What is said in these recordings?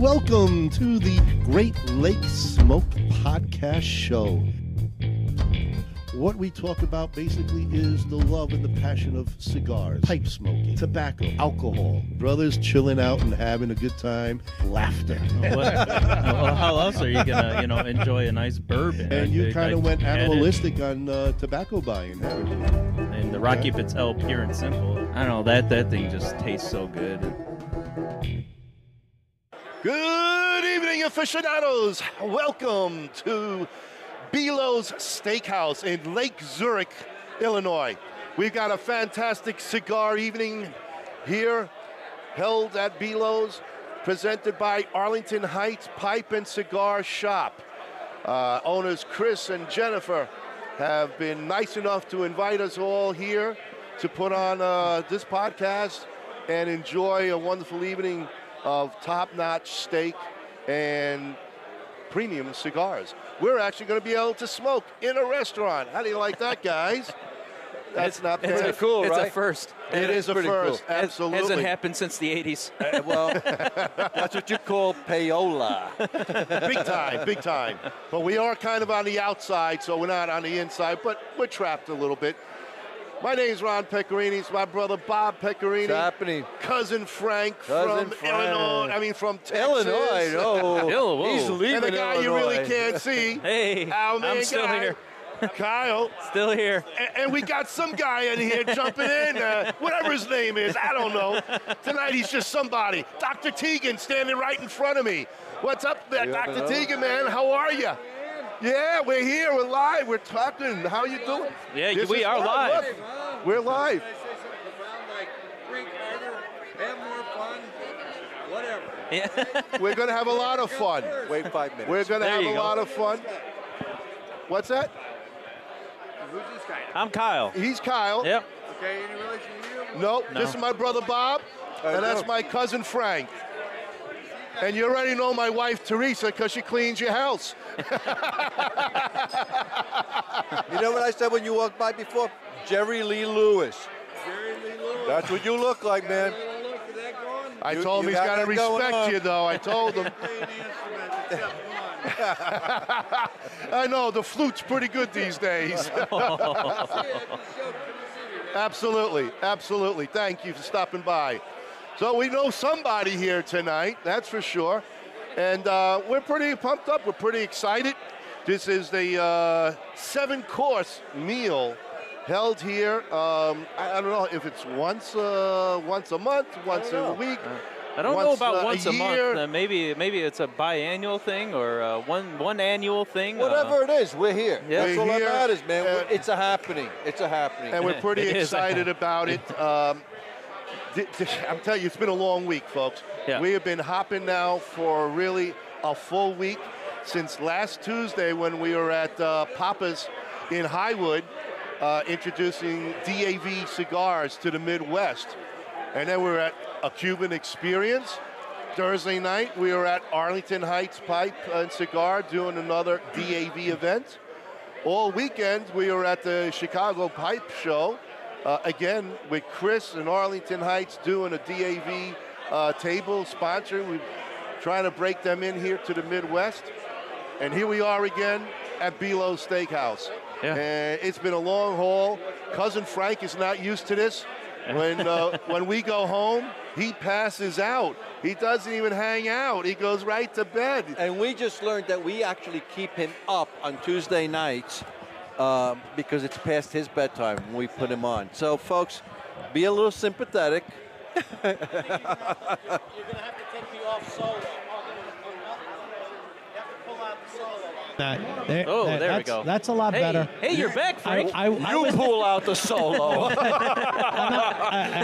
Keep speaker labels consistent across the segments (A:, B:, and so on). A: Welcome to the Great Lake Smoke Podcast Show. What we talk about basically is the love and the passion of cigars, pipe smoking, tobacco, alcohol, brothers chilling out and having a good time, laughter.
B: Oh,
C: What, well, how else are you gonna, you know, enjoy a nice bourbon?
A: And you
C: I-
A: kind
C: I
A: of went
C: added-
A: animalistic on uh, tobacco buying. haven't you?
C: And the Rocky Patel Pure and Simple. I don't know that that thing just tastes so good.
D: Good evening, aficionados. Welcome to Belo's Steakhouse in Lake Zurich, Illinois. We've got a fantastic cigar evening here, held at Belo's, presented by Arlington Heights Pipe and Cigar Shop. Uh, owners Chris and Jennifer have been nice enough to invite us all here to put on uh, this podcast and enjoy a wonderful evening of top notch steak and premium cigars. We're actually going to be able to smoke in a restaurant. How do you like that, guys? That's not
E: It's
D: bad.
E: a, cool,
B: it's
E: right?
B: a first.
D: It is a
E: pretty
D: first,
E: cool.
D: absolutely.
B: Hasn't happened since the 80s.
E: Uh, well, that's what you call payola.
D: big time, big time. But we are kind of on the outside, so we're not on the inside, but we're trapped a little bit. My name's Ron Pecorini. It's my brother Bob Pecorini.
E: It's happening.
D: Cousin Frank
E: Cousin
D: from
E: Frank.
D: Illinois. I mean, from Texas.
E: Illinois, oh,
B: Ill- whoa.
E: he's leaving
D: And the guy you really
E: Illinois.
D: can't see.
B: Hey,
D: our main
B: I'm still
D: guy,
B: here.
D: Kyle.
B: Still here.
D: A- And we got some guy in here jumping in, uh, whatever his name is, I don't know. Tonight he's just somebody. Dr. Teagan standing right in front of me. What's up, there,
E: You
D: Dr.
E: up and
D: Teagan, man? How are you? Yeah, we're here. We're live. We're talking. How you doing?
B: Yeah,
D: This
B: we
D: is
B: are live.
D: Look, We're live.
B: Yeah.
D: We're gonna have a lot of fun.
E: Wait five minutes.
D: We're gonna
B: There
D: have
B: you
D: a
B: go.
D: lot of fun. What's that?
B: I'm Kyle.
D: He's Kyle.
B: Yep.
D: Nope. This is my brother Bob, and that's
E: no.
D: my cousin Frank. And you already know my wife Teresa because she cleans your house.
E: you know what I said when you walked by before? Jerry Lee Lewis. That's what you look like, man.
D: I
E: You-
D: told him
E: you
D: he's
E: got
D: got to
E: that going
D: respect
E: on.
D: you, though. I told him. I know the flute's pretty good these days. absolutely, absolutely. Thank you for stopping by. So we know somebody here tonight, that's for sure, and uh, we're pretty pumped up. We're pretty excited. This is the uh, seven-course meal held here. Um, I, I don't know if it's once uh, once a month, once a week.
B: I don't know
D: Once,
B: about
D: uh, a
B: once a,
D: year.
B: month. Uh, maybe maybe it's a biannual thing or uh, one one annual thing. uh,
E: Whatever it is, we're here.
B: yeah.
E: That's
D: We're
E: all that
D: here,
E: matters, man.
D: and-
E: it's a happening. It's a happening.
D: and we're pretty
B: It is.
D: excited about it. Um, th- th- I'm telling you, it's been a long week, folks.
B: Yeah.
D: We have been hopping now for really a full week since last Tuesday when we were at uh, Papa's in Highwood uh, introducing DAV cigars to the Midwest. And then we were at a Cuban experience. Thursday night, we were at Arlington Heights Pipe and Cigar doing another DAV event. All weekend, we were at the Chicago Pipe Show, uh, again with Chris in Arlington Heights doing a DAV uh, table sponsor. We're trying to break them in here to the Midwest. And here we are again at Belo's Steakhouse.
B: Yeah.
D: And it's been a long haul. Cousin Frank is not used to this. When uh, when we go home, he passes out. He doesn't even hang out. He goes right to bed.
E: And we just learned that we actually keep him up on Tuesday nights um, because it's past his bedtime when we put him on. So, folks, be a little sympathetic.
F: That, there,
B: Oh, there we
F: that's,
B: go.
F: That's a lot
B: Hey,
F: better.
B: hey, you're back,
F: I,
B: Frank.
F: I, I, was-
E: pull out the solo.
F: I- I'm,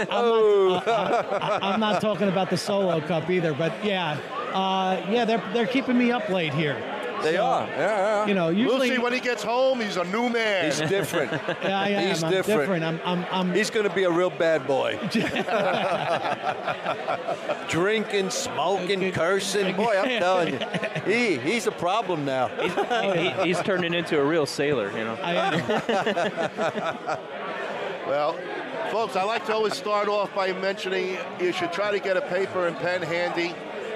F: not, I- I- I'm not talking about the solo cup either, but yeah, uh, yeah, they're they're keeping me up late here.
E: they are. Yeah,
F: You know,
D: We'll
F: usually
D: see when he gets home. He's a new man.
E: He's different.
F: yeah, I am.
E: he's
F: I'm
E: different.
F: I'm, I'm, I'm
E: He's going to be a real bad boy. Drinking, smoking, cursing. Boy, I'm telling you. He, he's a problem now.
B: He- he- he's turning into a real sailor, you know.
F: I am.
D: Well, folks, I like to always start off by mentioning you should try to get a paper and pen handy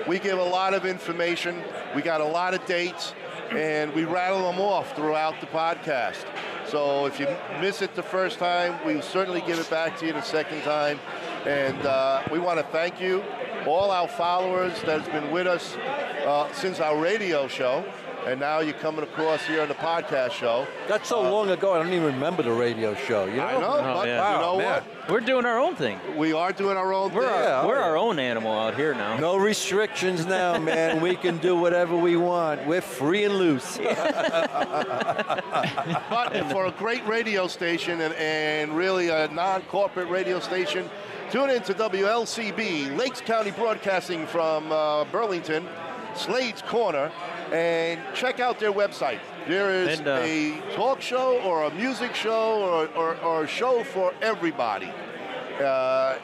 D: We give a lot of information. We got a lot of dates, and we rattle them off throughout the podcast. So if you miss it the first time, we will certainly give it back to you the second time. And uh, we want to thank you, all our followers that has been with us uh, since our radio show, and now you're coming across here on the podcast show.
E: That's so long ago. I don't even remember the radio show. You know?
D: I know, but
B: yeah.
D: you know
E: Wow, man.
B: We're doing our own thing.
D: what? We are doing our own
B: We're,
D: thing.
E: Yeah,
B: our, we're
E: oh,
B: our own animal out here now.
E: No restrictions now, man. we can do whatever we want. We're free and loose.
D: But for a great radio station and, and really a non-corporate radio station, tune in to WLCB, Lakes County Broadcasting from uh, Burlington, Slade's Corner, and check out their website. There is
B: And, uh,
D: a talk show or a music show or, or, or a show for everybody. Uh,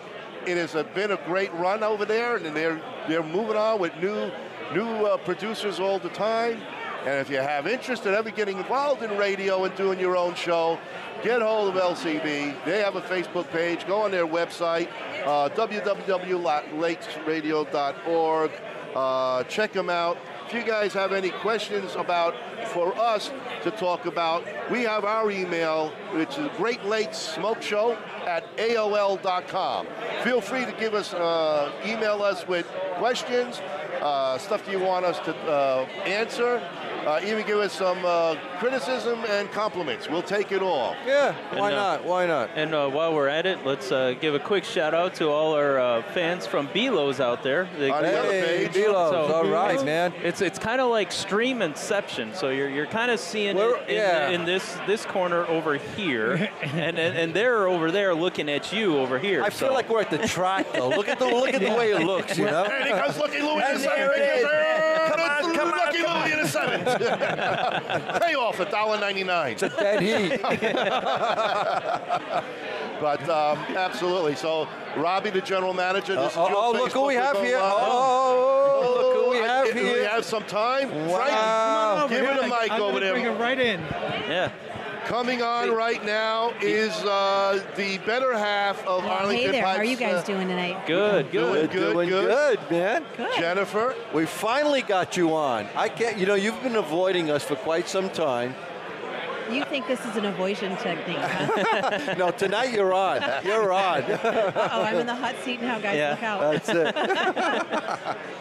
D: it has uh, been a great run over there, and they're they're moving on with new new uh, producers all the time. And if you have interest in ever getting involved in radio and doing your own show, get hold of LCB. They have a Facebook page. Go on their website, uh, www.lakesradio.org. Uh, check them out. If you guys have any questions about for us to talk about, we have our email, which is Great Lakes Smoke Show at AOL.com. Feel free to give us, uh, email us with questions, uh, stuff you want us to uh, answer, uh, even give us some uh, criticism and compliments. We'll take it all.
E: yeah, why
B: And, uh,
E: not? Why not?
B: And uh, while we're at it, let's uh, give a quick shout out to all our uh, fans from Belos out there. They-
D: On the other
E: Hey,
D: page.
E: Belos,
B: So-
E: all right, man.
B: It's it's kind of like stream inception. So you're you're kind of seeing
E: We're-
B: it in,
E: yeah.
B: in this this corner over here, and, and and they're over there looking at you over here.
E: I feel
B: so.
E: like we're at the track, though. Look at the look at the way it looks, you know.
D: And he comes Lucky Louie
E: And
D: the seventh.
E: there it is. Come on,
D: It's
E: come on,
D: uh, Lucky
E: come
D: Louie the seventh. Payoff a dollar ninety nine.
E: It's a dead heat.
D: But um, absolutely. So Robbie, the general manager. This
E: oh,
D: is your
E: oh, look who we
D: Facebook
E: have
D: is
E: here.
D: online.
E: Oh, look who we
D: I-
E: have
D: do
E: here.
D: We have some time.
E: Wow.
D: Frank, give it a mic
F: I'm
D: over
F: gonna Bring
D: there.
F: it right in.
B: yeah.
D: Coming on right now is uh, the better half of Arlington
G: hey there,
D: Pipes.
G: how are you
D: uh,
G: guys doing tonight?
B: Good, good.
D: Doing good,
E: Doing
D: good.
E: good, man.
G: Good.
D: Jennifer,
E: We finally got you on. I can't. You know, you've been avoiding us for quite some time.
G: You think this is an avoidance technique? Huh?
E: No, tonight you're on. You're on.
G: oh, I'm in the hot seat now, guys.
B: Yeah.
G: Look out.
E: That's it.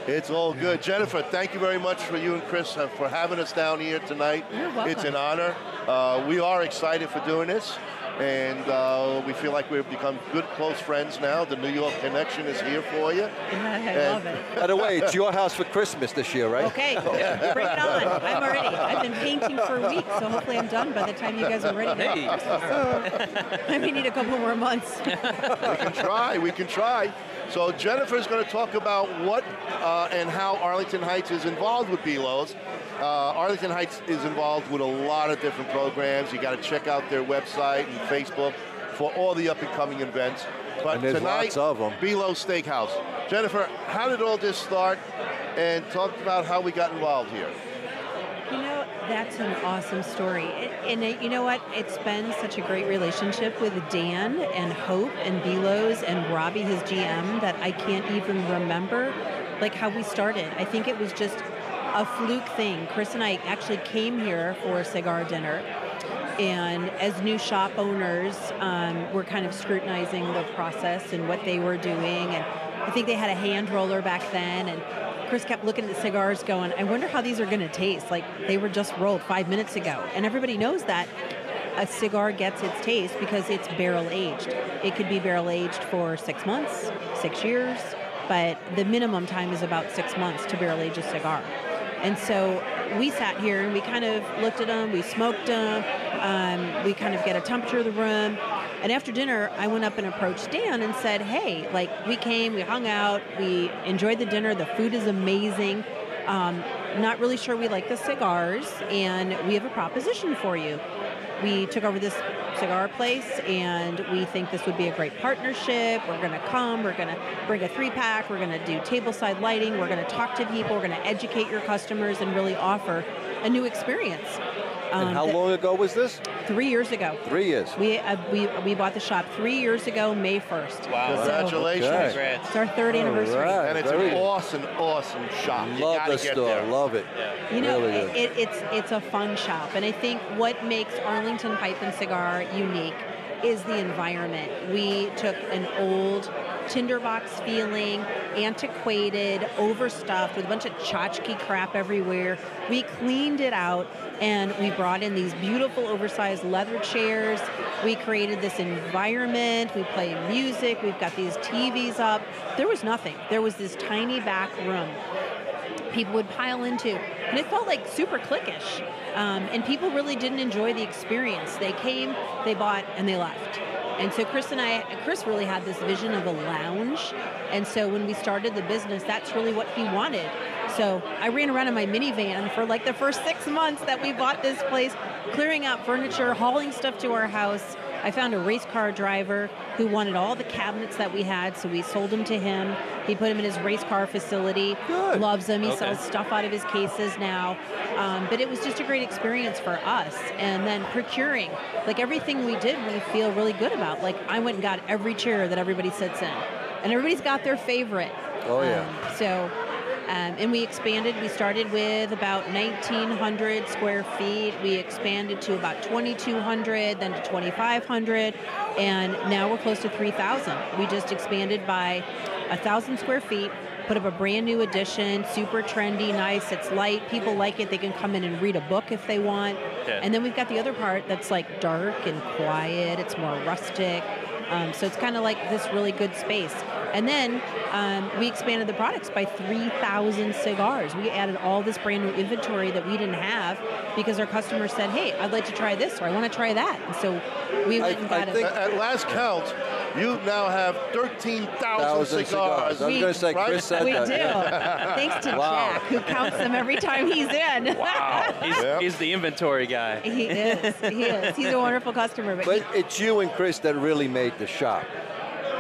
D: it's all good. Jennifer, thank you very much for you and Chris uh, for having us down here tonight.
G: You're welcome.
D: It's an honor. Uh, we are excited for doing this, and uh, we feel like we've become good, close friends now. The New York connection is here for you.
G: I love it.
E: By the way, it's your house for Christmas this year, right?
G: Okay, bring it on. I'm already. I've been painting for a week, so hopefully I'm done by the time you guys are ready.
B: Hey,
G: I may need a couple more months.
D: try. We can try. So Jennifer's going to talk about what uh, and how Arlington Heights is involved with Belos. Uh, Arlington Heights is involved with a lot of different programs. You got to check out their website and Facebook for all the up and coming events. But
E: And there's
D: tonight,
E: lots of 'em.
D: Belos Steakhouse. Jennifer, how did all this start? And talk about how we got involved here.
G: You know, that's an awesome story. A- And it, you know what? It's been such a great relationship with Dan and Hope and Belos and Robbie, his GM, that I can't even remember like how we started. I think it was just a fluke thing. Chris and I actually came here for a cigar dinner. And as new shop owners, um, we're kind of scrutinizing the process and what they were doing. And I think they had a hand roller back then. And Chris kept looking at the cigars, going, "I wonder how these are going to taste." Like they were just rolled five minutes ago, and everybody knows that a cigar gets its taste because it's barrel aged. It could be barrel aged for six months, six years, but the minimum time is about six months to barrel age a cigar. And so we sat here and we kind of looked at them, we smoked them, um, we kind of get a temperature of the room. And after dinner, I went up and approached Dan and said, Hey, like we came, we hung out, we enjoyed the dinner, the food is amazing. Um, not really sure we like the cigars, and we have a proposition for you we took over this cigar place, and we think this would be a great partnership. We're going to come, we're going to bring a three pack, we're going to do tableside lighting, we're going to talk to people, we're going to educate your customers, and really offer a new experience.
E: And
G: Um,
E: how
G: that-
E: long ago was this?
G: Three years ago.
E: Three years.
G: We, uh, we, we bought the shop three years ago, May 1st.
D: Wow. Congratulations.
E: Okay.
G: It's our third
E: All
G: anniversary.
E: right.
D: And it's
E: Very-
D: an awesome, awesome shop. you
E: Love
D: gotta
E: the
D: get
E: store.
D: there.
E: Love it.
G: You know,
E: Really is.
G: it, it, it's it's a fun shop, and I think what makes Arlington Pipe and Cigar unique is the environment. We took an old tinderbox feeling, antiquated, overstuffed, with a bunch of tchotchke crap everywhere. We cleaned it out, and we brought in these beautiful oversized leather chairs. We created this environment. We play music. We've got these TVs up. There was nothing. There was this tiny back room people would pile into. And it felt like super cliquish. Um, and people really didn't enjoy the experience. They came, they bought, and they left. And so Chris and I, Chris really had this vision of a lounge. And so when we started the business, that's really what he wanted. So I ran around in my minivan for like the first six months that we bought this place, clearing out furniture, hauling stuff to our house. I found a race car driver who wanted all the cabinets that we had, so we sold them to him. He put them in his race car facility.
E: Good.
G: Loves them. He
B: Okay.
G: sells stuff out of his cases now. Um, but it was just a great experience for us. And then procuring, like everything we did, we feel really good about. Like I went and got every chair that everybody sits in, and everybody's got their favorite.
E: Oh, yeah.
G: Um, so. Um, and we expanded. We started with about 1,900 square feet. We expanded to about 2,200, then to 2,500, and now we're close to 3,000. We just expanded by 1,000 square feet, put up a brand new addition, super trendy, nice. It's light. People like it. They can come in and read a book if they want.
B: Yeah.
G: And then we've got the other part that's like dark and quiet. It's more rustic. Um, so it's kind of like this really good space. And then um, we expanded the products by 3,000 cigars. We added all this brand new inventory that we didn't have because our customers said, hey, I'd like to try this or I want to try that. And so we
E: I-
G: went and
E: I
G: got a-
E: think-
D: At, at last count, you now have 13,000
E: Thousand
D: cigars.
E: cigars. I was
G: We-
E: going to say,
D: Right?
E: Chris said
G: we
E: that.
G: do. Thanks to
E: Wow.
G: Jack, who counts them every time he's in.
B: Wow. He's,
D: Yep.
B: he's the inventory guy.
G: he is. He is. He's a wonderful customer. But,
E: But
G: he-
E: it's you and Chris that really made the shop.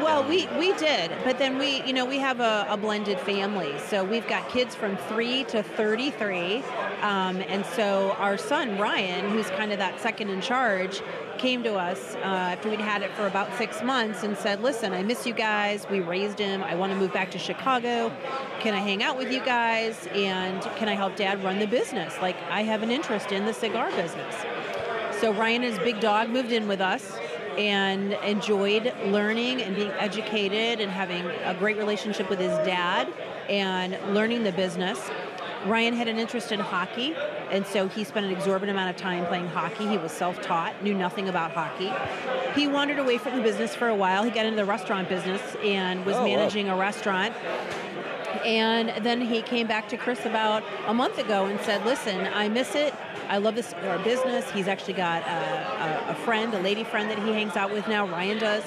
G: Well, we, we did, but then we, you know, we have a, a blended family. So we've got kids from 3 to 33. Um, and so our son, Ryan, who's kind of that second in charge, came to us uh, after we'd had it for about six months and said, Listen, I miss you guys. We raised him. I want to move back to Chicago. Can I hang out with you guys? And can I help dad run the business? Like, I have an interest in the cigar business. So Ryan and his big dog moved in with us and enjoyed learning and being educated and having a great relationship with his dad and learning the business. Ryan had an interest in hockey, and so he spent an exorbitant amount of time playing hockey. He was self taught, knew nothing about hockey. He wandered away from the business for a while. He got into the restaurant business and was
E: Oh, wow.
G: managing a restaurant. And then he came back to Chris about a month ago and said, "Listen, I miss it. I love this our business. He's actually got a, a, a friend, a lady friend that he hangs out with now. Ryan does,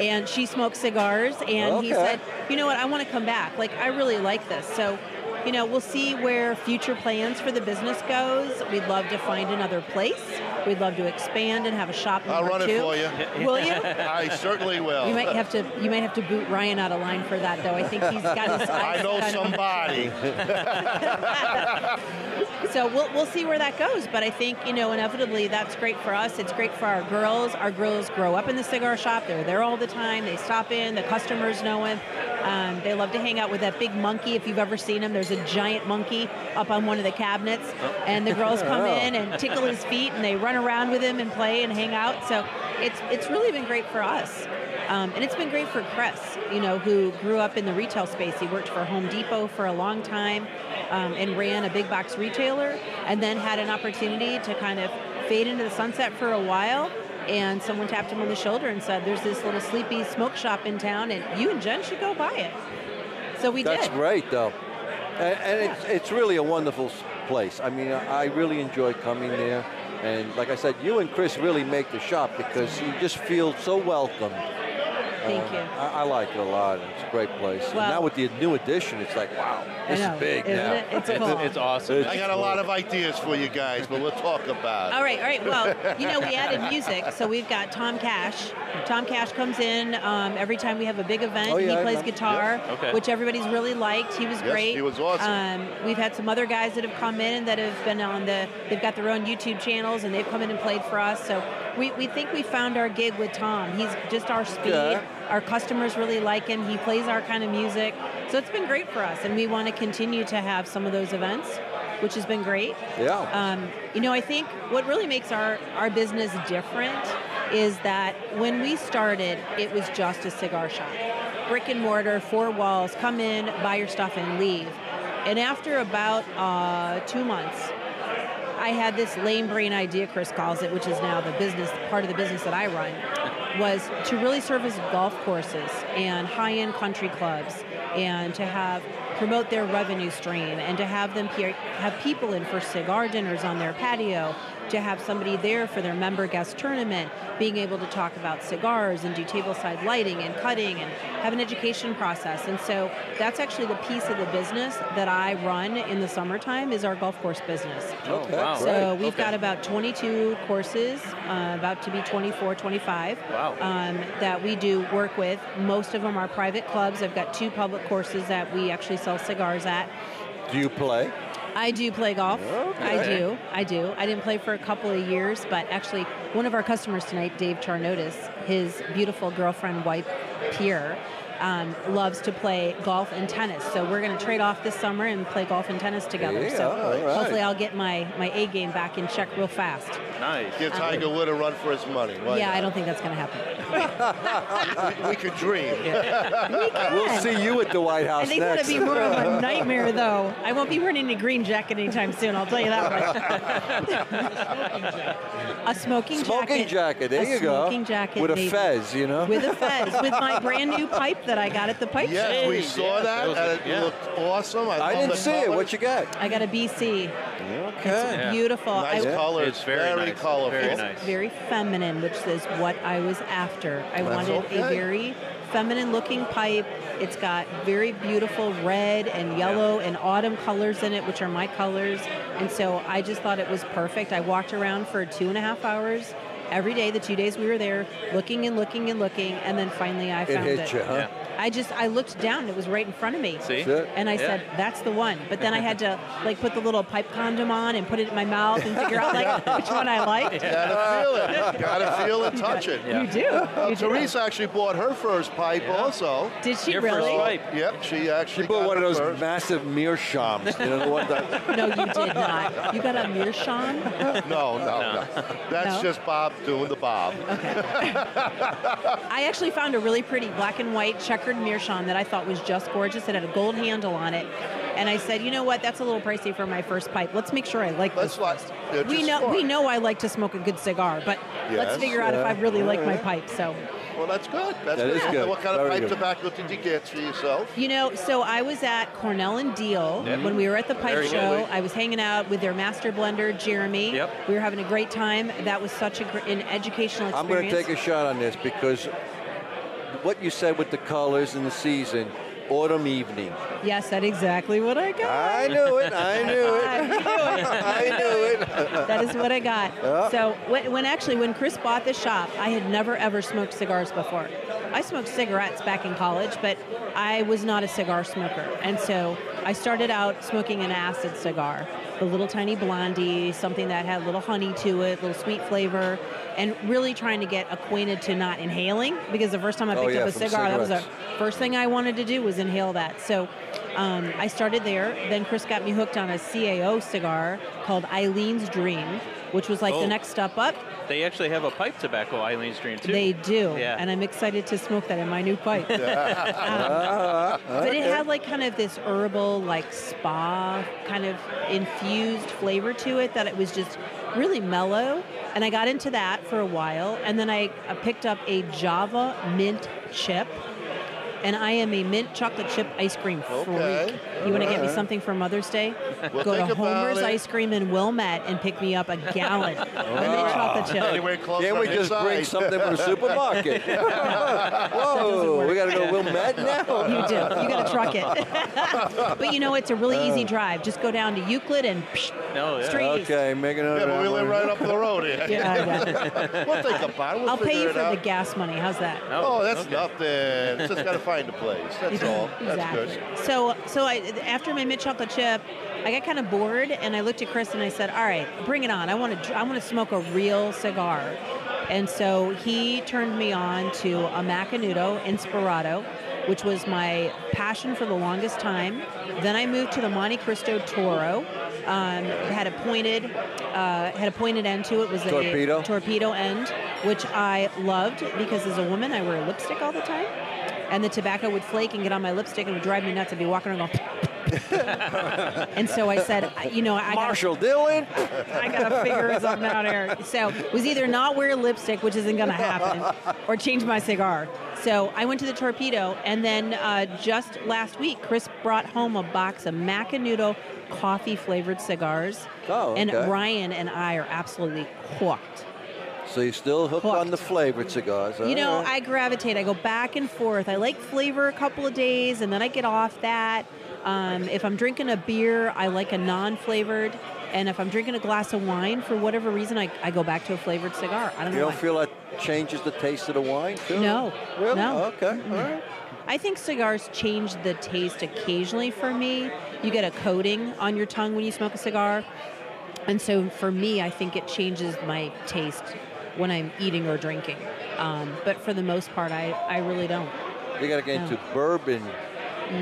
G: and she smokes cigars. And he
E: Okay.
G: said, you know what? I want to come back. Like I really like this. So." You know, we'll see where future plans for the business goes. We'd love to find another place. We'd love to expand and have a shop.
D: I'll
G: number
D: run it
G: two.
D: for you.
G: Will you?
D: I certainly will.
G: You might have to. You might have to boot Ryan out of line for that, though. I think he's got his eyes.
D: I know
G: set on-
D: somebody.
G: So we'll, we'll see where that goes. But I think, you know, inevitably that's great for us. It's great for our girls. Our girls grow up in the cigar shop. They're there all the time. They stop in. The customers know him. Um, they love to hang out with that big monkey. If you've ever seen him, there's a giant monkey up on one of the cabinets. And the girls come in and tickle his feet and they run around with him and play and hang out. So it's, it's really been great for us. Um, and it's been great for Chris, you know, who grew up in the retail space. He worked for Home Depot for a long time um, and ran a big box retailer, and then had an opportunity to kind of fade into the sunset for a while. And someone tapped him on the shoulder and said, "There's this little sleepy smoke shop in town, and you and Jen should go buy it." So we
E: That's
G: did.
E: great, though. And, and it's, it's really a wonderful s- place. I mean, I really enjoy coming there. And like I said, you and Chris really make the shop because you just feel so welcome.
G: Thank you.
E: I, I like it a lot. It's a great place. And
G: Well-
E: now with the new addition, it's like, wow,
G: I
E: this
G: know,
E: is big
G: isn't
E: now.
G: it? It's cool.
B: It's awesome.
D: I got a lot of ideas for you guys, but we'll talk about it.
G: All right, all right. Well, you know, we added music, so we've got Tom Cash. Tom Cash comes in um, every time we have a big event.
E: Oh, yeah, I
G: he plays
E: remember.
G: guitar,
B: Okay.
G: which everybody's really liked. He was
D: Yes,
G: great.
D: he was awesome.
G: Um, we've had some other guys that have come in that have been on the. They've got their own YouTube channels, and they've come in and played for us. So we, we think we found our gig with Tom. He's just our speed.
E: Yeah.
G: Our customers really like him. He plays our kind of music. So it's been great for us, and we want to continue to have some of those events, which has been great.
E: yeah.
G: Um, you know, I think what really makes our, our business different is that when we started, it was just a cigar shop. Brick and mortar, four walls, come in, buy your stuff, and leave. And after about uh, two months, I had this lame brain idea, Chris calls it, which is now the business part of the business that I run, was to really service golf courses and high-end country clubs, and to have promote their revenue stream, and to have them pe- have people in for cigar dinners on their patio, to have somebody there for their member guest tournament, being able to talk about cigars and do tableside lighting and cutting and have an education process. And so that's actually the piece of the business that I run in the summertime is our golf course business.
B: Oh, wow.
G: So
E: Right,
G: we've
B: okay.
G: got about 22 courses, uh, about to be 24, 25.
B: Wow.
G: Um, that we do work with. Most of them are private clubs. I've got two public courses that we actually sell cigars at.
E: Do you play?
G: I do play golf. I
B: Okay.
G: do. I do. I didn't play for a couple of years, but actually, one of our customers tonight, Dave Charnotis, his beautiful girlfriend, wife, Pierre, um, loves to play golf and tennis. So we're going to trade off this summer and play golf and tennis together.
E: Yeah,
G: so
E: all right.
G: hopefully, I'll get my, my A game back in check real fast.
B: Nice.
D: Give Tiger Wood a run for his money. Why
G: yeah, I
D: not?
G: don't think that's going to happen.
D: We could dream.
E: We'll see you at the White
G: I
E: House
G: think
E: next.
G: that'd be more of a nightmare, though. I won't be wearing a green jacket anytime soon. I'll tell you that much. a smoking jacket.
E: smoking jacket. There
G: a
E: you go.
G: Smoking jacket
E: with
G: maybe.
E: a fez, you know.
G: With a fez. With my brand new pipe that I got at the pipe
D: Yes,
G: show.
D: we saw
B: yeah,
D: that.
B: that was
D: and
B: a-
D: it
B: yeah.
D: looked awesome. I,
E: I
D: love
E: didn't
D: the
E: see
D: colors.
E: it. What you got?
G: I got a BC.
E: Okay.
B: Yeah.
G: Beautiful.
D: Nice
G: I,
D: colors.
B: It's very nice,
D: colorful.
B: very
G: It's
B: nice.
G: very feminine, which is what I was after. I
D: That's
G: wanted a
D: okay.
G: very feminine looking pipe. It's got very beautiful red and yellow and autumn colors in it, which are my colors. And so I just thought it was perfect. I walked around for two and a half hours every day, the two days we were there, looking and looking and looking. And then finally I
E: It
G: found it.
E: hit you, huh?
G: I just, I looked down, it was right in front of me.
B: See?
E: That's it.
G: And I
B: Yeah.
G: said, that's the one. But then I had to like put the little pipe condom on and put it in my mouth and figure out like which one I liked.
E: Uh,
D: Gotta feel it. Gotta feel it, touch it.
B: Yeah.
G: You do. You do.
D: Teresa actually bought her first pipe also.
G: Did she
B: Your first
G: really?
B: wipe.
D: Yep, she actually
E: She bought
D: got
E: one of
D: the
E: those
D: first.
E: massive meerschaums. You know the one that.
G: No, you did not. You got a meerschaum?
D: No, no, no. That's
G: No?
D: just Bob doing the Bob.
G: I actually found a really pretty black and white checkered meerschaum that I thought was just gorgeous. It had a gold handle on it. And I said, you know what? That's a little pricey for my first pipe. Let's make sure I like
D: That's
G: this.
D: what they're
G: We
D: just
G: know
D: smart.
G: we know I like to smoke a good cigar, but
D: Yes.
G: let's figure out if I really like my pipe. So
D: Well, that's good. That's
E: That
D: good.
E: is good.
D: What kind of
E: Very
D: pipe
E: good.
D: tobacco did you get for yourself?
G: You know, so I was at Cornell and Deal when we were at the pipe
B: Very
G: show.
B: good.
G: I was hanging out with their master blender, Jeremy.
B: Yep.
G: We were having a great time. That was such a, gr- an educational
E: I'm
G: experience.
E: going to take a shot on this because what you said with the colors and the season, autumn evening.
G: yes, that's exactly what I got.
E: I knew it. I knew
G: I
E: it.
G: knew it.
E: I knew it.
G: that is what I got.
E: Yeah.
G: So when, when actually when Chris bought the shop, I had never ever smoked cigars before. I smoked cigarettes back in college, but I was not a cigar smoker, and so I started out smoking an acid cigar, the little tiny blondie, something that had a little honey to it, little sweet flavor, and really trying to get acquainted to not inhaling because the first time I
E: Oh,
G: picked
E: yeah,
G: up a
E: from
G: cigar, that was a
E: cigarettes.
G: first thing I wanted to do was inhale that. So um, I started there. Then Chris got me hooked on a CAO cigar called Eileen's Dream, which was like
B: Oh.
G: the next step up.
B: They actually have a pipe tobacco Eileen's Dream too.
G: They do.
B: Yeah.
G: And I'm excited to smoke that in my new pipe.
E: Ah,
G: But it had like kind of this herbal, like spa kind of infused flavor to it that it was just really mellow. And I got into that for a while. And then I uh, picked up a Java mint chip. And I am a mint chocolate chip ice cream freak.
D: Okay.
G: You want to get me something for Mother's Day?
D: Well,
G: Go
D: think
G: to
D: about
G: Homer's
D: it.
G: Ice Cream in Wilmette and pick me up a gallon of mint chocolate chip.
D: Anywhere close
E: Can't we
D: from
E: just
D: inside.
E: bring something from the supermarket? Oh,
G: That doesn't
E: that now?
G: You do. You got to truck it. but you know, it's a really easy
D: Uh.
G: drive. Just go down to Euclid and psh,
B: No, Oh, yeah.
G: straight east.
E: Okay, make another.
D: Yeah, but we live right up the road here.
G: Yeah, I know.
D: We'll think about it. We'll
G: I'll pay
D: figure
G: you
D: it
G: for
D: out.
G: the gas money. How's that?
D: Oh, that's
B: okay.
D: nothing. Just gotta find a place. That's all. That's
G: exactly.
D: good.
G: So, so I after my mint chocolate chip, I got kind of bored, and I looked at Chris and I said, "All right, bring it on. I want to. I want to smoke a real cigar." And so he turned me on to a Macanudo Inspirado, which was my passion for the longest time. Then I moved to the Monte Cristo Toro. Um, had a pointed, uh, had a pointed end to it. Was
E: Torpedo?
G: a torpedo end, which I loved because as a woman I wear lipstick all the time and the tobacco would flake and get on my lipstick and it would drive me nuts. I'd be walking around going. and so I said, I- you know, I gotta,
E: Marshall Dillon.
G: I gotta figure something out here. So it was either not wear lipstick, which isn't gonna happen, or change my cigar. So I went to the torpedo, and then uh, just last week, Chris brought home a box of Macanudo coffee flavored cigars.
E: Oh,
G: and
E: okay.
G: Ryan and I are absolutely hooked.
E: So you're still hooked on the flavored cigars.
G: You know,
E: alright.
G: I gravitate. I go back and forth. I like flavor a couple of days, and then I get off that. Um, if I'm drinking a beer, I like a non-flavored, and if I'm drinking a glass of wine, for whatever reason, I, I go back to a flavored cigar. I don't
E: You
G: know.
E: don't
G: why.
E: feel that changes the taste of the wine, too?
G: No,
E: Really?
G: no.
E: Okay. All right.
G: I think cigars change the taste occasionally for me. You get a coating on your tongue when you smoke a cigar, and so for me, I think it changes my taste when I'm eating or drinking. Um, but for the most part, I, I really don't.
E: You got to get
G: No.
E: into bourbon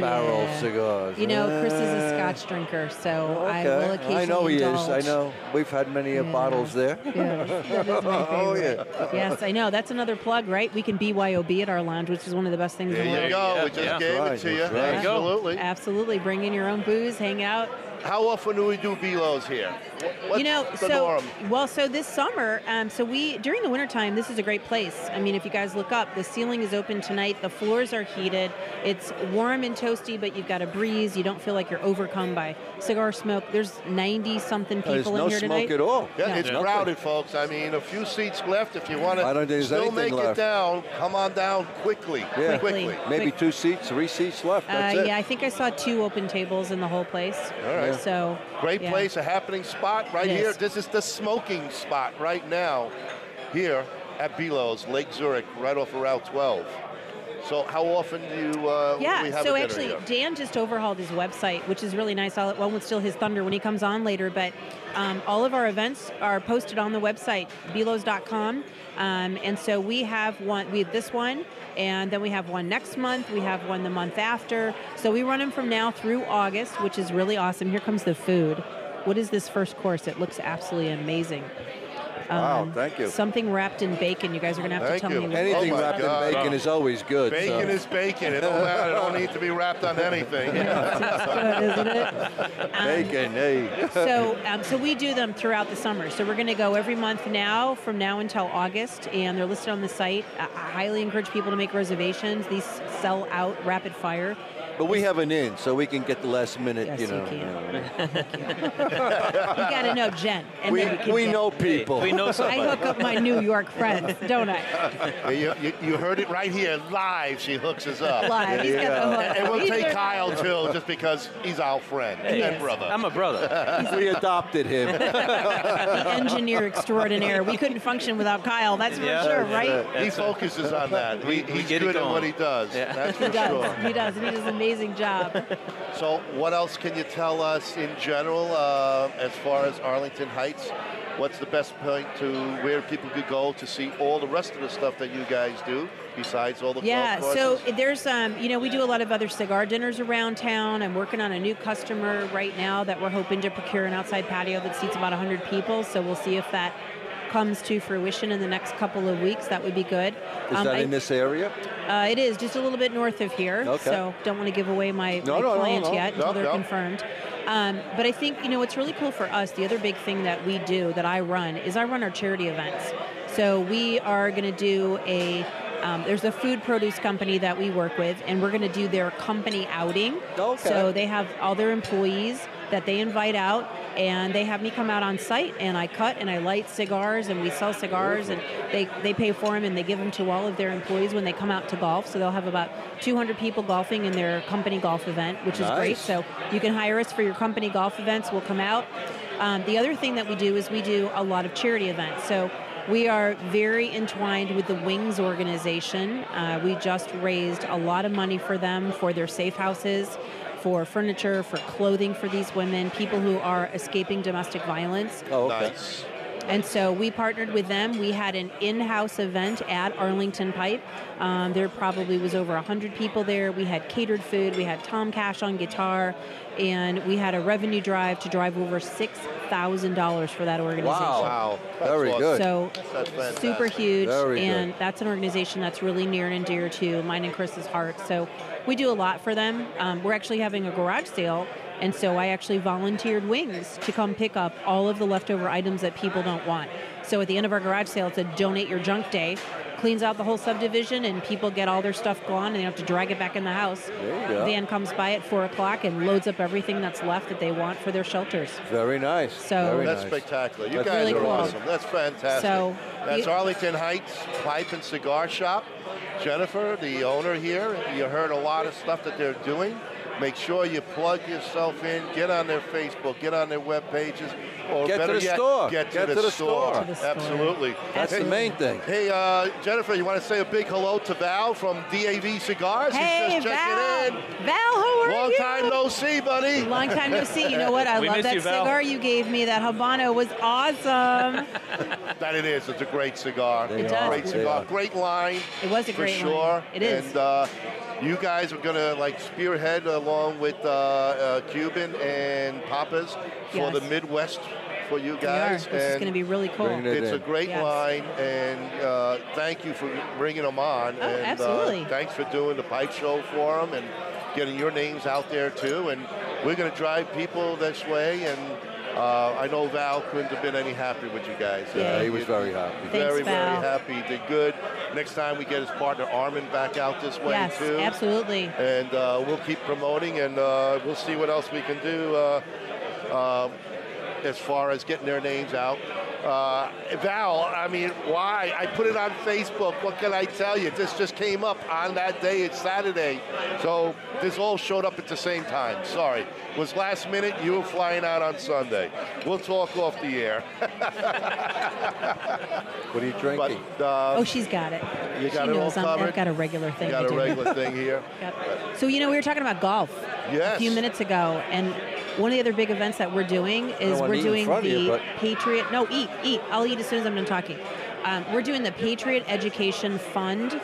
E: barrel
G: Yeah.
E: cigars.
G: You know, Chris is
E: Ah.
G: a Scotch drinker, so I
E: Okay.
G: will occasionally.
E: I know he is. I
G: indulge.
E: know. We've had many uh
G: Yeah.
E: bottles there.
G: Yeah, that is my
E: Oh,
G: favorite. Yes, I know. That's another plug, right? We can BYOB at our lounge, which is one of the best things in the
D: There
G: world.
D: you go.
B: Yeah,
D: we just
B: yeah.
D: gave
E: Right,
D: it to you.
E: that's right.
G: Yeah.
D: Absolutely.
G: Absolutely. Bring in your own booze, hang out.
D: How often do we do belos here? Wh- What's
G: you know,
D: the
G: so
D: norm?
G: well, so this summer, um, so we during the wintertime, this is a great place. I mean, if you guys look up, the ceiling is open tonight. The floors are heated. It's warm and toasty, but you've got a breeze. You don't feel like you're overcome by cigar smoke. There's 90 something people
E: There's
G: in
E: no
G: here
E: smoke
G: tonight.
E: at all.
D: Yeah,
G: No.
D: it's
B: Yeah.
D: crowded, folks. I mean, a few seats left. If you want
E: I don't think
D: to
E: there's
D: still
E: anything
D: make it
E: left.
D: down, come on down quickly.
E: Yeah.
G: Quickly.
D: Quickly.
E: Maybe two seats, three seats left. That's
G: uh,
E: it.
G: Yeah, I think I saw two open tables in the whole place.
D: All right.
G: So
D: Great
G: yeah.
D: place, a happening spot right
G: It
D: here.
G: is.
D: This is the smoking spot right now here at Belos, Lake Zurich, right off of Route 12. So how often do you uh, we
G: Yeah,
D: have
G: so
D: a dinner
G: actually,
D: here?
G: Dan just overhauled his website, which is really nice. I'll, well, it's still his thunder when he comes on later, but um, all of our events are posted on the website, belos.com. Um, and so we have one, we have this one, and then we have one next month, we have one the month after. So we run them from now through August, which is really awesome. Here comes the food. What is this first course? It looks absolutely amazing.
E: Wow,
G: um,
E: thank you.
G: Something wrapped in bacon. You guys are going to have
D: Thank
G: to tell
D: you.
G: me. what-
E: Anything
D: Oh my
E: wrapped
D: God.
E: in bacon is always good. so-
D: Bacon is bacon. It don't, matter. it don't need to be wrapped on anything.
G: Good, isn't it? Um,
E: bacon. Hey.
G: so um, so we do them throughout the summer. So we're going to go every month now, from now until August, and they're listed on the site. I I highly encourage people to make reservations. These sell out rapid fire.
E: But we have an inn, so we can get the last minute.
G: Yes,
E: you
G: you
E: know.
G: can.
E: know.
G: You got to know Jen, and
E: We,
G: then you can
E: we
G: get-
E: know
B: Hey,
E: people.
B: We know
G: I
B: somebody.
G: hook up my New York friends, don't I?
D: you, you, you heard it right here live. She hooks us up.
G: Live. He's got the hook.
D: And we'll
G: He's
D: take
G: their-
D: Kyle too, just because he's our friend and
G: Yes.
D: brother.
B: I'm a brother.
E: we adopted him.
G: the engineer extraordinaire. We couldn't function without Kyle. That's for
B: Yeah.
G: sure, right?
D: he focuses on that.
B: We-
D: He,
B: we
D: he's
B: get it
D: good at what
B: going.
D: he does.
B: Yeah.
D: That's
G: He
D: for sure.
G: does. He does. and He does an amazing job.
D: So, what else can you tell us in general uh, as far as Arlington Heights? What's the best point to where people could go to see all the rest of the stuff that you guys do besides all the golf
G: yeah so
D: courses?
G: there's um you know we do a lot of other cigar dinners around town i'm working on a new customer right now that we're hoping to procure an outside patio that seats about 100 people so we'll see if that comes to fruition in the next couple of weeks that would be good
E: Is
G: Um,
E: that
G: I-
E: in this area?
G: uh, it is just a little bit north of here,
E: Okay.
G: so don't want to give away my,
E: No,
G: my
E: no, no,
G: plant
E: no.
G: yet until
D: No,
G: they're
D: no.
G: confirmed. Um, but I think you know what's really cool for us. The other big thing that we do that I run is I run our charity events. So we are going to do a um, there's a food produce company that we work with, and we're going to do their company outing.
E: Okay.
G: So they have all their employees. that they invite out, and they have me come out on site, and I cut and I light cigars, and we sell cigars, and they, they pay for them, and they give them to all of their employees when they come out to golf. So they'll have about 200 people golfing in their company golf event, which is great.
E: Nice.
G: So you can hire us for your company golf events. We'll come out. Um, the other thing that we do is we do a lot of charity events. So we are very entwined with the Wings organization. Uh, we just raised a lot of money for them for their safe houses, for furniture, for clothing for these women, people who are escaping domestic violence.
E: Oh, okay.
D: Nice.
G: And so we partnered with them. We had an in-house event at Arlington Pipe. Um, there probably was over 100 people there. We had catered food. We had Tom Cash on guitar, and we had a revenue drive to drive over six thousand dollars for that organization.
D: Wow. That's
E: Very
D: awesome.
E: good.
G: So
D: That's fantastic.
G: super huge,
E: Very good.
G: and that's an organization that's really near and dear to mine and Chris's heart. So we do a lot for them. Um, we're actually having a garage sale, and so I actually volunteered Wings to come pick up all of the leftover items that people don't want. So at the end of our garage sale, it's a donate your junk day. Cleans out the whole subdivision, and people get all their stuff gone, and they have to drag it back in the house.
E: There you go.
G: Van comes by at four o'clock and loads up everything that's left that they want for their shelters.
E: Very nice.
G: So-
E: Very
D: That's
E: nice.
D: spectacular. You
E: That's
D: guys
G: really
D: are
G: cool.
D: awesome. That's fantastic.
G: So,
D: That's
G: you-
D: Arlington Heights Pipe and Cigar Shop. Jennifer, the owner here, you heard a lot of stuff that they're doing. Make sure you plug yourself in, get on their Facebook, get on their web pages, or
E: Get to
D: better
E: the
D: yet,
E: store.
D: get to
E: Get
D: the,
E: to the store.
G: To the store.
D: Absolutely.
E: That's the
D: Hey-
E: main thing.
D: Hey, uh, Jennifer, you want to say a big hello to Val from DAV Cigars?
G: Hey,
D: He's just
G: Val!
D: checking in.
G: Val, who are
D: Long
G: you?
D: time no see, buddy.
G: Long time no see. You know what? I
B: We
G: love
B: miss
G: that
B: you, Val.
G: cigar you gave me. That Habano was awesome.
D: That it is. It's a great cigar.
E: They
G: It does.
D: Great
E: They
D: cigar.
E: are.
D: Great line.
G: It was a great
D: for
G: line.
D: sure.
G: It is.
D: And uh, you guys are gonna like spearhead along with uh, uh, Cuban and Papas for
G: Yes.
D: the Midwest for you
G: We are.
D: guys.
G: This is
D: And
G: going to be really cool.
E: Bring it
D: it's a great
G: Yes.
D: line, and uh, thank you for bringing them on.
G: Oh,
D: and
G: absolutely.
D: Uh, thanks for doing the pipe show for them and getting your names out there too. And we're going to drive people this way. And uh, I know Val couldn't have been any happier with you guys.
G: Yeah,
E: Yeah, he
D: you-
E: was very happy.
G: Thanks,
D: very,
G: Val.
D: very happy. Did good. Next time we get his partner Armin back out this way
G: yes,
D: too.
G: absolutely.
D: And uh, we'll keep promoting, and uh, we'll see what else we can do uh, um, as far as getting their names out. Uh, Val, I mean, why? I put it on Facebook. What can I tell you? This just came up on that day. It's Saturday, so this all showed up at the same time. Sorry, It was last minute. You were flying out on Sunday. We'll talk off the air.
E: What are you
D: But
E: drinking?
D: uh,
G: Oh, she's got it.
D: You got
G: she
D: it all
G: knows I'm-
D: covered?
G: I've got a regular thing.
D: you got
G: to
D: a
G: do.
D: regular thing here.
G: Yep. So you know we were talking about golf
D: Yes.
G: a few minutes ago, and one of the other big events that we're doing is
E: wanna
G: we're
E: eat in
G: doing
E: front
G: the
E: of you, but-
G: Patriot. No, eat, eat. I'll eat as soon as I'm done talking. Um, we're doing the Patriot Education Fund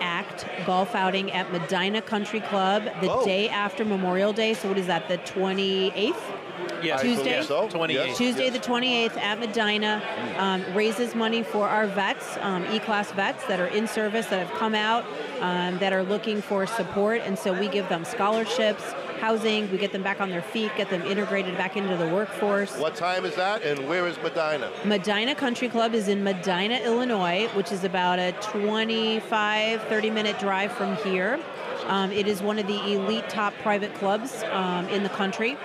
G: Act golf outing at Medina Country Club the
D: Oh.
G: day after Memorial Day. So what is that? The 28th.
B: Yes.
D: I believe
G: Tuesday?
D: so.
B: 28.
D: Yes.
G: Tuesday the 28th at Medina um, raises money for our vets, um, E-class vets that are in service, that have come out, um, that are looking for support, and so we give them scholarships, housing, we get them back on their feet, get them integrated back into the workforce.
D: What time is that, and where is Medina?
G: Medina Country Club is in Medina, Illinois, which is about a 25, 30 minute drive from here. Um, it is one of the elite top private clubs um, in the country.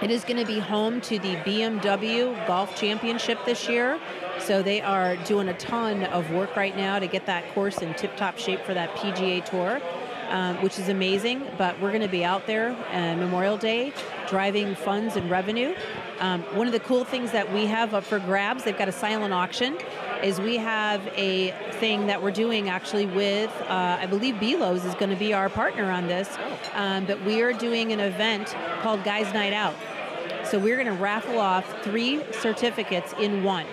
G: It is going to be home to the BMW Golf Championship this year. So they are doing a ton of work right now to get that course in tip top shape for that PGA Tour, um, which is amazing. But we're going to be out there uh, Memorial Day driving funds and revenue. Um, one of the cool things that we have up for grabs, they've got a silent auction, is we have a thing that we're doing actually with, uh, I believe Belos is going to be our partner on this, um, but we are doing an event called Guys Night Out. So we're going to raffle off three certificates in one.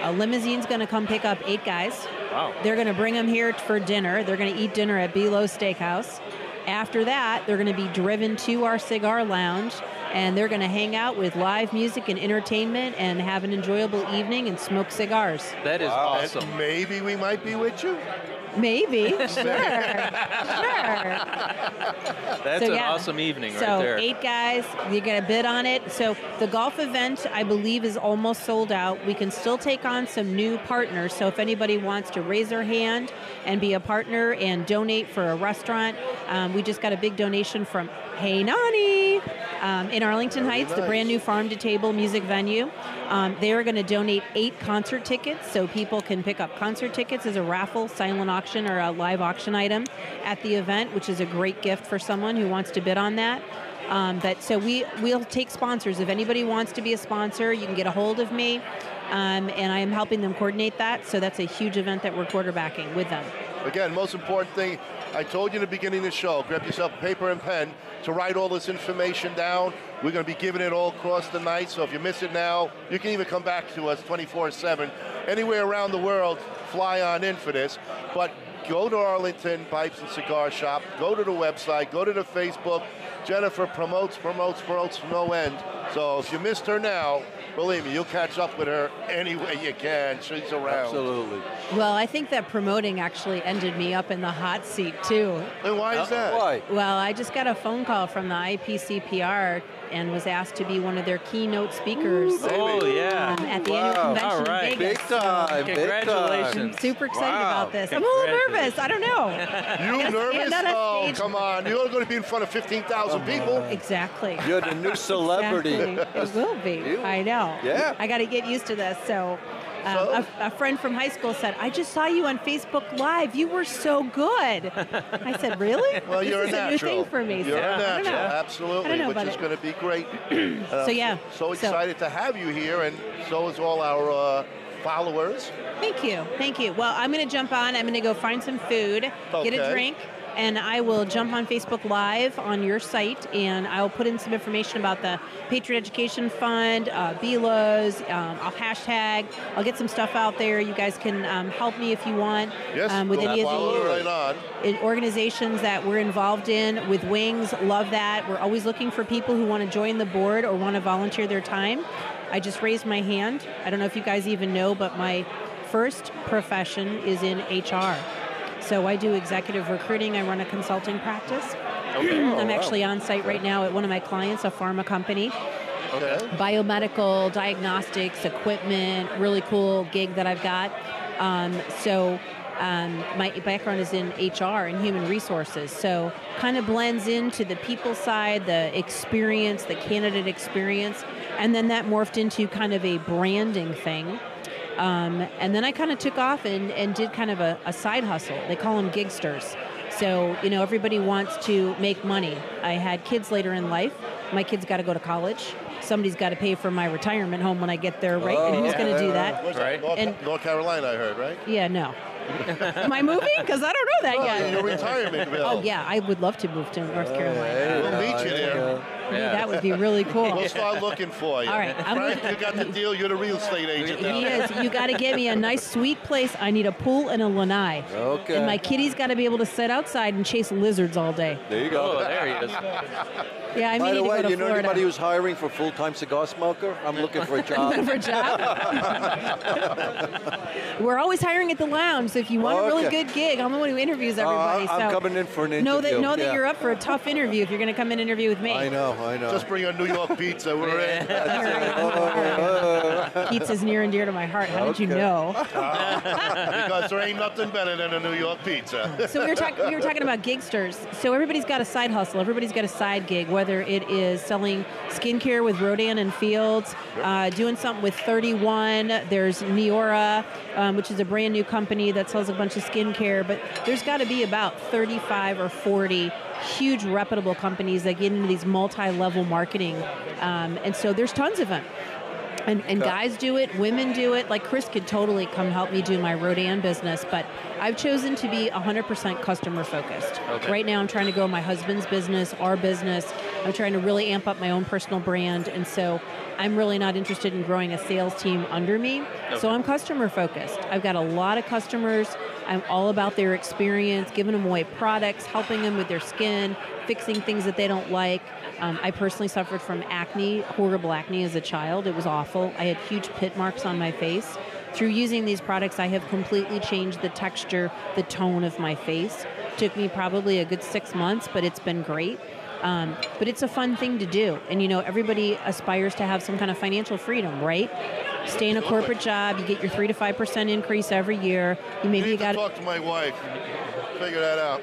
G: A limousine's going to come pick up eight guys.
B: Wow.
G: They're going to bring them here for dinner. They're going to eat dinner at Belo's Steakhouse. After that, they're going to be driven to our cigar lounge and they're going to hang out with live music and entertainment and have an enjoyable evening and smoke cigars.
B: That is
D: And
B: awesome.
D: maybe we might be with you.
G: Maybe. sure. Sure.
B: That's
G: So,
B: an
G: yeah.
B: awesome evening
G: so
B: right there.
G: eight guys, you're gonna bid on it. So the golf event, I believe, is almost sold out. We can still take on some new partners. So if anybody wants to raise their hand and be a partner and donate for a restaurant, um, we just got a big donation from Hey Nani. um, in Arlington Heights, the
D: nice.
G: brand new farm to table music venue. Um, they're going to donate eight concert tickets so people can pick up concert tickets as a raffle, silent auction, or a live auction item at the event, which is a great gift for someone who wants to bid on that. Um, but so we we'll take sponsors. If anybody wants to be a sponsor, you can get a hold of me, um, and I am helping them coordinate that. So that's a huge event that we're quarterbacking with them.
D: Again, most important thing, I told you in the beginning of the show, grab yourself paper and pen to write all this information down. We're going to be giving it all across the night, so if you miss it now, you can even come back to us 24-7. Anywhere around the world, fly on in for this. But go to Arlington Pipes and Cigar Shop, go to the website, go to the Facebook. Jennifer promotes, promotes, promotes no end. So if you missed her now, believe me, you'll catch up with her any way you can. She's around.
E: Absolutely.
G: Well, I think that promoting actually ended me up in the hot seat too.
D: And why is that?
E: Why?
G: Well, I just got a phone call from the IPCPR and was asked to be one of their keynote speakers um,
B: Oh, yeah.
G: at the
E: Wow.
G: annual convention
B: All right.
G: in
E: Big
G: Vegas.
E: time. Big time.
B: Congratulations.
G: I'm super excited
E: Wow.
G: about this. I'm a little nervous. I don't know.
D: You
G: Yes,
D: nervous?
G: and on a
D: Oh,
G: stage.
D: come on. You're going to be in front of 15,000 people.
G: exactly.
E: You're the new celebrity.
G: Exactly. It will be.
E: You-
G: I know.
E: Yeah.
G: I got to get used to this. So, um,
D: So?
G: A, a friend from high school said, "I just saw you on Facebook Live. You were so good." I said, "Really?
D: Well,
G: this
D: you're
G: is
D: a
G: new
D: natural.
G: thing for me."
D: You're
G: so
D: a
G: I don't
D: natural,
G: know.
D: absolutely,
G: I don't know
D: which
G: about
D: is
G: it.
D: going to be great. Uh,
G: So, yeah.
D: So
G: So-
D: excited to have you here, and so is all our uh, followers.
G: Thank you. Thank you. Well, I'm going to jump on. I'm going to go find some food, get
D: Okay.
G: a drink, and I will jump on Facebook Live on your site, and I'll put in some information about the Patriot Education Fund, uh, BLOS. Um, I'll hashtag. I'll get some stuff out there. You guys can um, help me if you want
D: Yes,
G: um, with
D: go
G: any
D: follow
G: of the
D: right on.
G: in organizations that we're involved in with wings love that we're always looking for people who want to join the board or want to volunteer their time i just raised my hand i don't know if you guys even know but my first profession is in hr so i do executive recruiting i run a consulting practice
E: Oh,
G: i'm actually on site right now at one of my clients a pharma company
D: Okay.
G: biomedical diagnostics equipment really cool gig that i've got um, so um, my background is in hr and human resources so kind of blends into the people side the experience the candidate experience and then that morphed into kind of a branding thing um, and then I kind of took off and, and did kind of a, a side hustle. They call them gigsters. So, you know, everybody wants to make money. I had kids later in life. My kids got to go to college. Somebody's got to pay for my retirement home when I get there, right? and who's going to do that?
D: Where's that?
B: Right.
D: North,
G: And-
D: North Carolina, I heard, right?
G: Yeah, no. Am I moving? Because I don't know that
D: Oh, your
G: yet.
D: retirement bill.
G: Oh, yeah, I would love to move to North Carolina.
D: We'll meet you there.
G: I mean, that would be really cool.
D: We'll start looking for you.
G: All right, I'm
D: Frank,
G: gonna-
D: you got the deal. You're the real estate agent now.
G: He is. You got to get me a nice, sweet place. I need a pool and a lanai.
E: Okay.
G: And my kitty's got to be able to sit outside and chase lizards all day.
E: There you
B: Oh,
E: go.
B: there he is.
G: Yeah, I
E: By
G: may
E: the
G: need
E: way,
G: to go to
E: you know
G: Florida.
E: anybody who's hiring for full-time cigar smoker? I'm looking for a job.
G: for a job. We're always hiring at the lounge, so if you want a really
E: Okay.
G: good gig, I'm the one who interviews
E: Uh,
G: everybody.
E: I'm
G: so
E: coming in for an
G: Know that
E: interview,
G: know
E: yeah.
G: that you're up for a tough interview if you're going to come and interview with me.
E: I know, I know.
D: Just bring a New York pizza. We're in.
G: All right, all right. Pizza's near and dear to my heart. How did you
E: Okay.
G: know?
D: because there ain't nothing better than a New York pizza.
G: So we were, talk- we were talking about gigsters. So everybody's got a side hustle. Everybody's got a side gig, whether it is selling skincare with Rodan and Fields, uh, doing something with 31. There's Neora, um, which is a brand new company that sells a bunch of skincare. But there's got to be about 35 or 40 huge reputable companies that get into these multi-level marketing. Um, and so there's tons of them. And, and guys do it, women do it. Like Chris could totally come help me do my Rodan business, but I've chosen to be 100% customer focused. Right now, I'm trying to grow my husband's business, our business. I'm trying to really amp up my own personal brand, and so I'm really not interested in growing a sales team under me. So I'm customer focused. I've got a lot of customers. I'm all about their experience, giving them away products, helping them with their skin, fixing things that they don't like. Um, I personally suffered from acne, horrible acne as a child. It was awful. I had huge pit marks on my face. Through using these products, I have completely changed the texture, the tone of my face. Took me probably a good six months, but it's been great. Um, but it's a fun thing to do. And you know, everybody aspires to have some kind of financial freedom, right? stay in a corporate job, you get your three to five percent increase every year. You
D: You
G: maybe
D: need
G: you
D: to
G: got
D: talk to my wife. Figure that out.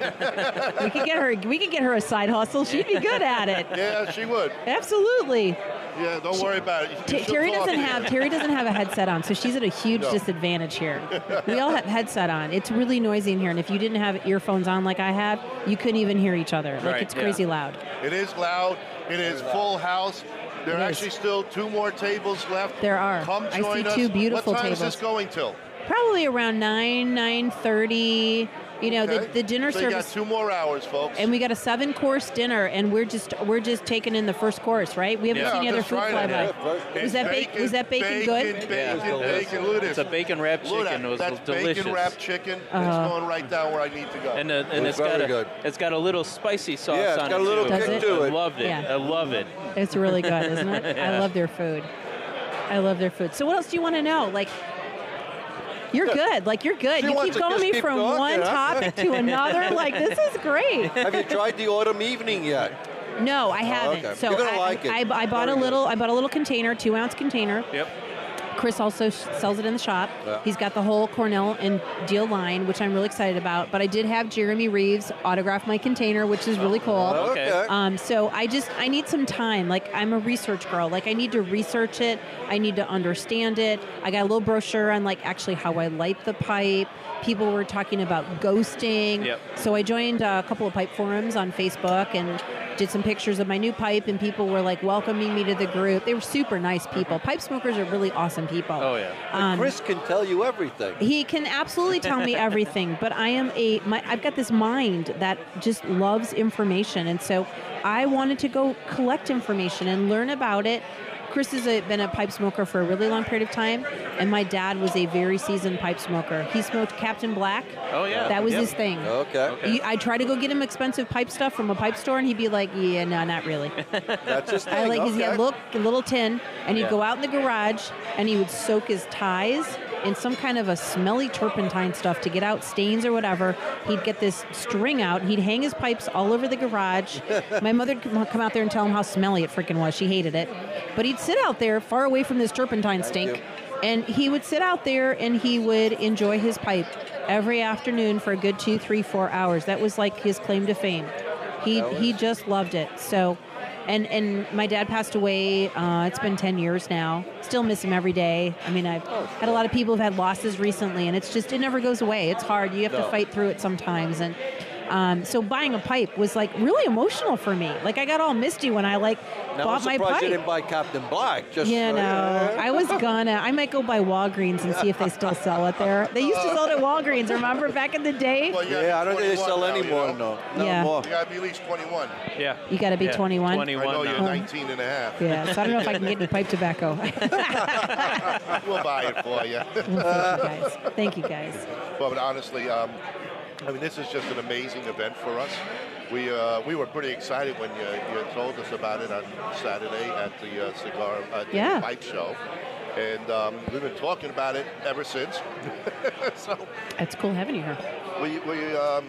G: we could get her we could get her a side hustle. She'd be good at it.
D: Yeah, she would.
G: Absolutely.
D: Yeah, don't worry about it.
G: T-
D: She'll
G: Terry
D: talk.
G: doesn't have Terry doesn't have a headset on, so she's at a huge
D: No.
G: disadvantage here. We all have headset on. It's really noisy in here, and if you didn't have earphones on like I have, you couldn't even hear each other. Like
E: Right,
G: it's
E: yeah.
G: crazy loud.
D: It is loud. It is full house. There are
G: It is.
D: actually still two more tables left.
G: There are.
D: Come
G: I
D: join
G: see
D: us.
G: two beautiful
D: what time is this
G: tables.
D: going till?
G: Probably around nine nine thirty. You know,
D: Okay?
G: the, the dinner
D: so you
G: service.
D: got two more hours, folks.
G: and we got a seven course dinner and we're just we're just taking in the first course right we haven't
D: yeah,
G: seen any
D: I'm
G: other
D: just
G: food
D: trying
G: fly
D: to-
G: by
D: It's
G: Was that ba-
D: bacon,
G: was that bacon
D: bacon,
G: good?
D: Bacon,
B: Yeah, it was
D: bacon,
B: delicious.
D: bacon. Look at this.
B: It's a bacon wrapped
D: Look at
B: chicken. It was
D: that. That's
B: delicious.
D: bacon wrapped chicken.
G: Uh-huh.
D: It's going right down where I need to go.
B: And, uh, and it's
E: It's
B: got
E: very
B: a
E: good.
B: it's got a little spicy sauce
E: Yeah, it's
B: on it
E: got a little
B: too.
G: Does kick it? to
B: I
E: it.
B: loved it.
G: Yeah.
B: I love it.
G: it's really good isn't it i love their food i love their food so what else do you want to know like you're good like you're good
E: Uh, She
G: you
E: wants
G: keep
E: to
G: going
E: just
G: me
E: keep
G: from
E: talking,
G: one
E: huh?
G: topic to another like this is great
E: Have you tried the autumn evening yet?
G: no i haven't
E: Oh, okay.
G: so
E: You're gonna
G: I,
E: like it.
G: I, I bought
E: Very
G: a
E: good.
G: little i bought a little container two ounce container
B: Yep.
G: Chris also sh- sells it in the shop.
E: Yeah.
G: He's got the whole Cornell and Deal line, which I'm really excited about. But I did have Jeremy Reeves autograph my container, which is
E: Oh,
G: really cool.
B: Okay.
G: Um, so I just I need some time. Like I'm a research girl. Like I need to research it. I need to understand it. I got a little brochure on like actually how I light the pipe. People were talking about ghosting.
B: Yep.
G: So I joined uh, a couple of pipe forums on Facebook and did some pictures of my new pipe and people were like welcoming me to the group. They were super nice people. Pipe smokers are really awesome people.
B: Oh yeah.
G: Um,
E: Chris can tell you everything.
G: he can absolutely tell me everything, but I am a my I've got this mind that just loves information, and so I wanted to go collect information and learn about it. Chris has a, been a pipe smoker for a really long period of time, and my dad was a very seasoned pipe smoker. He smoked Captain Black.
B: Oh yeah.
G: That was
B: Yep.
G: his thing.
E: Okay,
B: Okay.
G: You- I'd try to go get him expensive pipe stuff from a pipe store, and he'd be like, "Yeah, no, not really."
E: that's his thing.
G: I like his
E: okay.
G: yeah, look, a little tin, and he'd
B: Yeah.
G: go out in the garage and he would soak his ties in some kind of a smelly turpentine stuff to get out stains or whatever. He'd get this string out, and he'd hang his pipes all over the garage. My mother'd come come out there and tell him how smelly it freaking was. She hated it. But he'd sit out there far away from this turpentine stink,
E: you.
G: and he would sit out there and he would enjoy his pipe every afternoon for a good two, three, four hours. That was like his claim to fame. He
E: That
G: he
E: was-
G: just loved it. So, and and my dad passed away. Uh, it's been ten years now. Still miss him every day. I mean, I've
E: Oh,
G: had a lot of people who've had losses recently, and it's just it never goes away. It's hard. You have
E: No.
G: to fight through it sometimes, and. Um, so buying a pipe was like really emotional for me. Like I got all misty when I like
E: Now, I'm
G: bought my
E: surprised
G: pipe.
E: you didn't buy Captain Black. Just
G: You
E: uh,
G: know, I was gonna. I might go by Walgreens and see if they still sell it there. They used to sell it at Walgreens. Remember back in the day?
D: Well, you gotta
E: yeah,
D: be
E: I don't think they
D: 21
E: sell
D: now,
E: any
D: you
E: more.
D: know?
E: No, no
G: Yeah.
E: more.
D: You got to be at least 21.
B: Yeah.
G: You got to be
B: Yeah.
G: 21.
D: I know
B: 21
D: you're
B: now.
D: 19 and a half.
G: Yeah, so I don't know if I can get any pipe tobacco.
D: We'll buy it for you.
G: Well, Thank you guys. Thank you guys.
D: Well, but honestly, um, I mean, this is just an amazing event for us. We, uh, we were pretty excited when you, you told us about it on Saturday at the uh, cigar uh, the
G: Yeah.
D: pipe show, and um, we've been talking about it ever since. so
G: It's cool having you here.
D: we we um,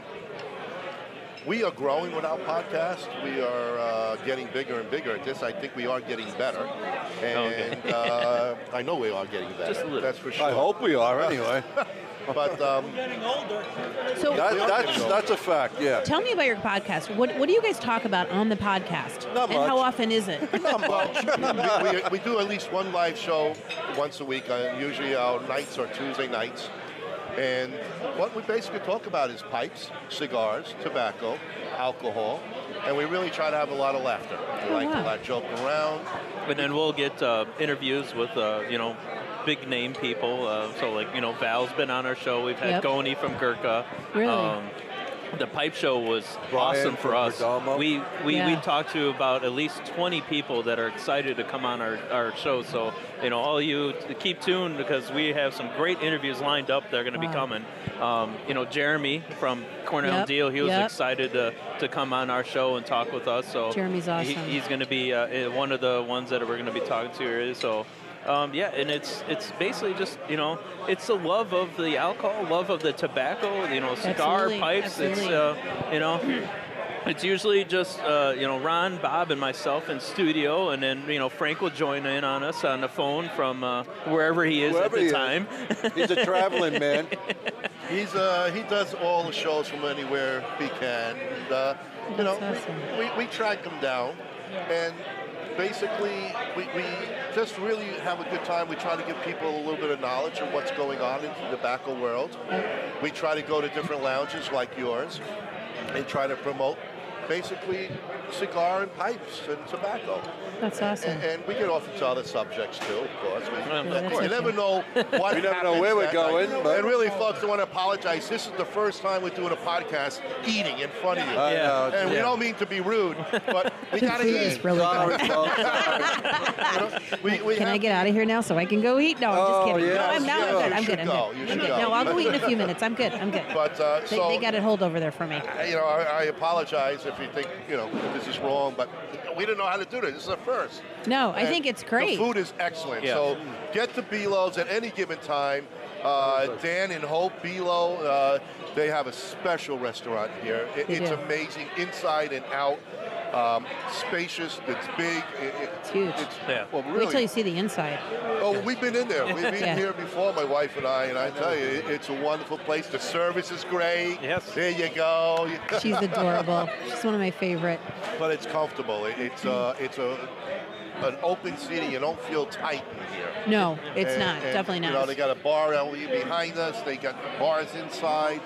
D: we are growing with our podcast. We are uh, getting bigger and bigger at this. I think we are getting better, and uh, I know we are getting better.
B: Just a little.
D: That's for sure.
E: I hope we are anyway.
D: but um,
G: So
E: That,
D: Yeah.
E: that's that's a fact. Yeah.
G: tell me about your podcast. What, what do you guys talk about on the podcast?
E: Not
G: and how
E: much.
G: often is it?
E: Not much.
D: we, we, we do at least one live show once a week. Uh, usually our nights are Tuesday nights. And what we basically talk about is pipes, cigars, tobacco, alcohol, and we really try to have a lot of laughter. We
G: Oh,
D: like to
G: wow.
D: like joke around.
B: And then we'll get uh, interviews with, uh, you know, big name people. Uh, so, like, you know, Val's been on our show. We've
G: Yep.
B: had Goni from Gurkha. Um,
G: Really?
B: the pipe show was
E: Brian
B: awesome for
E: from
B: us.
E: Perdomo.
B: We we, we
G: Yeah.
B: talked to about at least 20 people that are excited to come on our, our show. So, you know, all you t- keep tuned because we have some great interviews lined up that are going to
G: Wow.
B: be coming. Um, you know, Jeremy from Cornell
G: Yep,
B: Deal, he was
G: yep.
B: excited to, to come on our show and talk with us. So
G: Jeremy's
B: he-
G: awesome.
B: he's going to be uh, one of the ones that we're going to be talking to here. So, um, yeah, and it's it's basically just you know it's the love of the alcohol, love of the tobacco, you know, cigar
G: Absolutely,
B: pipes.
G: absolutely.
B: It's uh, you know It's usually just uh, you know Ron, Bob, and myself in studio, and then you know Frank will join in on us on the phone from uh, wherever he is
E: Wherever
B: at
E: he
B: the
E: is.
B: time.
E: He's a traveling man.
D: He's uh, he does all the shows from anywhere he can. And, uh, you know,
G: That's awesome.
D: we, we, we track him down, and basically we, we just really have a good time. We try to give people a little bit of knowledge of what's going on in the tobacco world. We try to go to different lounges like yours and try to promote basically cigar and pipes and tobacco.
G: That's awesome.
D: And, and we get off into other subjects too, of course. We,
B: Yeah,
D: of course. You
G: that's
D: never
G: okay.
D: know what
E: We never know
D: happens
E: where we're
D: that
E: going,
D: night.
E: but-
D: And really, folks, I want to apologize. This is the first time we're doing a podcast eating in front of you.
E: I know.
D: and we
B: yeah.
D: don't mean to be rude, but we
G: The
D: got to
G: food
D: eat.
G: is really
E: Sorry,
G: good.
E: folks. Sorry.
D: We, we
G: Can I
D: have-
G: get out of here now so I can go eat? No, I'm
E: Oh,
G: just kidding.
E: yes,
G: no, I'm not.
D: yes,
G: I'm good.
D: you
G: I'm
D: should
G: good. I'm
D: go.
G: good.
D: You
G: I'm
D: should
G: good.
D: go.
G: No, I'll go eat in a few minutes. I'm good. I'm good.
D: But uh,
G: they,
D: so
G: they got it hold over there for me.
D: you know, I, I apologize if you think you know this is wrong, but we didn't know how to do this. This is a first.
G: No, I
D: And
G: think it's great.
D: The food is excellent.
B: Yeah.
D: So get to Belos at any given time. Uh, Dan and Hope Belo, uh, they have a special restaurant here. It,
G: They
D: it's
G: do.
D: amazing, inside and out. Um, spacious. It's big. It, it-
G: It's huge.
D: It's,
B: Yeah.
D: Well,
G: Wait till
D: really.
G: you see the inside.
D: oh, we've been in there. We've been
G: Yeah.
D: here before, my wife and I, and I tell you, it- it's a wonderful place. The service is great.
B: Yes.
D: There you go.
G: She's adorable. She's one of my favorite.
D: But it's comfortable. It, it's uh, it's a an open seating. You don't feel tight in here.
G: No, it's
D: And-
G: not.
D: and,
G: Definitely
D: You know,
G: not.
D: they got a bar out behind us. They got bars inside,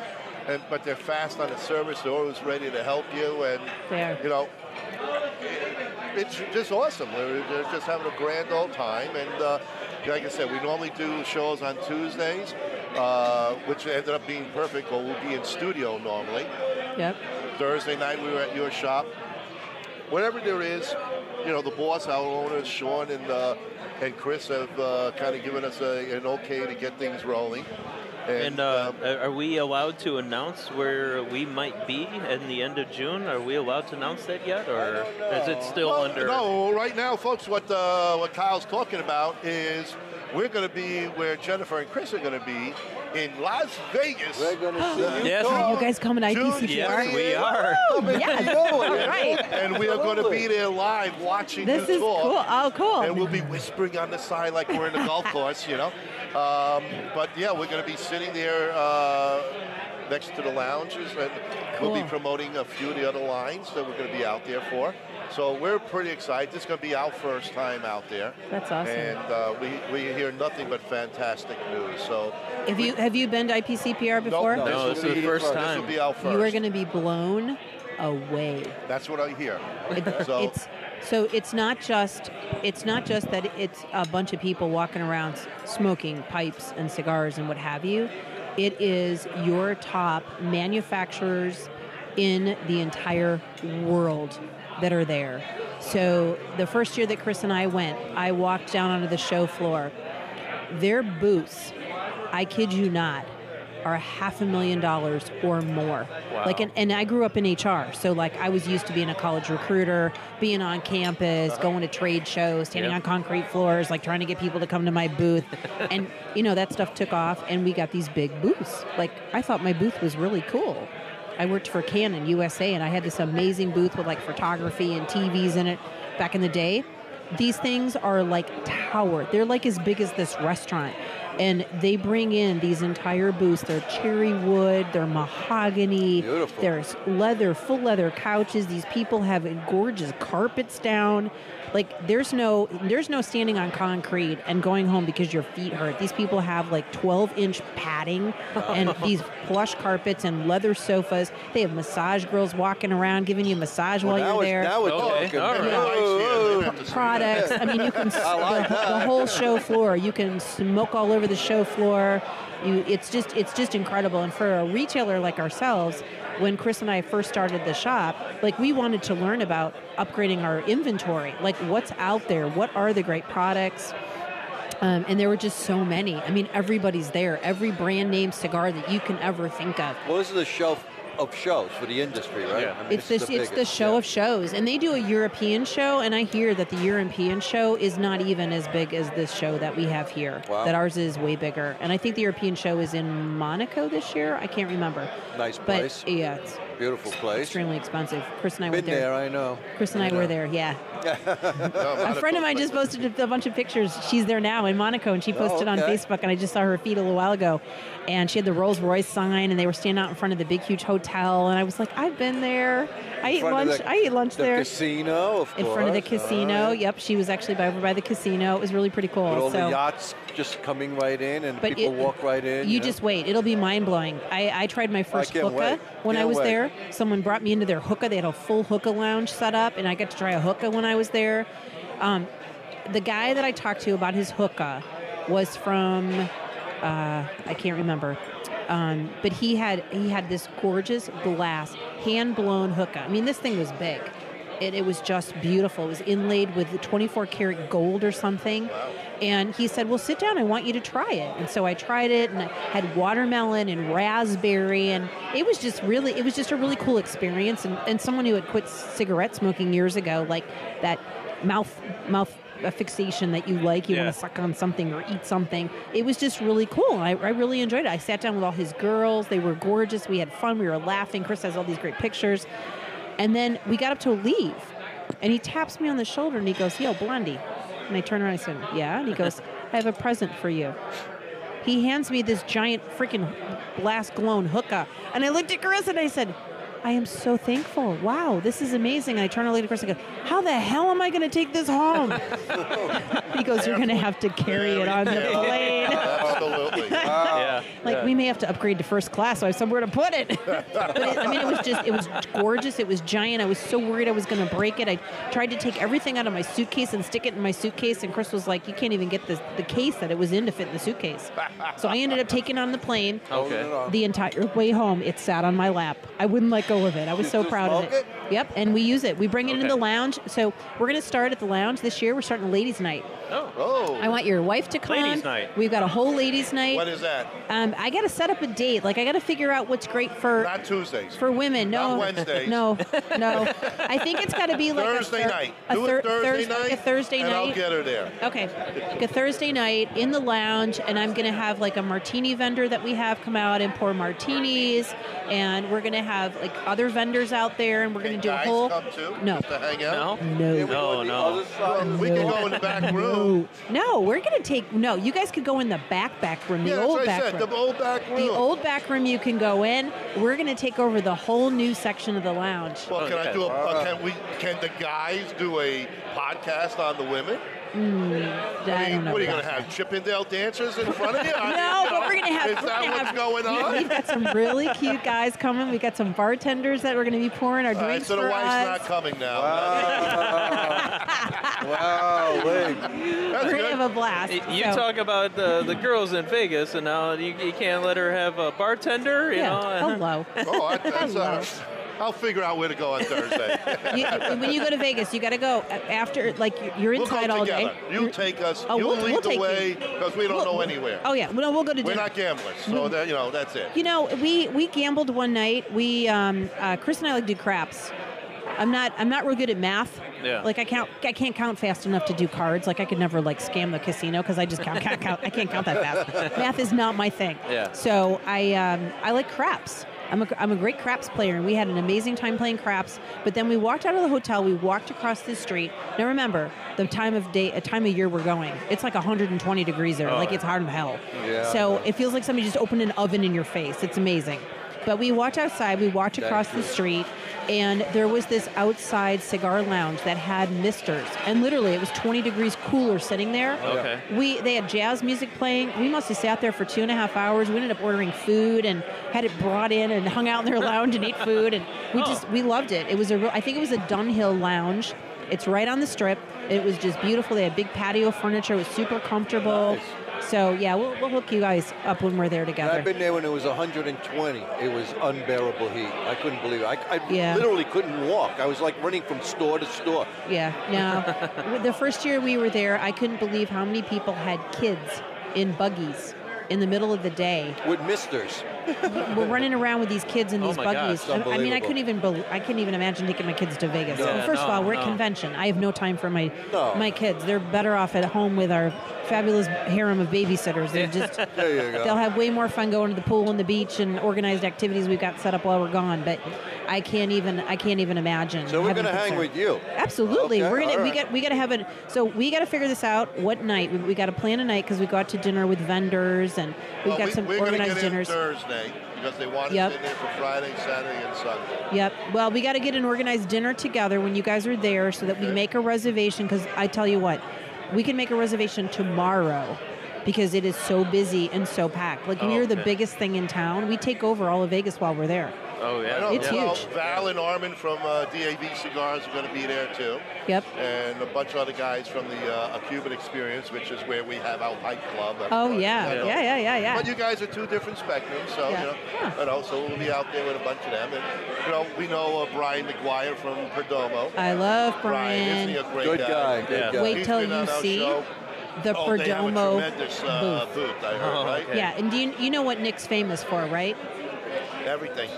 D: and but they're fast on the service. They're always ready to help you, and
G: They are.
D: you know, it- it's just awesome. They're, they're just having a grand old time, and uh, like I said, we normally do shows on Tuesdays. Uh, which ended up being perfect, or we'll be in studio normally.
G: Yep.
D: Thursday night we were at your shop. Whatever there is, you know, the boss, our owners, Sean and uh, and Chris have uh, kind of given us a, an okay to get things rolling. um,
B: And uh, are are we allowed to announce where we might be at the end of June? Are we allowed to announce that yet, or is it still
D: well,
B: under?
D: No, right now, folks, what uh, what Kyle's talking about is we're going to be where Jennifer and Chris are going to be in Las Vegas.
E: We're gonna see you.
B: Yes.
G: Are you guys coming to
D: June
G: IPCPR?
B: Yes, we are.
G: Yes.
E: All
G: All right.
D: And we are going to be
E: Absolutely.
D: there live watching
G: This
D: you
G: is
D: talk.
G: cool. Oh, cool.
D: and we'll be whispering on the side like we're in a golf course, you know. Um, but yeah, we're going to be sitting there uh, next to the lounges, and we'll be
G: Cool.
D: promoting a few of the other lines that we're going to be out there for. So we're pretty excited. This is going to be our first time out there.
G: That's awesome.
D: And uh, we, we hear nothing but fantastic news. So
G: Have you have you been to IPCPR before?
D: nope,
B: No,
D: this
B: this
D: will
B: is
D: be
B: the first
D: This
B: time.
D: will be our first.
G: You are going to be blown away.
D: That's what I hear.
G: It-
D: So-
G: it's so it's not just it's not just that it's a bunch of people walking around s- smoking pipes and cigars and what have you. It is your top manufacturers in the entire world that are there. So the first year that Chris and I went, I walked down onto the show floor. Their booths, I kid you not, are a half a million dollars or more. Like, and, and I grew up in HR, so like I was used to being a college recruiter, being on campus, going to trade shows, standing on concrete floors, like trying to get people to come to my booth, and you know that stuff took off, and we got these big booths. Like I thought my booth was really cool. I worked for Canon USA, and I had this amazing booth with like photography and TVs in it back in the day. These things are like tower. They're like as big as this restaurant. And they bring in these entire booths. They're cherry wood, they're mahogany,
E: Beautiful.
G: there's leather, full leather couches. These people have gorgeous carpets down. Like there's no there's no standing on concrete and going home because your feet hurt. These people have like 12 inch padding and these plush carpets and leather sofas. They have massage girls walking around giving you massage while
E: now
G: you're
E: it's,
G: there
E: Now we're
B: Okay,
E: talking.
B: all right.
E: Whoa, whoa,
G: products. I mean, you can
E: I like
G: the, the
E: that.
G: whole show floor. You can smoke all over the show floor. You, it's just it's just incredible. And for a retailer like ourselves, when Chris and I first started the shop, like we wanted to learn about upgrading our inventory. Like what's out there? What are the great products? Um, and there were just so many. I mean, everybody's there. Every brand name cigar that you can ever think of.
E: Well, this is a shelf of shows for the industry, right?
B: Yeah.
E: I mean,
G: It's
E: this is
G: this. it's the
E: biggest,
G: show
E: yeah.
G: of shows, and they do a European show, and I hear that the European show is not even as big as this show that we have here.
E: Wow.
G: That ours is way bigger, and I think the European show is in Monaco this year. I can't remember,
E: Nice
G: but
E: place.
G: yeah, it's
E: beautiful place.
G: Extremely expensive. Chris and I
E: Been
G: were
E: there,
G: there.
E: I know.
G: Chris and I were there. Yeah.
D: No,
G: A
D: not
G: friend of
D: cool
G: mine
D: place.
G: just posted a bunch of pictures. She's there now in Monaco, and she posted on
E: Oh, okay.
G: Facebook. And I just saw her feed a little while ago, and she had the Rolls Royce sign, and they were standing out in front of the big, huge hotel. And I was like, I've been there. I eat
E: front of
G: lunch.
E: the-
G: I eat lunch
E: The
G: there
E: casino, of
G: in
E: course.
G: front of the
E: all
G: casino.
E: right.
G: Yep, she was actually by over by the casino. It was really pretty cool.
E: With all
G: so.
E: the yachts just coming right in and
G: But
E: people
G: it-
E: walk right in.
G: You
E: know?
G: just wait. It'll be mind blowing. I, I tried my first
E: can't
G: hookah
E: wait.
G: when I
E: Can't
G: was
E: wait.
G: there. Someone brought me into their hookah. They had a full hookah lounge set up, and I got to try a hookah when I was there. Um, the guy that I talked to about his hookah was from uh, I can't remember, um, but he had he had this gorgeous glass hand blown hookah. I mean, this thing was big. It, it was just beautiful. It was inlaid with 24 karat gold or something. And he said, Well, sit down. I want you to try it. And so I tried it and I had watermelon and raspberry. And it was just really, it was just a really cool experience. And, and someone who had quit cigarette smoking years ago, like that mouth, mouth fixation that you like, you
B: Yeah.
G: want to suck on something or eat something. It was just really cool. I, I really enjoyed it. I sat down with all his girls. They were gorgeous. We had fun. We were laughing. Chris has all these great pictures. And then we got up to leave, and he taps me on the shoulder and he goes, "Yo, Blondie," and I turn around and I said, "Yeah," and he goes, "I have a present for you." He hands me this giant freaking blast blown hookah, and I looked at Chris and I said. I am so thankful. Wow, this is amazing. And I turn to look at Chris and I go, How the hell am I going to take this home? he goes, You're going to have to carry it on the plane.
D: Absolutely.
B: yeah.
G: Like we may have to upgrade to first class, so I have somewhere to put it. but it, I mean, it was just it was gorgeous. It was giant. I was so worried I was going to break it. I tried to take everything out of my suitcase and stick it in my suitcase, and Chris was like, "You can't even get the the case that it was in to fit in the suitcase." so I ended up taking it on the plane.
E: Holding it
B: Okay.
E: on.
G: The entire way home, it sat on my lap. I wouldn't let go of it. I was so
E: still
G: proud of it.
E: smoke
G: Yep, and we use it. We bring it into
B: Okay.
G: the lounge. So we're going to start at the lounge this year. We're starting a ladies' night.
B: Oh.
D: Oh,
G: I want your wife to come.
B: Ladies' night.
G: We've got a whole ladies' night.
D: when is that?
G: Um, I got to set up a date. Like I got to figure out what's great for
D: Not Tuesdays.
G: for women. No,
D: Not Wednesdays.
G: No, no. I think it's got to be like
D: Thursday
G: a thir-
D: night.
G: A
D: Do
G: thir-
D: it Thursday
G: Thursday-
D: night.
G: like a Thursday
D: and
G: night.
D: I'll get her there.
G: Okay, like a Thursday night in the lounge, and I'm gonna have like a martini vendor that we have come out and pour martinis, and we're gonna have like other vendors out there, and we're gonna
D: Can
G: do a
D: guys
G: whole.
D: come too?
G: No.
D: Just to hang
B: No.
D: out.
E: Here we go
G: No,
B: No,
E: on the
B: no.
E: other side of the
D: We
E: wall.
D: can go in the back room.
G: no, we're gonna take no. You guys could go in the back back room, the
D: yeah, that's
G: old
D: what I
G: back
D: said.
G: room.
D: The old back room.
G: The old back room you can go in. We're going to take over the whole new section of the lounge.
D: Well, can I
B: Okay.
D: do a? uh, can we? Can the guys do a podcast on the women?
G: I
D: What are
G: don't
D: you-
G: know
D: what are you
G: about
D: going to have? Chippendale dancers in front of you? I mean,
G: No,
D: you
G: but
D: know,
G: we're gonna have.
D: Is
G: we're
D: that
G: gonna
D: what's
G: have-
D: going
G: yeah,
D: on?
G: We've got some really cute guys coming. We got some bartenders that we're gonna be pouring our
D: All right,
G: drinks
D: so the
G: for
D: wife's
G: us.
D: not coming now.
E: wow, wait.
D: That's
G: we're
D: good.
G: gonna have a blast.
B: Y- You
G: So,
B: talk about the, the girls in Vegas, and now you, you can't let her have a bartender. You
G: yeah.
B: know,
G: Hello.
D: oh, I, that's, uh,
G: Hello.
D: I'll figure out where to go on Thursday.
G: You- you- when you go to Vegas, you gotta go a- after. Like you- you're
D: we'll
G: inside
D: go
G: all
D: together.
G: day.
D: You take us.
G: Oh,
D: you
G: we'll-
D: lead
G: we'll
D: the
G: take you.
D: way because we don't
G: We'll-
D: know anywhere.
G: Oh yeah. Mm-hmm. No, we'll go to
D: We're
G: dinner.
D: not gamblers, so that you know that's it.
G: You know, we we gambled one night. We um, uh, Chris and I like to do craps. I'm not I'm not real good at math.
B: Yeah.
G: Like I count I can't count fast enough to do cards. Like I could never like scam the casino because I just count, count, count I can't count that fast. math is not my thing.
B: Yeah.
G: So I um, I like craps. I'm a, I'm a great craps player, and we had an amazing time playing craps. But then we walked out of the hotel. We walked across the street. Now remember the time of day, a time of year we're going. It's like 120 degrees there.
B: Oh.
G: Like it's hard as hell.
E: Yeah.
G: So it feels like somebody just opened an oven in your face. It's amazing. But we walked outside, we walked across the street, and there was this outside cigar lounge that had misters. And literally, it was 20 degrees cooler sitting there.
B: Okay.
G: We They had jazz music playing. We must have sat there for two and a half hours. We ended up ordering food and had it brought in and hung out in their lounge and ate food. And we just, we loved it. It was a real, I think it was a Dunhill lounge. It's right on the strip. It was just beautiful. They had big patio furniture. It was super comfortable. So yeah, we'll, we'll hook you guys up when we're there
E: And
G: together.
E: I've been there when it was 120. It was unbearable heat. I couldn't believe it. I, I
G: Yeah.
E: literally couldn't walk. I was like running from store to store.
G: yeah, no. With the first year we were there, I couldn't believe how many people had kids in buggies in the middle of the day.
E: with misters.
G: We're running around with these kids in
B: Oh
G: these
B: my
G: buggies.
E: gosh,
G: I- I mean, I
E: unbelievable.
G: couldn't even bel I couldn't even imagine taking my kids to Vegas.
B: No.
G: And first of
B: No,
G: all, we're at
B: no.
G: convention. I have no time for my
E: No.
G: my kids. They're better off at home with our fabulous harem of babysitters. They're just
E: There you go.
G: They'll have way more fun going to the pool and the beach and organized activities we've got set up while we're gone. But I can't even I can't even imagine.
E: So we're
G: having
E: going to
G: a
E: hang
G: concert.
E: with you.
G: Absolutely,
E: Okay,
G: we're gonna
E: all
G: we
E: right.
G: got we gotta have an so we gotta figure this out. What night we, we gotta plan a night because we go out to dinner with vendors and we've
D: Well,
G: got
D: we,
G: some
D: we're gonna
G: organized
D: get
G: dinners.
D: in Thursday because they want
G: Yep.
D: us in there for Friday, Saturday, and Sunday.
G: Yep. Well, we got to get an organized dinner together when you guys are there so that we
D: Okay.
G: make a reservation. Because I tell you what, we can make a reservation tomorrow because it is so busy and so packed. Like, we
B: Oh,
G: are the
B: okay.
G: biggest thing in town. We take over all of Vegas while we're there.
B: Oh
D: I
B: yeah.
D: don't
G: It's
D: know.
G: huge.
D: Val and Armin from uh, DAV Cigars are going to be there too,
G: Yep.
D: and a bunch of other guys from the uh, A Cuban Experience, which is where we have our pipe club.
G: Oh, yeah.
D: I
G: Yeah,
D: know.
G: yeah, yeah, yeah.
D: But you guys are two different spectrums, so
G: Yeah.
D: you know,
G: Yeah.
D: but also we'll be out there with a bunch of them, and you know, we know uh, Brian McGuire from Perdomo.
G: I love
D: Brian, isn't
G: Brian.
D: he a great
E: Good guy. Good
B: Yeah.
E: guy.
G: Wait
D: He's
G: till
D: been
G: you
D: on our
G: see
D: show.
G: the
D: oh, they have a
G: Perdomo
D: tremendous uh,
G: booth.
D: booth, I heard,
B: Oh,
D: right?
B: okay.
G: Yeah, and do you, you know what Nick's famous for, right?
D: Everything.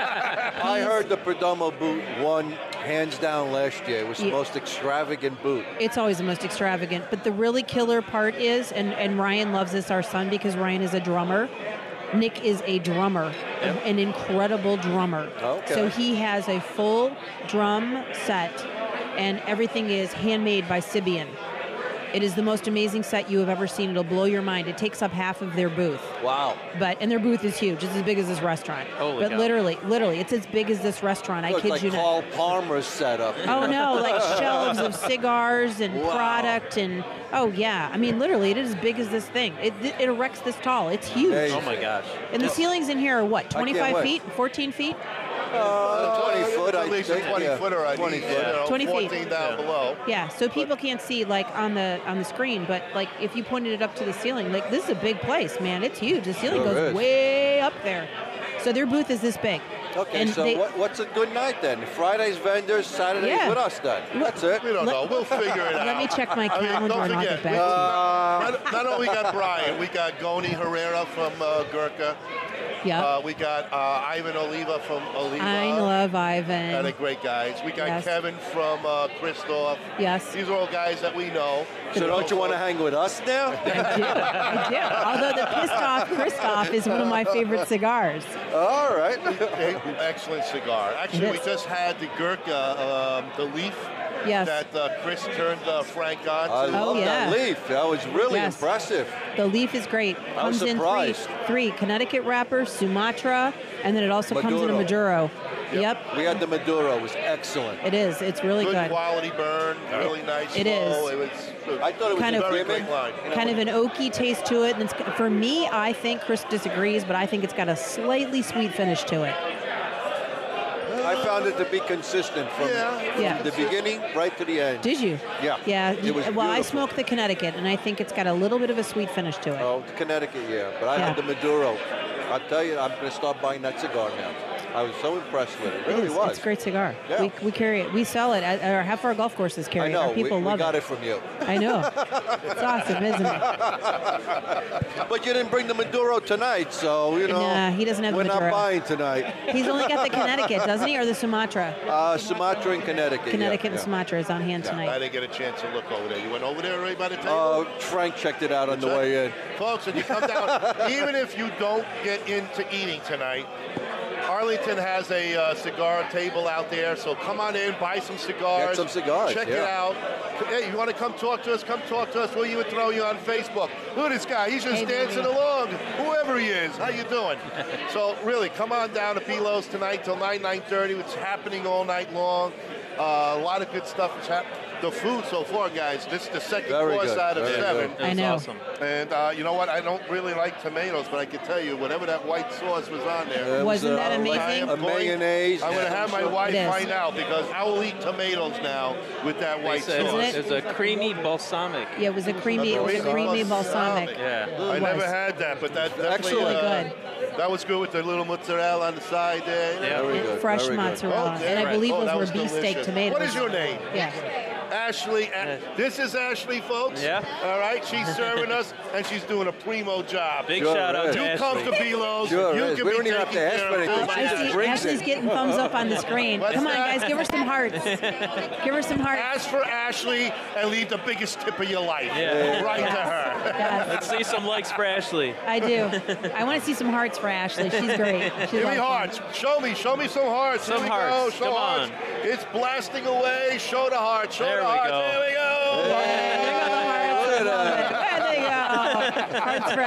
E: I heard the Perdomo boot won hands down last year. It was the
G: Yeah.
E: most extravagant boot.
G: It's always the most extravagant. But the really killer part is, and, and Ryan loves this, our son, because Ryan is a drummer. Nick is a drummer, an incredible drummer.
E: Okay.
G: So he has a full drum set, and everything is handmade by Sibian. It is the most amazing set you have ever seen. It'll blow your mind. It takes up half of their booth
E: Wow.
G: but and their booth is huge. It's as big as this restaurant.
B: Holy
G: but
B: cow.
G: literally, literally, it's as big as this restaurant. I
E: Looked
G: kid
E: like
G: you
E: Carl
G: not.
E: Palmer's setup.
G: Oh no, like shelves of cigars and
E: Wow.
G: product and oh yeah. I mean, literally, it is as big as this thing. It it erects this tall. It's
E: Hey.
G: huge.
B: Oh my gosh.
G: And the ceilings in here are what,
E: can't
G: 25
E: wait.
G: feet, 14 feet?
E: Uh, 20 foot, I
D: At least a
E: think.
D: 20
E: yeah.
D: footer, I
E: 20
D: need.
E: foot.
D: You know,
G: 20 feet.
D: 14 down below.
G: Yeah. So people can't see like on the on the screen, but like if you pointed it up to the ceiling, like this is a big place, man. It's huge. The ceiling
E: Sure
G: goes
E: is.
G: way up there. So their booth is this big.
E: Okay,
G: And
E: so
G: they-
E: what, what's a good night then? Friday's vendors, Saturday's
G: Yeah.
E: with us then. That's it.
D: We don't know. We'll figure it out.
G: Let me check my
D: I mean,
G: calendar
D: don't
G: and I'll
D: forget,
G: get back
D: we-
G: to you.
E: Uh,
D: Not, not only got Brian, we got Goni Herrera from uh, Gurkha.
G: Yeah.
D: Uh, we got uh, Ivan Oliva from Oliva.
G: I love Ivan.
D: And a great guys. We got
G: Yes.
D: Kevin from uh, Christoph.
G: Yes.
D: These are all guys that we know.
E: so don't you want to hang with us now?
G: I do. I do. Although the pissed off Christoph is one of my favorite cigars.
E: All right.
D: Hey, Excellent cigar. Actually,
G: It
D: we
G: is.
D: just had the Gurkha, um, the leaf
G: Yes. Oh,
D: that uh, Chris turned uh, Frank on.
E: I
D: to.
E: love
G: yeah.
E: that leaf. That was really
G: Yes.
E: impressive.
G: The leaf is great.
E: was
G: Comes in three,
E: surprised.
G: three Connecticut wrapper, Sumatra, and then it also comes in a Maduro. Yep.
E: We had the Maduro. It was excellent.
G: It is. It's really
D: good,
G: good.
D: quality burn, really nice.
G: It
D: flow.
G: is.
D: It was.
E: I thought it was
G: Kind
E: a
G: of-
E: very
D: very
E: good
D: great line.
G: Kind of an oaky taste to it. And it's, for me, I think Chris disagrees, but I think it's got a slightly sweet finish to it.
E: I found it to be consistent from,
D: Yeah.
E: from
G: Yeah.
E: the beginning right to the end.
G: Did you?
E: Yeah.
G: Yeah.
E: It was
G: well, I
E: beautiful.
G: smoked the Connecticut, and I think it's got a little bit of a sweet finish to it.
E: Oh, Connecticut, yeah. But I had
G: Yeah.
E: the Maduro. I'll tell you, I'm going to start buying that cigar now. I was so impressed with it. It really
G: It's-
E: was.
G: It's a great cigar.
E: Yeah.
G: We, we carry it. We sell it. At, or half our golf courses carry
E: I
G: it.
E: know.
G: Our people
E: we,
G: love
E: we got it. from you.
G: I know. It's awesome, isn't it?
E: But you didn't bring the Maduro tonight, so, you know.
G: Nah, he doesn't have the
E: We're not
G: Maduro.
E: buying tonight.
G: He's only got the Connecticut, doesn't he? Or the Sumatra?
E: Uh, Sumatra and Connecticut. yeah,
G: Connecticut and
E: yeah.
G: Sumatra is on hand
D: I
G: tonight.
D: didn't get a chance to look over there. You went over there already by the table?
E: Uh, Frank checked it out on the
D: Check.
E: way in.
D: Folks, when you come down, even if you don't get into eating tonight, Arlington has a uh, cigar table out there, so come on in, buy some
E: Get
D: cigars.
E: some cigars,
D: Check it
E: yeah.
D: out. Hey, you want to come talk to us? Come talk to us. We'll even throw you on Facebook. Look at this guy. He's just
G: Hey,
D: dancing
G: baby.
D: along. Whoever he is, how you doing? so really, come on down to Pilos tonight till 9, 9.30. It's happening all night long. Uh, a lot of good stuff is happening. The food so far, guys, this is the second
E: Very
D: course
E: good,
D: out of
E: very good.
D: seven.
B: It
G: I
B: was
G: know.
B: awesome.
D: And uh, you know what? I don't really like tomatoes, but I can tell you, whatever that white sauce was on there,
E: It was,
G: Wasn't that
E: uh, like
G: amazing?
E: A
D: Going-
E: mayonnaise.
D: I'm going to have my wife
G: It is.
D: find out because I will eat tomatoes now with that
B: They
D: white
B: said
D: sauce.
G: Isn't it?
B: it's a creamy balsamic.
G: Yeah, it was a creamy, it was a
D: Amazing.
G: creamy balsamic.
B: Yeah.
D: I
G: It
D: never
G: was.
D: had that, but that definitely
E: Excellent.
D: uh, that was good with the little mozzarella on the side there.
B: Yeah.
E: Very good,
G: Fresh
E: very good.
G: mozzarella,
D: Oh,
G: Uh, and I
D: right.
G: believe
D: Oh, that
G: those
D: was
G: were beefsteak
D: delicious.
G: tomatoes.
D: What is your name?
G: Yeah,
D: Ashley. A- This is Ashley, folks.
B: Yeah.
D: All right, she's serving us, and she's doing a primo job.
B: Big
E: Sure
B: shout out
E: is.
B: to
D: you
B: Ashley.
D: come to Belos.
E: Sure
D: you
E: is.
D: can
E: We
D: be
E: don't even have to
D: taken
E: ask
D: care
E: for
D: of.
E: anything.
G: Oh,
E: She
D: Bye.
G: I
E: just
G: see
E: brings
G: Ashley's
E: it.
G: getting thumbs up on the screen.
D: What's
G: Come on,
D: that?
G: guys, give her some hearts. Give her some hearts.
D: Ask for Ashley and leave the biggest tip of your life
B: Yeah.
D: right to her.
G: Yes,
B: Let's see some likes for Ashley.
G: I do. I want to see some hearts for Ashley. She's great. She's
D: Give me
G: awesome.
D: hearts. Show me. Show me some hearts.
B: Some
D: Here we
B: hearts.
D: Go. Show
B: Come
D: hearts.
B: on.
D: It's blasting away. Show the heart. Show
B: There
D: the
B: we
D: hearts.
B: go.
D: There we go.
G: There you go, hearts.
E: Look at
G: There they go. Hearts for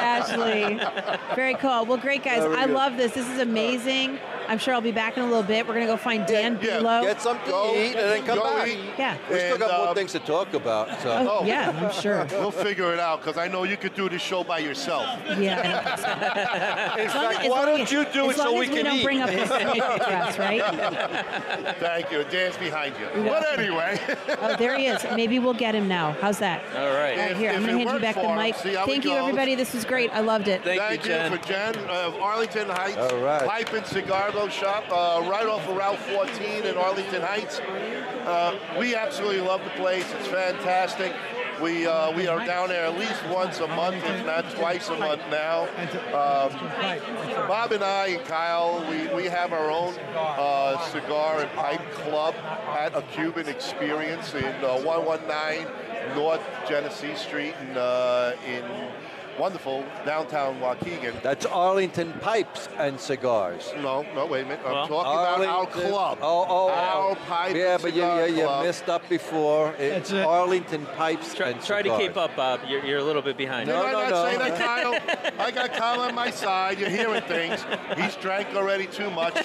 G: Ashley. Very cool. Well, great, guys.
E: Very
G: I
E: good.
G: love this. This is amazing. I'm sure I'll be back in a little bit. We're going to go find Dan
D: Yeah, yeah.
G: Below.
E: Get something
D: Go.
E: to eat and then come
D: Go
E: back.
D: eat.
G: Yeah.
E: We still
D: And,
E: got
D: uh,
E: more things to talk about. So.
G: Oh,
D: Oh.
G: yeah, I'm sure.
D: We'll figure it out because I know you could do this show by yourself.
G: Yeah.
E: In
G: As long-
E: fact,
G: as
E: why
G: long
E: don't
G: as-
E: you do it
G: as long
E: so
G: as
E: we can
G: don't
E: eat?
G: bring up this email address, right?
D: Thank you. Dan's behind you. But anyway,
G: Oh, there he is. Maybe we'll get him now. How's that?
B: All right.
G: All right, here,
D: If-
G: I'm
D: if it
G: going to hand you
D: worked
G: back
D: for
G: the
D: 'em,
G: mic.
D: see how it
G: Thank you,
D: goes.
G: everybody. This was great. I loved it.
B: Thank, you, Jen.
D: for Jen uh, of Arlington Heights
E: All right.
D: Pipe and Cigargo Shop, uh, right off of Route 14 in Arlington Heights. Uh, we absolutely love the place. It's fantastic. We uh, we are down there at least once a month, if not twice a month now. Um, Bob and I and Kyle, we, we have our own uh, cigar and pipe club at a Cuban Experience in uh, 119 North Genesee Street in, uh, in wonderful downtown Waukegan.
E: That's Arlington Pipes and Cigars.
D: No, no, wait a minute. I'm
B: Well,
D: talking about our
E: Arlington-
D: club.
E: Oh, oh, oh.
D: Our pipe
E: Yeah,
D: and
E: but you,
D: cigar
E: you, you
D: club.
E: missed up before. It's
F: That's it.
E: Arlington Pipes
B: Try,
E: and
B: try
E: Cigars.
B: to keep up, Bob. You're, you're a little bit behind.
D: Did
E: No,
D: I
E: no,
D: not
E: no.
D: say that, Kyle? I got Kyle on my side. You're hearing things. He's drank already too much.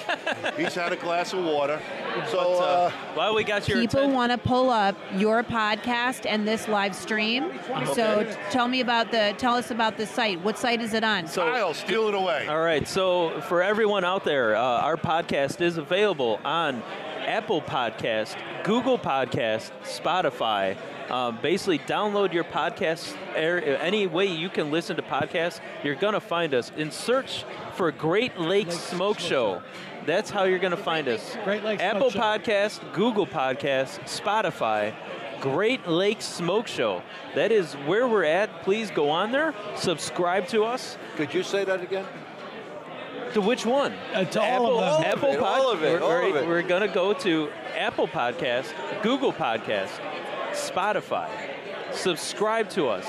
D: He's had a glass of water. So,
B: So,
D: uh,
B: while we got your
G: People
B: attention-
G: want to pull up your podcast and this live stream. So t- tell me about the tell us about the site. What site is it on?
B: So-
D: Kyle, steal it away.
B: All right. So for everyone out there, uh, our podcast is available on Apple Podcast, Google Podcast, Spotify. Um, basically, download your podcast er, any way you can listen to podcasts. You're gonna find us in search for Great Lakes Smoke Show. That's how you're gonna find us.
F: Great Lakes Smoke
B: Apple
F: Show.
B: Podcast, Google Podcast, Spotify. Great Lakes Smoke Show. That is where we're at. Please go on there, subscribe to us.
E: Could you say that again?
B: To which one?
F: Uh, to all of them.
B: Apple
E: it,
B: Pod-
E: all of
B: we're-
E: it,
B: we're,
E: all of it.
B: we're gonna go to Apple Podcast, Google Podcast, Spotify. Subscribe to us.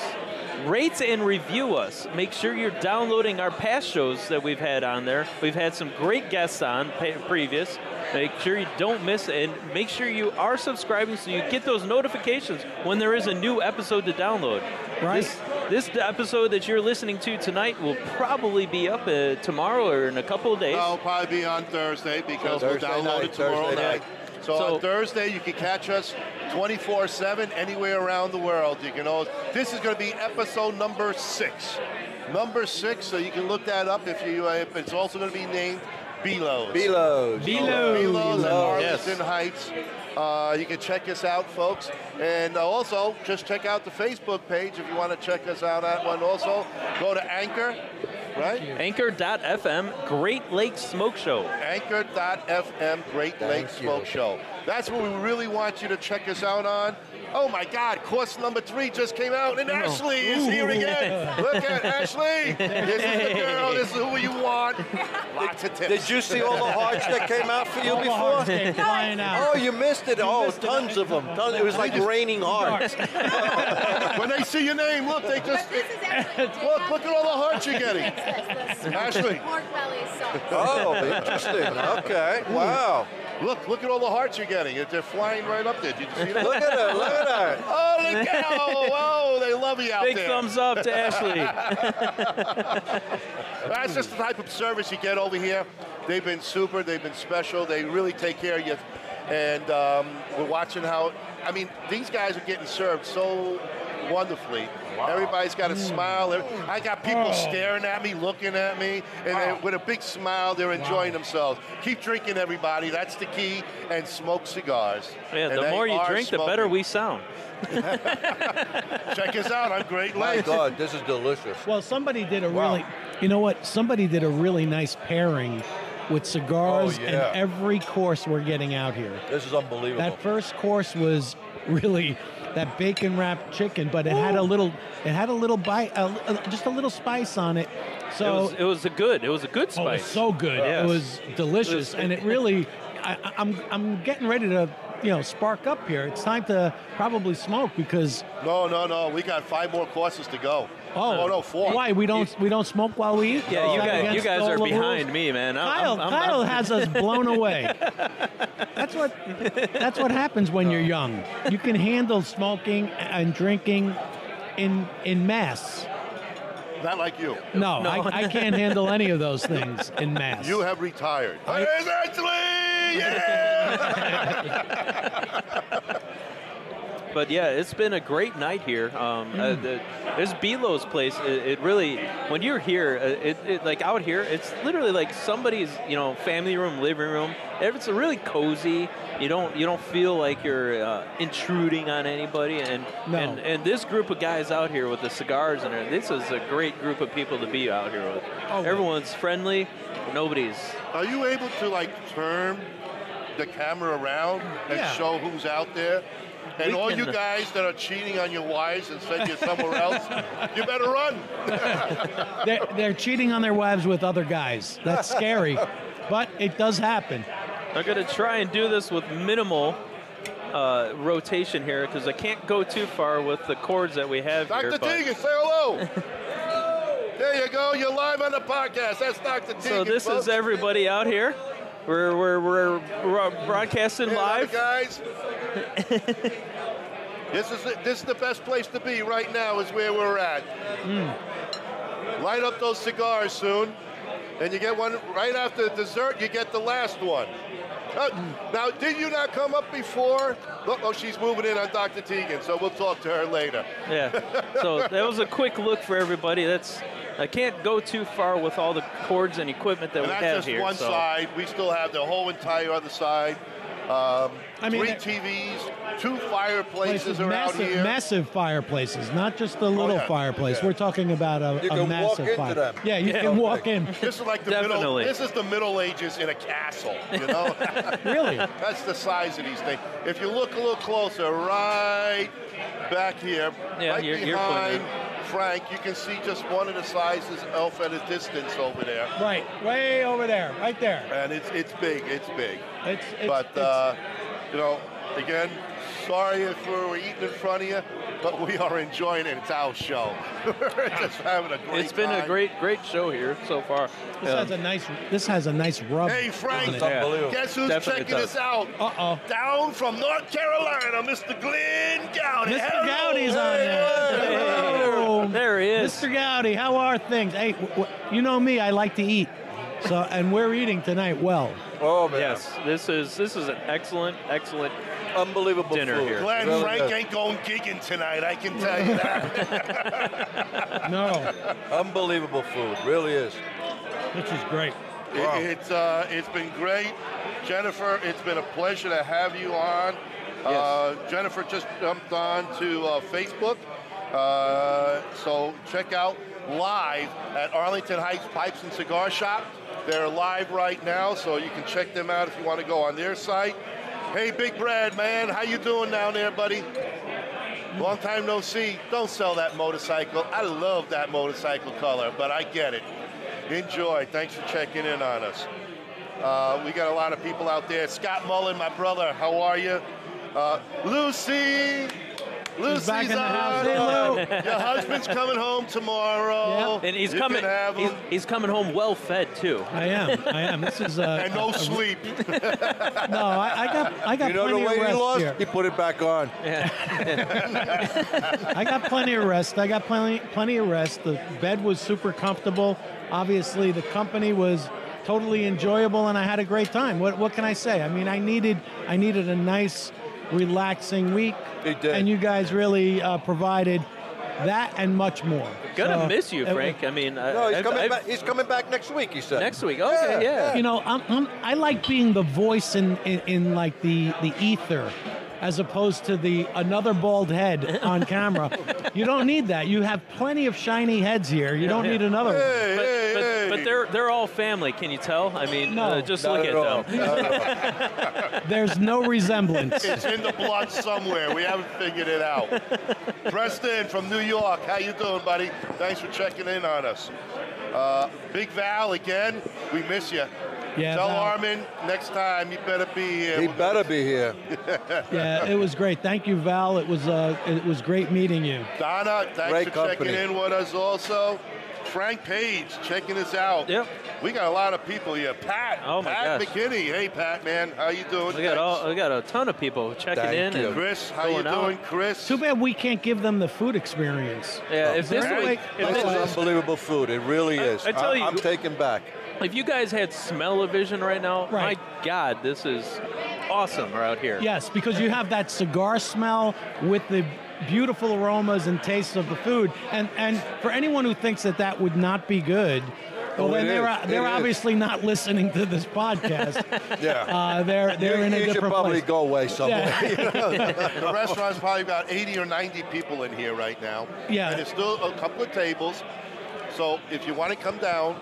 B: Rate and review us. Make sure you're downloading our past shows that we've had on there. We've had some great guests on pa- previous. Make sure you don't miss it, and make sure you are subscribing so you get those notifications when there is a new episode to download.
F: Right.
B: This- this episode that you're listening to tonight will probably be up uh, tomorrow or in a couple of days.
D: I'll probably be on Thursday because
E: Thursday
D: we'll download
E: night,
D: it tomorrow
E: Thursday
D: night.
E: night.
D: So,
B: So-
D: on Thursday, you can catch us 24/7 anywhere around the world. You can always, This is going to be episode number six, number six. So you can look that up if you. Uh, if it's also going to be named Belos.
E: Belos.
F: Belos.
D: Belos at
E: Belos,
D: Arlington Heights. Uh, you can check us out, folks. And uh, also, just check out the Facebook page if you want to check us out. That one also. Go to Anchor, right?
B: Anchor.fm, Great Lakes Smoke Show.
D: Anchor.fm Great Lakes
E: you.
D: Smoke Show. That's what we really want you to check us out on. Oh my God, course number three just came out,
H: Oh.
D: and Ashley is here again. Look at Ashley. This is the girl, this is who you want. Lots of tips.
E: Did you see all the hearts that came out for you
F: All the hearts
E: before?
F: came flying out.
E: Oh, you missed it. oh,
F: missed it.
E: tons of them. Tons. It was like raining hearts.
D: when they see your name, look, they just.
H: But this is actually
D: Look, look at all the hearts you're getting. Ashley,
H: Pork belly sauce.
E: Oh, interesting. Okay. Wow.
D: look, look at all the hearts you're getting. They're flying right up there. Did you see
E: Look
D: that?
E: at her. Look at her.
D: Oh, look out. Oh, they love you out
B: Big
D: there.
B: thumbs up to Ashley.
D: That's just the type of service you get over here. They've been super. They've been special. They really take care of you. And um, we're watching how. I mean, these guys are getting served so wonderfully. Everybody's
F: Mm.
D: got a smile. Every- I got people
F: Oh.
D: staring at me, looking at me, and they- with a big smile, they're enjoying themselves. Keep drinking, everybody. That's the key. And smoke cigars.
B: Yeah,
D: And
B: the
D: they
B: more you
D: are
B: drink, the better
D: smoking.
B: we sound.
D: check us out on Great
E: My
D: Lakes.
E: God, this is delicious.
F: Well, somebody did a
E: Wow.
F: really, you know what? Somebody did a really nice pairing with cigars
E: Oh, yeah.
F: and every course we're getting out here.
E: This is unbelievable.
F: That first course was really that bacon wrapped chicken, but it had a little, it had a little bite, a, a- just a little spice on it.
B: it
F: So
B: was it was a good. It was a good
F: Oh, it was
B: spice.
F: so good.
B: Yes.
F: It was delicious, and it really. I, I- I'm I'm getting ready to you know spark up here. It's time to probably smoke because
D: No, no, no. We got five more courses to go.
F: oh,
D: oh no, four.
F: Why we don't we don't smoke while we eat?
B: yeah,
F: Is
B: you
F: that
B: guys, you
F: against
B: guys
F: all
B: are
F: the rules?
B: behind me, man. I'm-
F: Kyle,
B: I'm- I'm-
F: Kyle
B: I'm-
F: has us blown away. That's what that's what happens when you're young. You can handle smoking and drinking in in mass.
D: Not like you.
F: No,
B: No.
F: I, I can't handle any of those things in mass.
D: You have retired. Ladies and gentlemen, yeah!
B: But yeah, it's been a great night here. Um, uh,
F: Mm.
B: the, this Belo's place, it, it really, when you're here, uh, it, it like out here, it's literally like somebody's, you know, family room, living room. It's really cozy. You don't you don't feel like you're uh, intruding on anybody. And,
F: No.
B: and and this group of guys out here with the cigars and everything, this is a great group of people to be out here with.
F: Oh.
B: Everyone's friendly. Nobody's.
D: Are you able to like turn the camera around and
F: Yeah.
D: show who's out there? And
B: We
D: all you
B: can-
D: guys that are cheating on your wives and send you somewhere else, you better run.
F: they're, they're cheating on their wives with other guys. That's scary, but it does happen.
B: I'm gonna try and do this with minimal. Uh, rotation here because I can't go too far with the cords that we have here.
D: Dr.
B: but-
D: Teagan, say hello. there you go. You're live on the podcast. That's Dr. Teagan.
B: So this
D: folks.
B: is everybody out here. We're we're we're, we're broadcasting
D: Hey, other
B: live.
D: guys. this is the, this is the best place to be right now. Is where we're at.
B: Hmm.
D: Light up those cigars soon, and you get one right after dessert. You get the last one. Uh,
B: Hmm.
D: now, did you not come up before? Look, oh, she's moving in on Dr. Teagan, so we'll talk to her later.
B: Yeah. So that was a quick look for everybody. That's I can't go too far with all the cords and equipment that
D: And
B: we
D: that's
B: have
D: just
B: here.
D: one
B: so.
D: side. We still have the whole entire other side. Um,
F: I mean,
D: three
F: that-
D: TVs, two fireplaces are
F: massive,
D: out here.
F: massive fireplaces, not just a little
D: yeah.
F: fireplace.
D: Yeah.
F: We're talking about a,
E: You
F: a
E: can walk
F: massive
E: into
F: fire.
E: them.
F: Yeah, you
B: Yeah.
F: can walk in.
D: This is like the middle.
B: Definitely.
D: This is the Middle Ages in a castle. You know,
F: Really?
D: that's the size of these things. If you look a little closer, right back here,
B: Yeah,
D: right
B: you're- you're
D: behind
B: pointing.
D: Frank, you can see just one of the sizes elf at a distance over there,
F: Right, way over there, right there.
D: and it's it's big. It's big.
F: It's, it's
D: but
F: it's-
D: uh, you know, again, sorry if we were eating in front of you, but we are enjoying it. It's our show. we're just having a great.
B: It's been a
D: time.
B: great great show here so far. Um,
F: this has a nice, this has a nice rub.
D: Hey Frank,
F: on it.
E: Unbelievable.
D: guess who's
B: Definitely
D: checking
B: does.
D: us out?
F: Uh-oh.
D: down from North Carolina, Mr. Glenn Gowdy.
F: Mr.
D: Hello.
F: Gowdy's on
D: Hey,
F: there.
D: hey, hey.
F: Hello.
B: There he is.
F: Mr. Gowdy, how are things? Hey, w- w- you know me, I like to eat. So, and we're eating tonight well.
E: Oh man,
B: Yes, this is this is an excellent, excellent.
E: unbelievable
B: Dinner
E: food.
B: here.
D: Glenn,
E: Really
D: Frank
E: good.
D: ain't going gigging tonight, I can tell you that.
F: No,
E: Unbelievable food, really is.
F: which is great.
D: It-
E: Wow.
D: it's, uh, it's been great. Jennifer, it's been a pleasure to have you on. Uh, Jennifer just jumped on to uh, Facebook. Uh, so check out live at Arlington Heights Pipes and Cigar Shop. They're live right now, so you can check them out if you want to go on their site. Hey, Big Brad, man, how you doing down there, buddy? Long time no see. Don't sell that motorcycle. I love that motorcycle color, but I get it. Enjoy. Thanks for checking in on us. Uh, we got a lot of people out there. Scott Mullen, my brother, how are you? Uh, Lucy! Lucy's
F: back in the
D: on.
F: house. Hey, Lou.
D: Your husband's coming home tomorrow.
B: And he's
D: You can
B: coming.
D: have him.
B: He's, he's coming home well fed too.
F: I am, I am. This is uh,
D: and no
F: a- a-
D: sleep.
F: No, I, I got, I got
E: You know the
F: plenty
E: way
F: of
E: he
F: rest
E: lost?
F: here.
E: He put it back on.
F: I got plenty of rest. I got plenty plenty of rest. The bed was super comfortable. Obviously, the company was totally enjoyable, and I had a great time. What what can I say? I mean, I needed I needed a nice, relaxing week.
E: You did.
F: And you guys really uh, provided that and much more.
B: Gonna
F: So,
B: miss you,
F: it-
B: Frank. I mean, I-
E: No, he's
B: I've-
E: coming
B: I've-
E: back. He's coming back next week. He said.
B: next week. Oh, Okay, yeah.
F: You know, I'm, I'm, I like being the voice in, in, in like the, the ether as opposed to the another bald head on camera. you don't need that. You have plenty of shiny heads here. You don't need another one.
D: Hey,
B: But,
D: hey,
B: but,
D: hey.
B: but But they're they're all family. Can you tell? I mean,
F: No.
B: uh, just
E: Not
B: look
E: at
B: at
E: all.
B: them.
F: There's no resemblance.
D: It's in the blood somewhere. We haven't figured it out. Preston from New York, how you doing, buddy? Thanks for checking in on us. Uh, Big Val again, we miss you.
F: Yeah,
D: Tell
F: Val.
D: Armin next time you better be here.
E: He
D: We're
E: better be here.
F: yeah, it was great. Thank you, Val. It was uh, it was great meeting you.
D: Donna, thanks
E: Great
D: for
E: company.
D: checking in with us also. Frank Page checking us out.
B: Yep.
D: We got a lot of people here. Pat.
B: Oh, my
D: Pat
B: gosh.
D: McKinney. Hey Pat man, how you doing?
B: We got all
D: Thanks.
B: we got a ton of people checking
E: Thank
B: in.
E: you.
B: And,
D: Chris, how you
B: going out.
D: doing, Chris?
F: Too bad we can't give them the food experience.
B: yeah, if this,
F: Is there a
B: was-
F: way-
B: if
E: This
B: this
E: is unbelievable food. It really
B: I-
E: is.
B: I tell you-
E: I'm taken back.
B: If you guys had smell-o-vision right now,
F: Right.
B: my God, this is awesome out here.
F: Yes, because you have that cigar smell with the beautiful aromas and tastes of the food. And and for anyone who thinks that that would not be good,
E: Oh,
F: well,
E: it
F: then they're uh,
E: is. It
F: they're
E: is.
F: obviously not listening to this podcast.
E: Yeah.
F: uh, they're they're
E: you
F: in a
E: you should
F: different
E: probably
F: place.
E: go away somewhere.
F: Yeah.
D: The restaurant's probably about 80 or 90 people in here right now.
F: Yeah.
D: And there's still a couple of tables. So if you want to come down,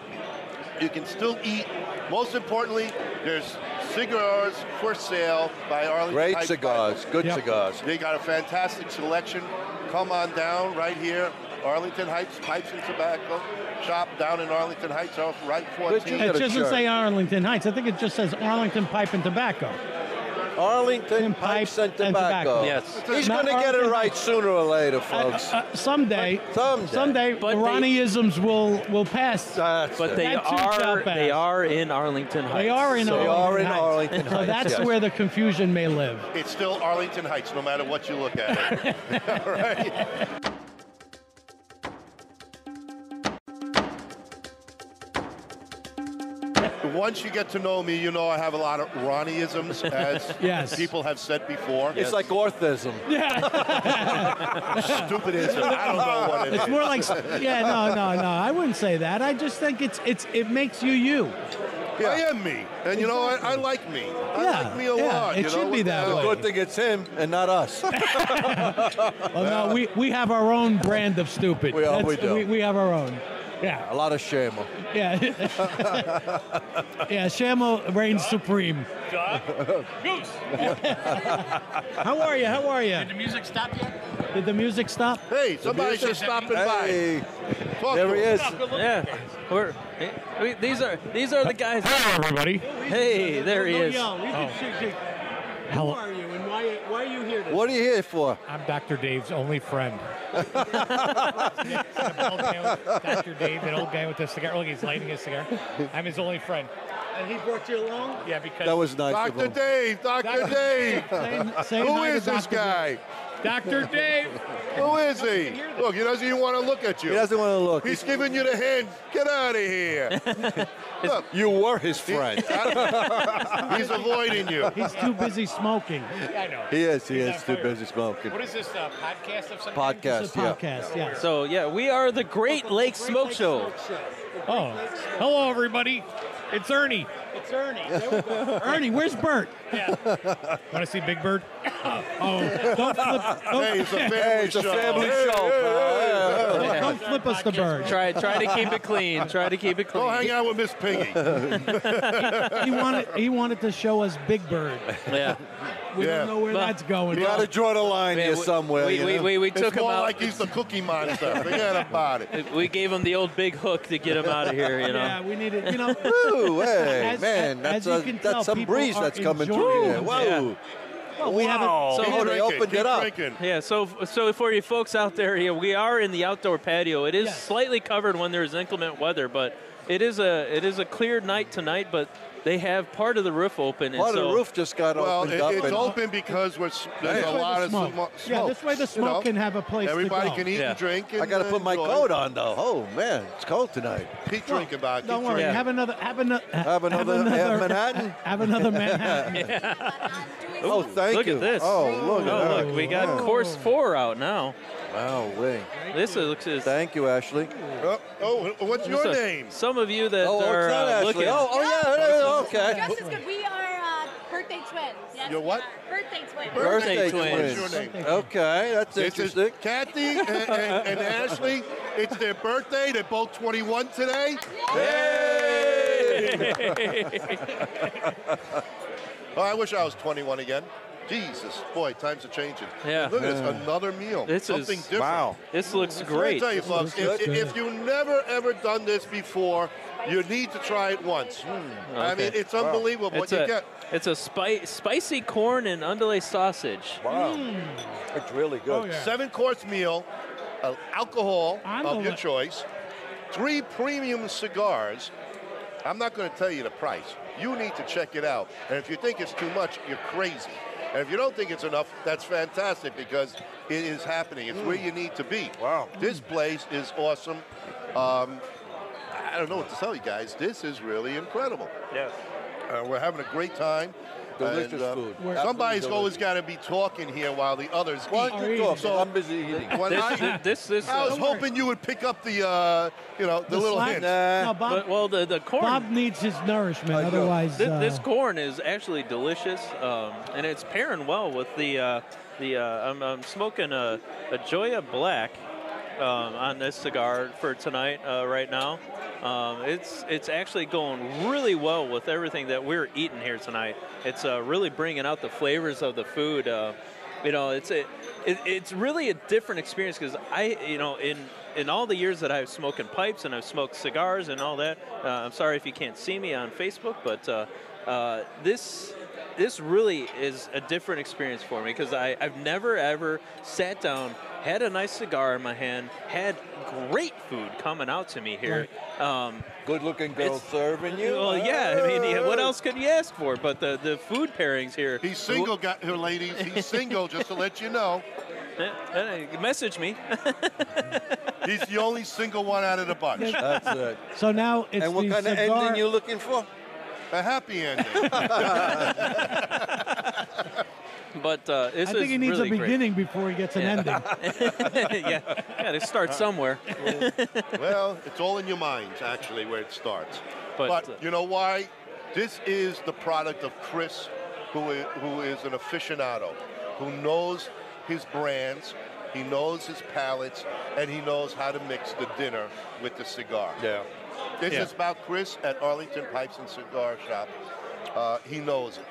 D: you can still eat. Most importantly, there's cigars for sale by Arlington.
E: Great
D: Heights.
E: cigars. Good
F: Yep.
E: cigars.
D: They got a fantastic selection. Come on down right here, Arlington Heights Pipes and Tobacco Shop down in Arlington Heights, off right
E: you
D: 14.
E: get
F: It
E: a
F: doesn't
E: shirt.
F: say Arlington Heights. I think it just says Arlington Pipe and Tobacco. Uh,
E: Arlington
F: And
E: Pipes and
F: pipe and
E: Tobacco.
F: tobacco.
B: Yes.
E: He's
F: Not
E: going to get it
F: Arlington-
E: right sooner or later,
F: Uh,
E: folks.
F: uh, someday,
E: Someday.
F: someday,
B: But they-
F: Ronnieisms will will pass.
E: That's
B: But
E: it.
B: they
F: That too shall
B: are
F: pass.
B: they are in Arlington Heights.
F: They are in
B: so-
E: They
F: Arlington
E: are in
F: Heights.
E: Arlington
F: So
E: Heights,
F: that's
E: yes.
F: where the confusion may live.
D: It's still Arlington Heights, no matter what you look at. It. All right. Once you get to know me, you know I have a lot of Ronnieisms, as
F: Yes.
D: people have said before.
E: It's like orthism.
F: Yeah,
D: stupidism. I don't know what it is.
F: it's more like yeah, no, no, no. I wouldn't say that. I just think it's it's it makes you you.
D: I am me, and you know what? I like me. I
F: Yeah,
D: like me a
F: yeah,
D: lot.
F: it
D: you know?
F: should be that
D: What the
F: way.
D: hell?
E: Good thing it's him and not us.
F: Well, no, we we have our own brand of stupid.
E: We are-
F: That's-
E: we do.
F: We, we have our own. Yeah,
E: A lot of shame.
F: yeah, yeah. Shamo reigns supreme.
H: Goose!
F: How are you? How are you?
H: Did the music stop yet?
F: Did the music stop?
D: Hey, somebody's just stopping
E: Hey,
D: by. Talk
E: there
D: to
E: he
D: him.
E: is.
B: Yeah, we're eh, I mean, these are these are the guys.
H: Hello, everybody.
B: Hey, there he
F: Oh, No
B: is.
F: yell. We
H: Oh.
F: can shoot you. Who
H: Hello.
F: are you and why why are you here? Today?
E: What are you here for?
H: I'm Dr. Dave's only friend. Old guy with- Dr. Dave, an old guy with a cigar. Look, he's lighting his cigar. I'm his only friend.
F: And he brought you along.
H: Yeah, because
E: That was nice of
D: Dr.
E: him.
D: Dave, Dr. Dave.
F: Same, same
D: Who is this guy?
H: Dr. Dave.
D: Who is he? Look, he doesn't even want to look at
E: He
D: you.
E: doesn't want to look.
D: He's giving you the hand. Get out of here.
E: You were his friend.
D: He's avoiding you.
F: He's too busy smoking.
H: Yeah, I know.
E: he is. He
H: He's
E: is
H: on
E: too
H: fire.
E: busy smoking.
H: What is this, uh, podcast of some kind?
F: It's
E: Podcast,
F: a
E: yeah.
F: podcast, yeah.
B: So yeah, we are the Great Lakes Smoke Show.
H: Oh, hello, everybody. It's Ernie.
F: It's Ernie. Ernie, where's Bert?
H: Want to see Big Bird?
F: Oh, don't flip, don't,
D: Hey, it's a family
E: Hey, it's a
D: show.
E: family
D: Hey,
E: show. pal.
F: don't- don't flip us the bird.
B: Try try to keep it clean. Try to keep it clean.
D: Go hang out with Miss Piggy.
F: He wanted, he wanted to show us Big Bird.
B: Yeah.
F: We
D: Yeah.
F: don't know where
B: But-
F: that's going.
E: You got to draw the line
B: Man,
E: here
B: we-
E: somewhere.
B: We,
E: you
B: we,
E: know?
B: we, we took
D: It's
B: him
D: more
B: out.
D: like he's the cookie monster. Forget about it.
B: we gave him the old big hook to get him out of here. You know.
F: Yeah, we needed, you know.
E: Ooh, hey,
F: As-
E: man,
F: as-
E: that's,
F: as you
E: a,
F: can
E: that's
F: tell,
E: some
F: people
E: breeze
F: are
E: that's coming
F: enjoying
E: through here.
F: it.
E: Whoa.
F: well, we haven't.
B: So-
E: Oh,
D: Keep
E: they
D: drinking,
E: opened
D: keep
E: it up.
D: drinking.
B: Yeah, so so for you folks out there, yeah, we are in the outdoor patio. It is
F: Yes.
B: slightly covered when there is inclement weather, but it is a it is a clear night tonight. But they have part of the roof open. and
E: Well,
B: so,
E: the roof just got
D: Well,
E: opened
D: it,
E: up.
D: it's
E: and-
D: open because we're, s- there's
F: This
D: a
F: way the
D: lot of
F: smoke.
D: sm- smoke.
F: Yeah, this way the
D: you
F: smoke
D: know.
F: can have a place to
D: Everybody
F: go.
D: can eat
B: Yeah.
D: and drink. And
E: I got to put my
D: enjoy.
E: coat on, though. Oh, man, it's cold tonight.
D: Keep drinking about. it.
F: Don't
D: Keep
F: worry.
B: Yeah.
F: Have another. Have, ano-
E: Have another, have Manhattan.
F: Have another Manhattan.
E: Oh, thank
B: look
E: you.
B: at this.
E: Oh, look at
B: Oh,
E: that.
B: look, we got
E: Wow.
B: course four out now.
E: Wow, wait.
B: This is, looks is
E: Thank you, Ashley.
D: Oh, oh, what's your
B: so-
D: name?
B: Some of you that
E: Oh,
B: are
E: it's not
B: uh,
E: Ashley.
B: looking.
E: Oh, oh, yeah, it is. okay.
I: Just as good. We are uh, birthday twins. Yes,
D: You're
I: we
D: what?
I: are. Birthday twins.
B: Birthday
D: What's
B: twins.
D: your name?
E: Okay, that's
D: This is
E: interesting.
D: Kathy and, and, and Ashley. It's their birthday. They're both 21 today.
E: Hey!
D: Oh, I wish I was 21 again. Jesus, boy, times are changing.
B: Yeah.
D: Look at this, another meal.
B: This is-
D: Something different.
E: Wow.
B: This looks
D: oh. Let me
B: great.
D: tell you, folks, if,
F: good.
D: if you never ever done this before, you need to try it once. Hmm. I
B: Okay.
D: mean, it's unbelievable what
B: It's
D: you
B: a,
D: get.
B: it's a spi- spicy corn and underlay sausage.
E: Wow. It's really good.
F: Mm. Oh, yeah.
D: Seven course meal, uh, alcohol
F: I'm
D: of
F: the
D: your
F: li-
D: choice, three premium cigars. I'm not going to tell you the price. You need to check it out. And if you think it's too much, you're crazy. And if you don't think it's enough, that's fantastic because it is happening. It's where you need to be.
E: Wow.
D: This place is awesome. Um, I don't know what to tell you guys. This is really incredible.
B: Yes.
D: Uh, we're having a great time. uh,
E: Delicious food. Absolutely
D: Somebody's
E: delicious.
D: always got to be talking here while the others
E: Why
D: eat.
E: don't you talk?
D: So-
E: I'm busy eating.
D: When
B: This,
D: I-
B: this, this,
D: I was
B: uh,
F: worry.
D: hoping you would pick up the, uh, you know, the,
F: The
D: little
F: slack-
D: hint.
E: Nah.
F: No, Bob,
B: but, well, the, the corn.
F: Bob needs his nourishment.
E: I do.
F: Otherwise,
B: This,
F: uh,
B: this corn is actually delicious, um, and it's pairing well with the uh, the. Uh, I'm, I'm smoking a, a Joya Black um, on this cigar for tonight uh, right now. Um, it's it's actually going really well with everything that we're eating here tonight. It's uh, really bringing out the flavors of the food. Uh, you know, it's a, it, it's really a different experience because I, you know, in in all the years that I've smoking pipes and I've smoked cigars and all that, uh, I'm sorry if you can't see me on Facebook, but uh, uh, this this really is a different experience for me because I've never ever sat down, had a nice cigar in my hand, had great food coming out to me here. Um,
E: Good looking girl
B: It's-
E: serving you.
B: well, yeah, I mean, yeah, what else could you ask for? But the, the food pairings here.
D: He's single, got here, ladies. He's single, just to let you know.
B: Eh, eh, Message me.
D: He's the only single one out of the bunch.
E: That's it.
F: so now it's
E: and what
F: the
E: kind of
F: cigar-
E: ending you looking for?
D: A happy ending.
B: But uh, this
F: I think
B: is
F: he needs
B: really
F: a beginning before he gets an
B: Yeah.
F: ending.
B: great. yeah, got to start somewhere.
D: well, it's all in your minds, actually, where it starts.
B: But,
D: But,
B: uh,
D: you know why? This is the product of Chris, who i- who is an aficionado, who knows his brands, he knows his palates, and he knows how to mix the dinner with the cigar.
E: Yeah.
D: This
B: Yeah.
D: is about Chris at Arlington Pipes and Cigar Shop. Uh, he knows it.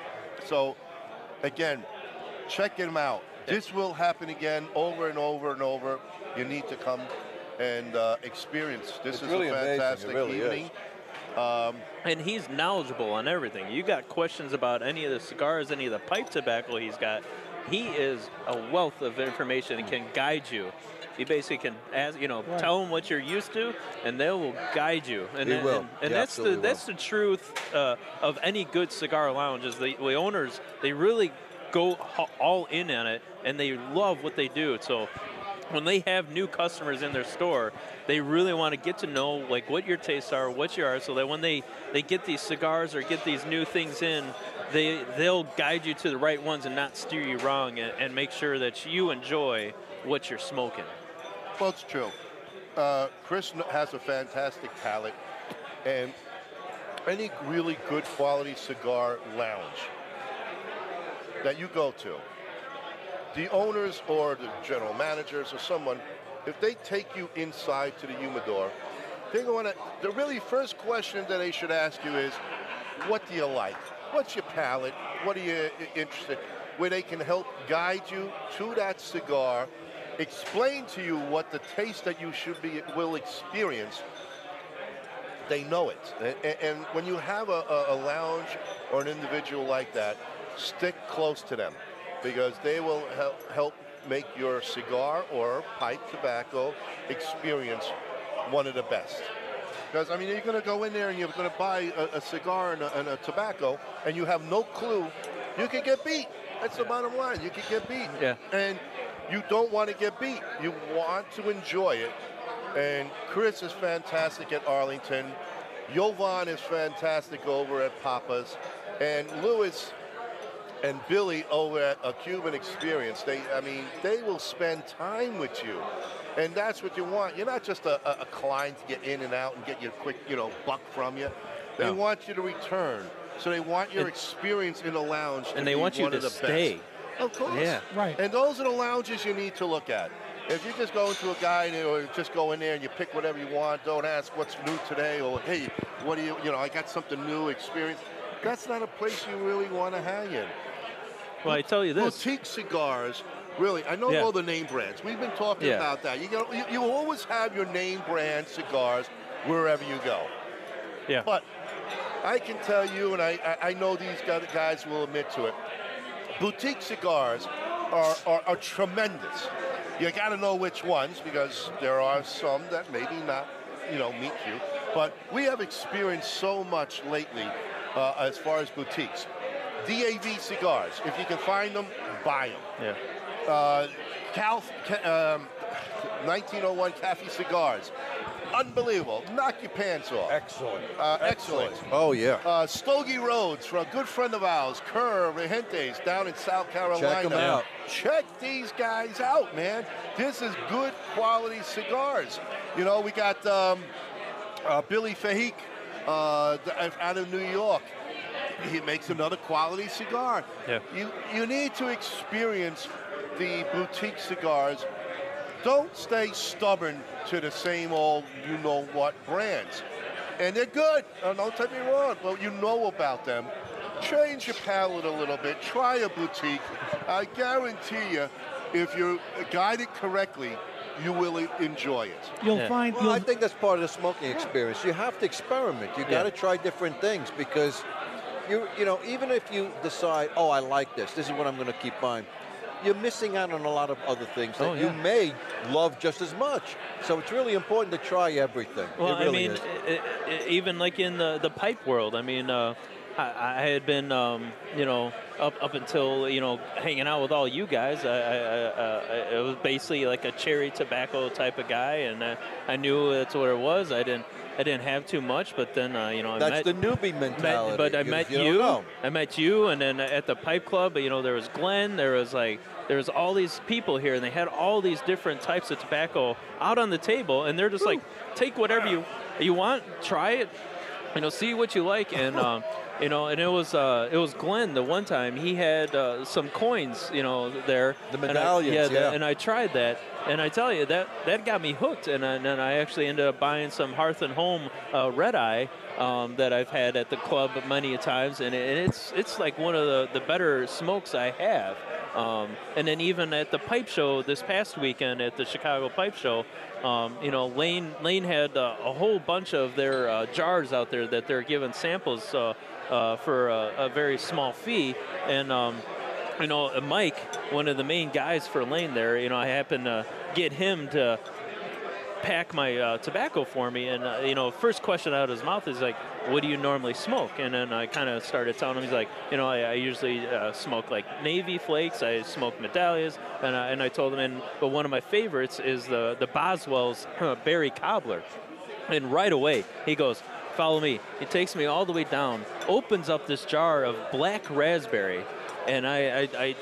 D: So, again, check him out. This will happen again over and over and over. You need to come and uh, experience. This
E: It's
D: is
E: really
D: a
E: amazing. It
D: fantastic
E: really is.
D: evening.
B: And he's knowledgeable on everything. You got questions about any of the cigars, any of the pipe tobacco he's got. He is a wealth of information and can guide you. You basically can ask, you know, tell him what you're used to, and they will guide you. And,
E: He
B: and-
E: will.
B: and,
E: He
B: that's the
E: absolutely will.
B: that's the truth uh, of any good cigar lounge is the, the owners they really go ho- all in on it, and they love what they do. So when they have new customers in their store, they really want to get to know like what your tastes are, what you are, so that when they they get these cigars or get these new things in, they they'll guide you to the right ones and not steer you wrong, and, and make sure that you enjoy what you're smoking.
D: Well, it's true. Uh, Chris kn- has a fantastic palate, and any really good quality cigar lounge that you go to, the owners or the general managers or someone, if they take you inside to the humidor, they're going to. The really first question that they should ask you is, "What do you like? What's your palate? What are you i- interested?" Where they can help guide you to that cigar, explain to you what the taste that you should be will experience, they know it. And, and when you have a, a, a lounge or an individual like that, stick close to them because they will help, help make your cigar or pipe tobacco experience one of the best. Because, I mean, you're going to go in there and you're going to buy a, a cigar and a, and a tobacco and you have no clue, you could get beat. That's the bottom line. You could get beat.
B: Yeah.
D: And you don't want to get beat. You want to enjoy it. And Chris is fantastic at Arlington. Jovan is fantastic over at Papa's. And Lewis and Billy over at a Cuban experience. They I mean, they will spend time with you. And that's what you want. You're not just a, a, a client to get in and out and get your quick, you know, buck from you. They
B: No.
D: want you to return. So they want your
B: And-
D: experience in the lounge to
B: and they
D: be
B: want you
D: one
B: to
D: of the
B: stay.
D: Best. Of course.
B: Yeah.
F: Right.
D: And those are the lounges you need to look at. If you just go into a guy and or just go in there and you pick whatever you want, don't ask what's new today or hey, what do you you know? I got something new, experience. That's not a place you really want to hang in.
B: Well, I tell you this.
D: Boutique cigars, really. I know
B: Yeah.
D: all the name brands. We've been talking
B: Yeah.
D: about that. You, know, you you always have your name brand cigars wherever you go.
B: Yeah.
D: But I can tell you, and I, I, I know these guy- guys will admit to it, boutique cigars are, are, are tremendous. You got to know which ones because there are some that maybe not, you know, meet you. But we have experienced so much lately uh, as far as boutiques. DAV cigars, if you can find them, buy them
B: Yeah.
D: uh, Cal, ca- um, 1901 Cafe Cigars. Unbelievable. Knock your pants off.
J: Excellent.
D: Uh, excellent.
E: Oh, yeah.
D: Uh, Stogie Rhodes from a good friend of ours, Kerr Regentes, down in South Carolina.
E: 'em out.
D: Check these guys out, man. This is good quality cigars. You know, we got um, uh, Billy Fahik uh, th- out of New York. He makes another quality cigar.
B: Yeah.
D: You, you need to experience the boutique cigars. Don't stay stubborn to the same old you know what brands. And they're good, uh, don't take me wrong, but you know about them. Change your palette a little bit, try a boutique. I guarantee you, if you're guided correctly, you will e- enjoy it.
F: You'll
B: Yeah.
F: find.
E: Well,
F: you'll-
E: I think that's part of the smoking experience. You have to experiment. You got to try different things because you you know even if you decide, oh, I like this. This is what I'm going to keep buying. You're missing out on a lot of other things that
B: Oh,
E: you
B: yeah.
E: may love just as much. So it's really important to try everything.
B: Well,
E: it really
B: I mean,
E: is.
B: i- i- i- even like in the, the pipe world, I mean, uh, I, I had been, um, you know, up up until you know hanging out with all you guys. I, I, I, I, I was basically like a cherry tobacco type of guy, and I, I knew that's what it was. I didn't I didn't have too much, but then uh, you know I
E: That's
B: met,
E: the newbie mentality.
B: met, but I
E: You-
B: met
E: you. don't
B: you.
E: know.
B: I met you, and then at the pipe club, you know, there was Glenn. There was like there was all these people here, and they had all these different types of tobacco out on the table, and they're just like, take whatever you you want, try it, you know, see what you like, and. Um, You know, and it was uh, it was Glenn the one time he had uh, some coins, you know, there.
E: The
B: And I-
E: medallions,
B: yeah, the-
E: yeah.
B: And I tried that, and I tell you that that got me hooked, and, I, and then I actually ended up buying some Hearth and Home uh, Red Eye um, that I've had at the club many a times, and, it, and it's it's like one of the, the better smokes I have. Um, and then even at the pipe show this past weekend at the Chicago Pipe Show, um, you know Lane Lane had uh, a whole bunch of their uh, jars out there that they're giving samples uh, uh, for a, a very small fee, and. Um, you know, uh, Mike, one of the main guys for Lane there, you know, I happened to get him to pack my uh, tobacco for me. And, uh, you know, first question out of his mouth is like, what do you normally smoke? And then I kind of started telling him, he's like, you know, I, I usually uh, smoke like Navy flakes, I smoke medallions. And I, and I told him, and, but one of my favorites is the, the Boswell's uh, Berry Cobbler. And right away, he goes, Follow me. He takes me all the way down, opens up this jar of black raspberry, and I, I, I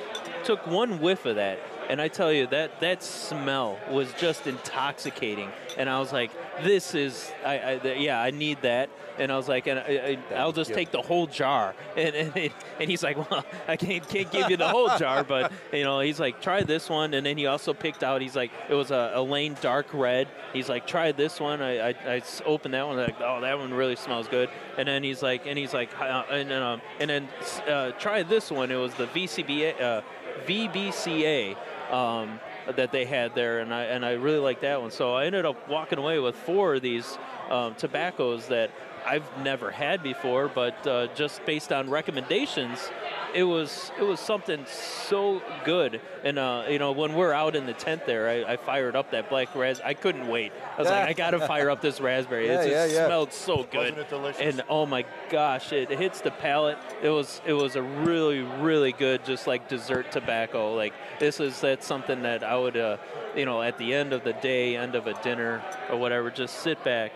B: took one whiff of that. And I tell you, that, that smell was just intoxicating. And I was like, this is, I, I, th- yeah, I need that. And I was like, and I, I, I'll just take the whole jar. And, and, it, and he's like, well, I can't, can't give you the whole jar, but, you know, he's like, try this one. And then he also picked out, he's like, it was a, a Lane Dark Red. He's like, try this one. I, I, I s- opened that one. Like, oh, that one really smells good. And then he's like, and he's like, uh, and then, um, and then s- uh, try this one. It was the VCBA, uh, VBCA um, that they had there, and I and I really liked that one. So I ended up walking away with four of these um, tobaccos that I've never had before, but uh, just based on recommendations it was it was something so good and uh, you know when we're out in the tent there I, I fired up that black ras I couldn't wait I was like I gotta fire up this raspberry
E: Yeah,
B: it just
E: yeah, yeah.
B: smelled so good
D: Wasn't it delicious?
B: and oh my gosh it hits the palate it was it was a really really good just like dessert tobacco like this is that's something that I would uh, you know at the end of the day end of a dinner or whatever just sit back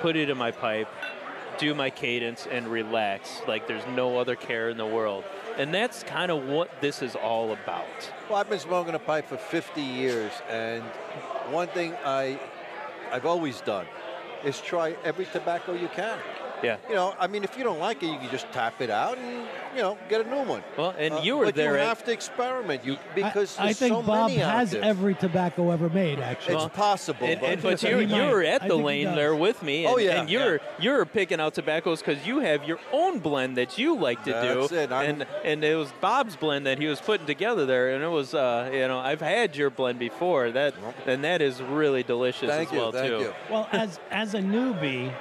B: put it in my pipe do my cadence and relax like there's no other care in the world and that's kind of what this is all about
E: Well, I've been smoking a pipe for 50 years, and one thing I, I've always done is try every tobacco you can.
B: yeah
E: You know, I mean, if you don't like it, you can just tap it out and you know, get a new one.
B: Well, and
E: Uh,
B: you were
E: but
B: there
E: You
B: at-
E: have to experiment. You
F: I-
E: because
F: I,
E: there's
F: think
E: so
F: Bob
E: many out
F: has
E: there.
F: every tobacco ever made.
E: It's
F: Actually,
E: possible,
B: And,
E: but
B: and, but
F: He
B: you, you
F: might.
B: were at
F: I
B: the
F: think he
B: lane
F: does.
B: there with me, and,
E: Oh, yeah.
B: and you're you're picking out tobaccos because you have your own blend that you like to
E: That's
B: do,
E: it. I'm-
B: and and it was Bob's blend that he was putting together there, and it was uh, you know I've had your blend before that, and that is really delicious
E: thank
B: as
E: you,
B: well
E: thank
B: too.
E: you.
F: well, as as a newbie,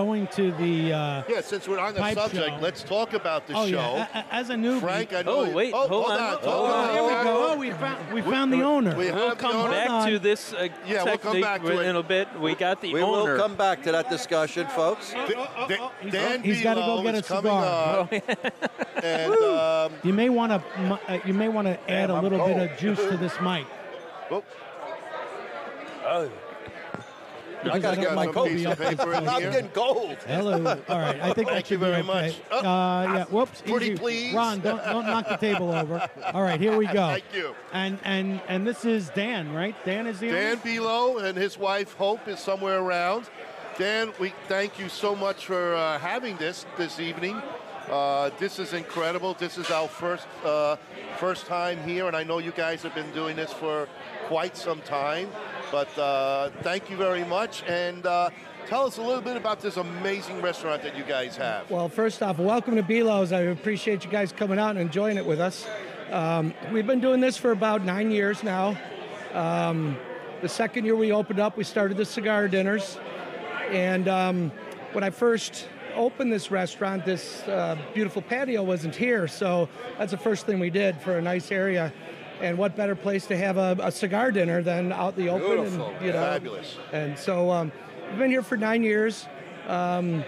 F: going to the uh,
D: Yeah, since we're on the
F: Pipe
D: subject,
F: show.
D: let's talk about the
F: oh
D: show.
F: yeah, a- a- as a newbie,
D: Frank, I know.
B: Oh,
D: you-
B: wait,
D: oh,
B: hold on,
D: hold
B: hold
D: on.
B: on.
D: here we
F: oh,
D: go.
F: we found we found the owner.
D: We have
B: We'll
D: the
B: come
D: owner.
B: back
F: on.
B: to this uh,
D: Yeah, we'll come
B: technique
D: back to it.
B: in a bit. We got the
E: We
B: owner.
E: will come back to that discussion, folks.
D: Da- Da- Dan
F: Oh, He's gotta go
D: Below
F: get
D: is
F: a
D: coming
F: cigar.
B: Oh,
D: up, and um,
F: You may want to uh, you may want to add a
E: I'm
F: little bit
E: cold.
F: of juice to this mic.
D: Oh,
E: I gotta
F: I
E: get
F: got
E: my
F: some
E: coat.
F: piece
D: of paper in
E: I'm
D: here.
E: getting cold.
F: Hello. All right. I
D: Thank
F: think that
D: you
F: should be
D: very
F: okay.
D: much. Oh,
F: Uh, yeah. Whoops.
D: pretty
F: easy.
D: please.
F: Ron, don't, don't knock the table over. All right. Here we go.
D: Thank you.
F: And and and this is Dan, right? Dan is the
D: Dan
F: owner?
D: Below and his wife Hope is somewhere around. Dan, we thank you so much for uh, having this this evening. Uh, this is incredible. This is our first uh, first time here, and I know you guys have been doing this for quite some time. But uh, thank you very much, and uh, tell us a little bit about this amazing restaurant that you guys have.
J: Well, first off, welcome to Belos. I appreciate you guys coming out and enjoying it with us. Um, we've been doing this for about nine years now. Um, the second year we opened up, we started the cigar dinners. And um, when I first opened this restaurant, this uh, beautiful patio wasn't here. So that's the first thing we did for a nice area. And what better place to have a, a cigar dinner than out in the open?
E: Beautiful,
J: and, you know,
D: Fabulous.
J: and so um, we've been here for nine years, um,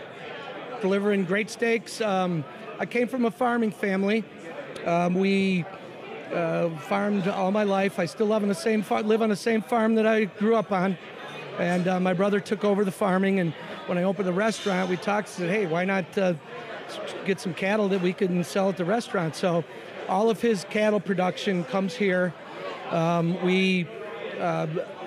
J: delivering great steaks. Um, I came from a farming family. Um, we uh, farmed all my life. I still live on the same far- live on the same farm that I grew up on. And uh, my brother took over the farming. And when I opened the restaurant, we talked. Said, "Hey, why not uh, s- get some cattle that we can sell at the restaurant?" So, all of his cattle production comes here. Um, we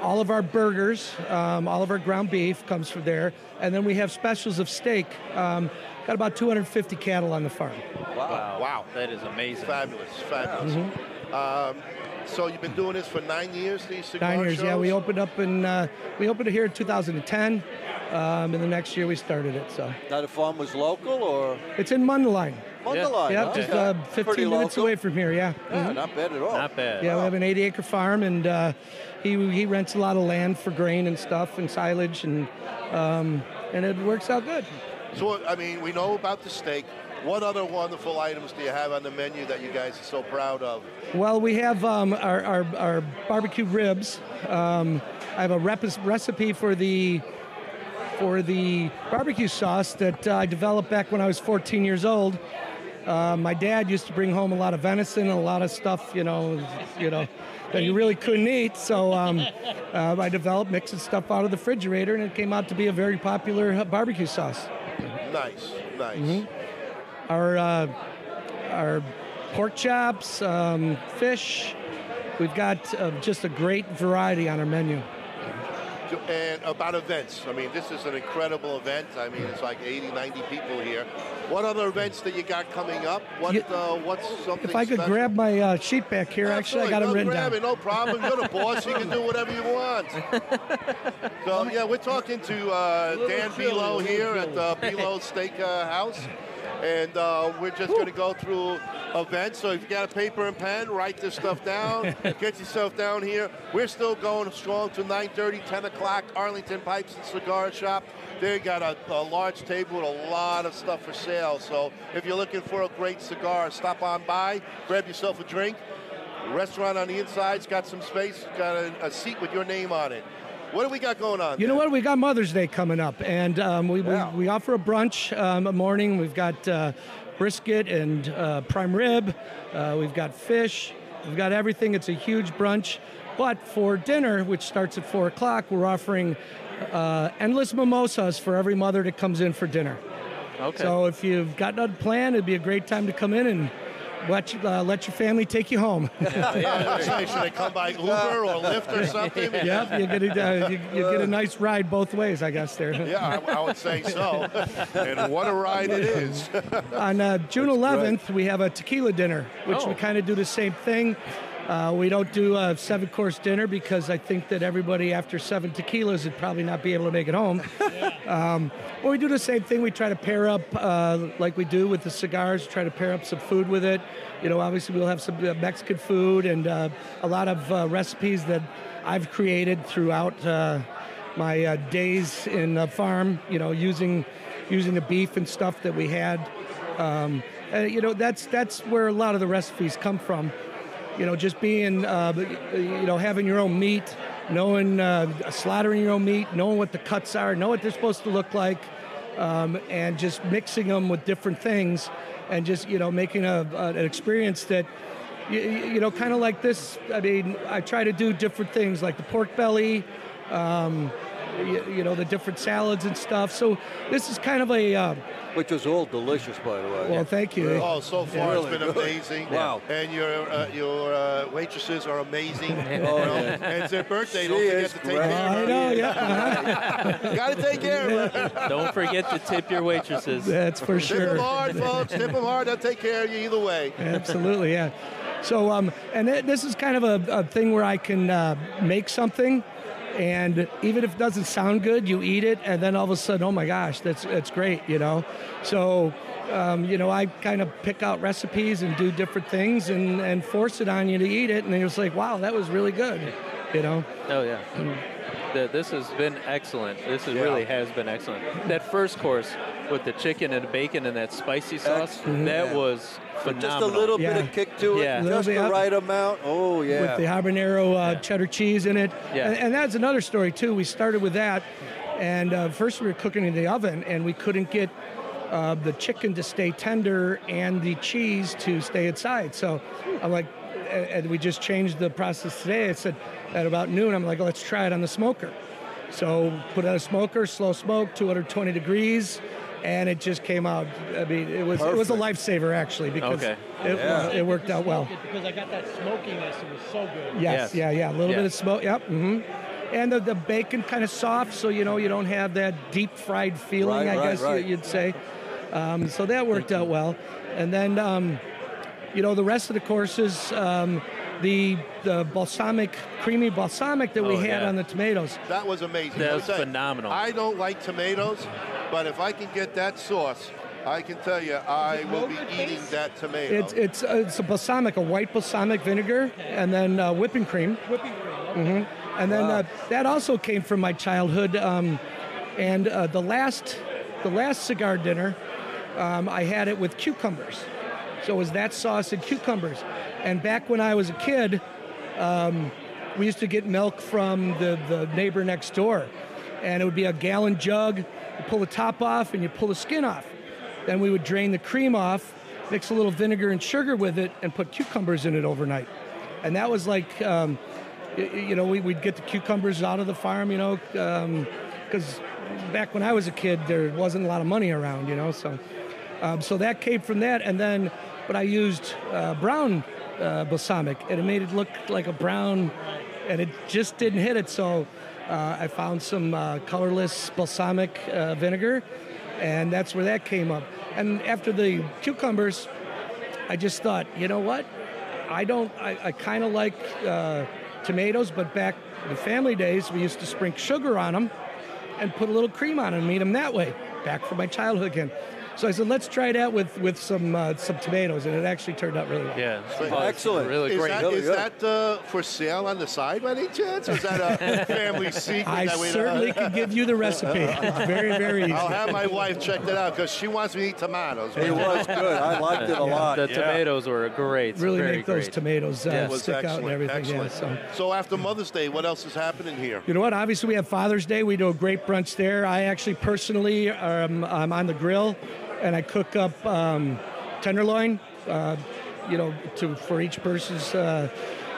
J: all of our burgers, um, all of our ground beef comes from there, and then we have specials of steak. Um, got about 250 cattle on the farm.
B: wow.
D: Wow.
B: that is amazing.
D: Fabulous, fabulous. Um, so you've been doing this for nine years, these cigar
J: mm-hmm. Nine years, yeah.
D: shows?
J: We opened up in uh, we opened it here in 2010, um, and the next year we started it. So
E: Now the farm was local or
J: it's in Mundelein.
E: Mundelein?
J: Yeah,
E: huh?
J: just
E: Yeah.
J: uh,
E: Pretty
J: 15 minutes
E: local.
J: away from here. Yeah.
E: Yeah,
J: Mhm.
E: not bad at all.
B: Not bad.
J: Yeah, we have an 80 acre farm, and uh, he, he rents a lot of land for grain and stuff and silage, and um, and it works out good.
D: So, I mean, we know about the steak. What other wonderful items do you have on the menu that you guys are so proud of?
J: Well, we have um, our, our, our barbecue ribs. Um, I have a rep- recipe for the for the barbecue sauce that uh, I developed back when I was 14 years old. Uh, my dad used to bring home a lot of venison and a lot of stuff, you know, you know, that you really couldn't eat. So um, uh, I developed mixing stuff out of the refrigerator, and it came out to be a very popular uh, barbecue sauce
D: Nice, nice.
J: Mm-hmm. our uh, our pork chops, um, fish. We've got uh, just a great variety on our menu.
D: So- And about events. I mean, this is an incredible event. I mean, it's like 80, 90 people here. What other events that you got coming up? What,
J: You-
D: uh, what's something
J: If I could
D: special?
J: grab my uh, sheet back here, actually, I got
D: Absolutely.
J: it
D: Go grab
J: written down.
D: It, no problem. You're the boss. You can do whatever you want. So yeah, we're talking to uh, Dan Below here at the Below Steak uh, House, and uh, we're just going to go through events. So if you got a paper and pen, write this stuff down. get yourself down here. We're still going strong to 9:30, 10 o'clock. Arlington Pipes and Cigar Shop. They got a, a large table with a lot of stuff for sale. So if you're looking for a great cigar, stop on by, grab yourself a drink. Restaurant on the inside's got some space, got a, a seat with your name on it. What do we got going on?
J: You know
D: there?
J: what? We got Mother's Day coming up, and um, we,
E: Yeah.
J: we we offer a brunch um, a morning. We've got uh, brisket and uh, prime rib. Uh, we've got fish. We've got everything. It's a huge brunch. But for dinner, which starts at four o'clock, we're offering uh, endless mimosas for every mother that comes in for dinner.
B: Okay.
J: So if you've got a plan, it'd be a great time to come in and Let, you, uh, let your family take you home.
D: Should I come by Uber or Lyft or something?
J: yep, you get a, uh, you, you get a nice ride both ways, I guess. There.
D: Yeah, I, I would say so. and what a ride it is.
J: On uh, June 11th, we have a tequila dinner, which
B: Oh.
J: we kind of do the same thing. Uh, we don't do a seven course dinner because I think that everybody after seven tequilas would probably not be able to make it home. um, but we do the same thing. We try to pair up, uh, like we do with the cigars, try to pair up some food with it. You know, obviously, we'll have some uh, Mexican food and uh, a lot of uh, recipes that I've created throughout. Uh, my uh, days in the farm, you know, using using the beef and stuff that we had. Um, and, you know, that's that's where a lot of the recipes come from. You know, just being, uh, you know, having your own meat, knowing uh, slaughtering your own meat, knowing what the cuts are, know what they're supposed to look like, um, and just mixing them with different things, and just you know making a, a an experience that you, you know, kind of like this. I mean, I try to do different things like the pork belly, um, you, you know, the different salads and stuff. So this is kind of a uh,
E: Which was all delicious, by the way.
J: well, thank you.
D: Oh, so far
E: Really
D: it's been
E: good.
D: amazing.
E: Wow.
D: And your uh, your uh, waitresses are amazing. you
E: Oh,
D: know.
E: yeah.
D: And it's their birthday.
E: She
D: Don't forget
E: is
D: to take
E: great.
J: I
D: care
J: know, yeah, uh-huh.
D: of her. Gotta take care of her.
B: Don't forget to tip your waitresses.
J: that's for
D: Tip them
J: sure.
D: hard, folks. Tip them hard. They'll take care of you either way.
J: Absolutely, yeah. So, um, and th- this is kind of a, a thing where I can uh, make something, and even if it doesn't sound good, you eat it, and then all of a sudden, oh my gosh, that's that's great, you know. So, um, you know, I kind of pick out recipes and do different things, and and force it on you to eat it, and then you're just like, wow, that was really good, you know.
B: Oh yeah. Th- This has been excellent. This is really has been excellent. That first course with the chicken and the bacon and that spicy sauce,
E: Excellent.
B: that
E: mm-hmm. Yeah.
B: was
E: But
B: phenomenal.
E: just a little
J: Yeah.
E: bit of kick to it,
B: Yeah.
E: just
J: Little bit
E: the
J: up.
E: right amount. Oh yeah.
J: with the habanero uh, cheddar cheese in it.
B: Yeah.
J: And, and that's another story too. We started with that, and uh, first we were cooking in the oven, and we couldn't get uh, the chicken to stay tender and the cheese to stay inside. So I'm like, and and we just changed the process today. I said at about noon, I'm like, let's try it on the smoker. So put on a smoker, slow smoke, 220 degrees. And it just came out. I mean, it was it was a lifesaver actually because
B: Okay.
J: it,
E: Yeah.
J: Uh, it worked out well.
H: Because I got that smokiness. It was so good.
B: Yes.
J: Yes, yeah, yeah. A little bit of
B: Yes.
J: smoke. Yep. hmm And the, the bacon kind of soft, so you know you don't have that deep fried feeling.
E: Right,
J: I
E: right,
J: guess you-
E: right.
J: you'd say. Um, so that worked out well. And then um, you know the rest of the courses, um, the the balsamic, creamy balsamic that we
B: Oh,
J: had
B: yeah.
J: on the tomatoes.
D: That was amazing.
B: That
D: I'll
B: was
D: tell you,
B: phenomenal.
D: I don't like tomatoes, but if I can get that sauce, I can tell you I will be eating that tomato.
J: It's it's uh, it's a balsamic, a white balsamic vinegar, and then uh, whipping cream. Whipping cream. hmm And then uh, that also came from my childhood. Um, and uh, the last the last cigar dinner, um, I had it with cucumbers. So it was that sauce and cucumbers. And back when I was a kid, we used to get milk from the, the neighbor next door. And it would be a gallon jug. You pull the top off and you pull the skin off. Then we would drain the cream off, mix a little vinegar and sugar with it, and put cucumbers in it overnight. And that was like, um, y- y- you know, we, we'd get the cucumbers out of the farm, you know, because back when I was a kid, there wasn't a lot of money around, you know, so. Um, so that came from that, and then, but I used uh, brown uh, balsamic, and it made it look like a brown, and it just didn't hit it. So uh, I found some uh, colorless balsamic uh, vinegar, and that's where that came up. And after the cucumbers, I just thought, you know what? I don't. I, I kind of like uh, tomatoes, but back in the family days, we used to sprinkle sugar on them and put a little cream on it and eat them that way. Back from my childhood again. So I said, let's try that with with some uh, some tomatoes, and it actually turned out really well.
B: yeah.
D: Great.
B: Oh, it's
E: Excellent.
B: Really
D: Is
B: great.
D: that,
E: Really
D: is
E: good.
D: that uh, for sale on the side by any chance? Or is that a family secret?
J: I
D: that Oh, we don't-
J: certainly can give you the recipe. It's very very easy.
D: I'll have my wife check that out because she wants me to eat tomatoes.
E: it was good. I liked it a lot.
B: the tomatoes were great.
J: Really
B: very
J: make those
B: great.
J: tomatoes uh,
B: Yeah.
D: It was
J: stick out and
D: excellent,
J: everything. Yeah,
D: excellent.
J: so.
D: So after Mother's Day, what else is happening here?
J: You know what? Obviously, we have Father's Day. We do a great brunch there. I actually personally um, I'm on the grill, and I cook up um, tenderloin. Uh, you know, to for each person's uh,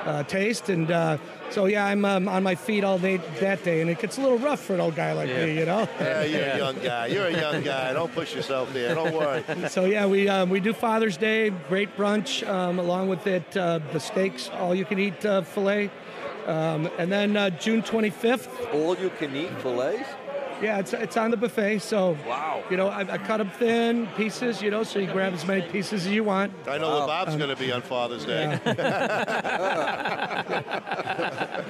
J: uh, taste. And uh, so, yeah, I'm um, on my feet all day that day, and it gets a little rough for an old guy like me, you know.
D: Yeah, you're a young guy. You're a young guy. Don't push yourself there. Don't worry.
J: so yeah, we um, we do Father's Day, great brunch, um, along with it uh, the steaks, all you can eat uh, fillet, um, and then uh, June 25th.
E: All you can eat fillets?
J: Yeah, it's it's on the buffet. So
E: Wow.
J: you know, I, I cut them thin pieces, you know, so you grab as many pieces as you want.
D: I know where Bob's going to be on Father's Day.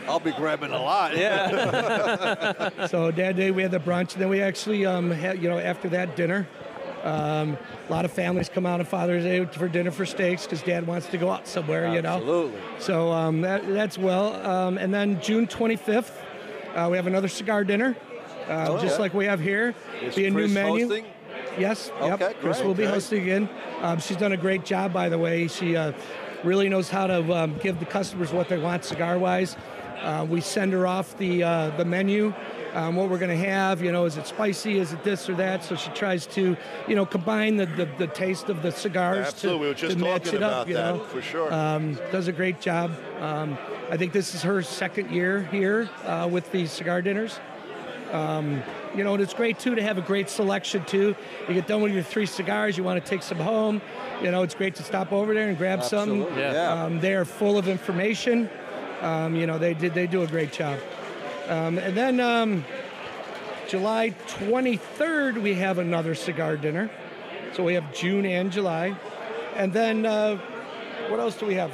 E: I'll be grabbing a lot.
B: Yeah.
J: So that day we had the brunch, and then we actually, um, had, you know, after that dinner, um, a lot of families come out on Father's Day for dinner for steaks because Dad wants to go out somewhere, you know.
E: Absolutely.
J: So um, that, that's well. Um, and then June 25th, uh, we have another cigar dinner, uh,
E: Oh,
J: just
E: yeah.
J: like we have here.
E: Is
J: be a
E: Chris
J: new menu.
E: hosting?
J: Yes. yep.
E: Okay,
J: Chris
E: great,
J: will be
E: great.
J: hosting again. Um, she's done a great job, by the way. She uh, really knows how to um, give the customers what they want cigar-wise. Uh, we send her off the uh, the menu, um, what we're going to have. You know, is it spicy? Is it this or that? So she tries to, you know, combine the, the, the taste of the cigars. to-
D: Absolutely. We were
J: to
D: just
J: match
D: talking
J: it up,
D: about
J: you
D: that,
J: know?
D: for sure.
J: Um, does a great job. Um, I think this is her second year here uh, with the cigar dinners. Um, you know, and it's great too to have a great selection too. You get done with your three cigars, you want to take some home. You know, it's great to stop over there and grab some.
E: Absolutely, Yeah. yeah.
J: Um, they are full of information. Um, you know, they did they do a great job. Um, and then um, July 23rd, we have another cigar dinner. So we have June and July. And then uh, what else do we have?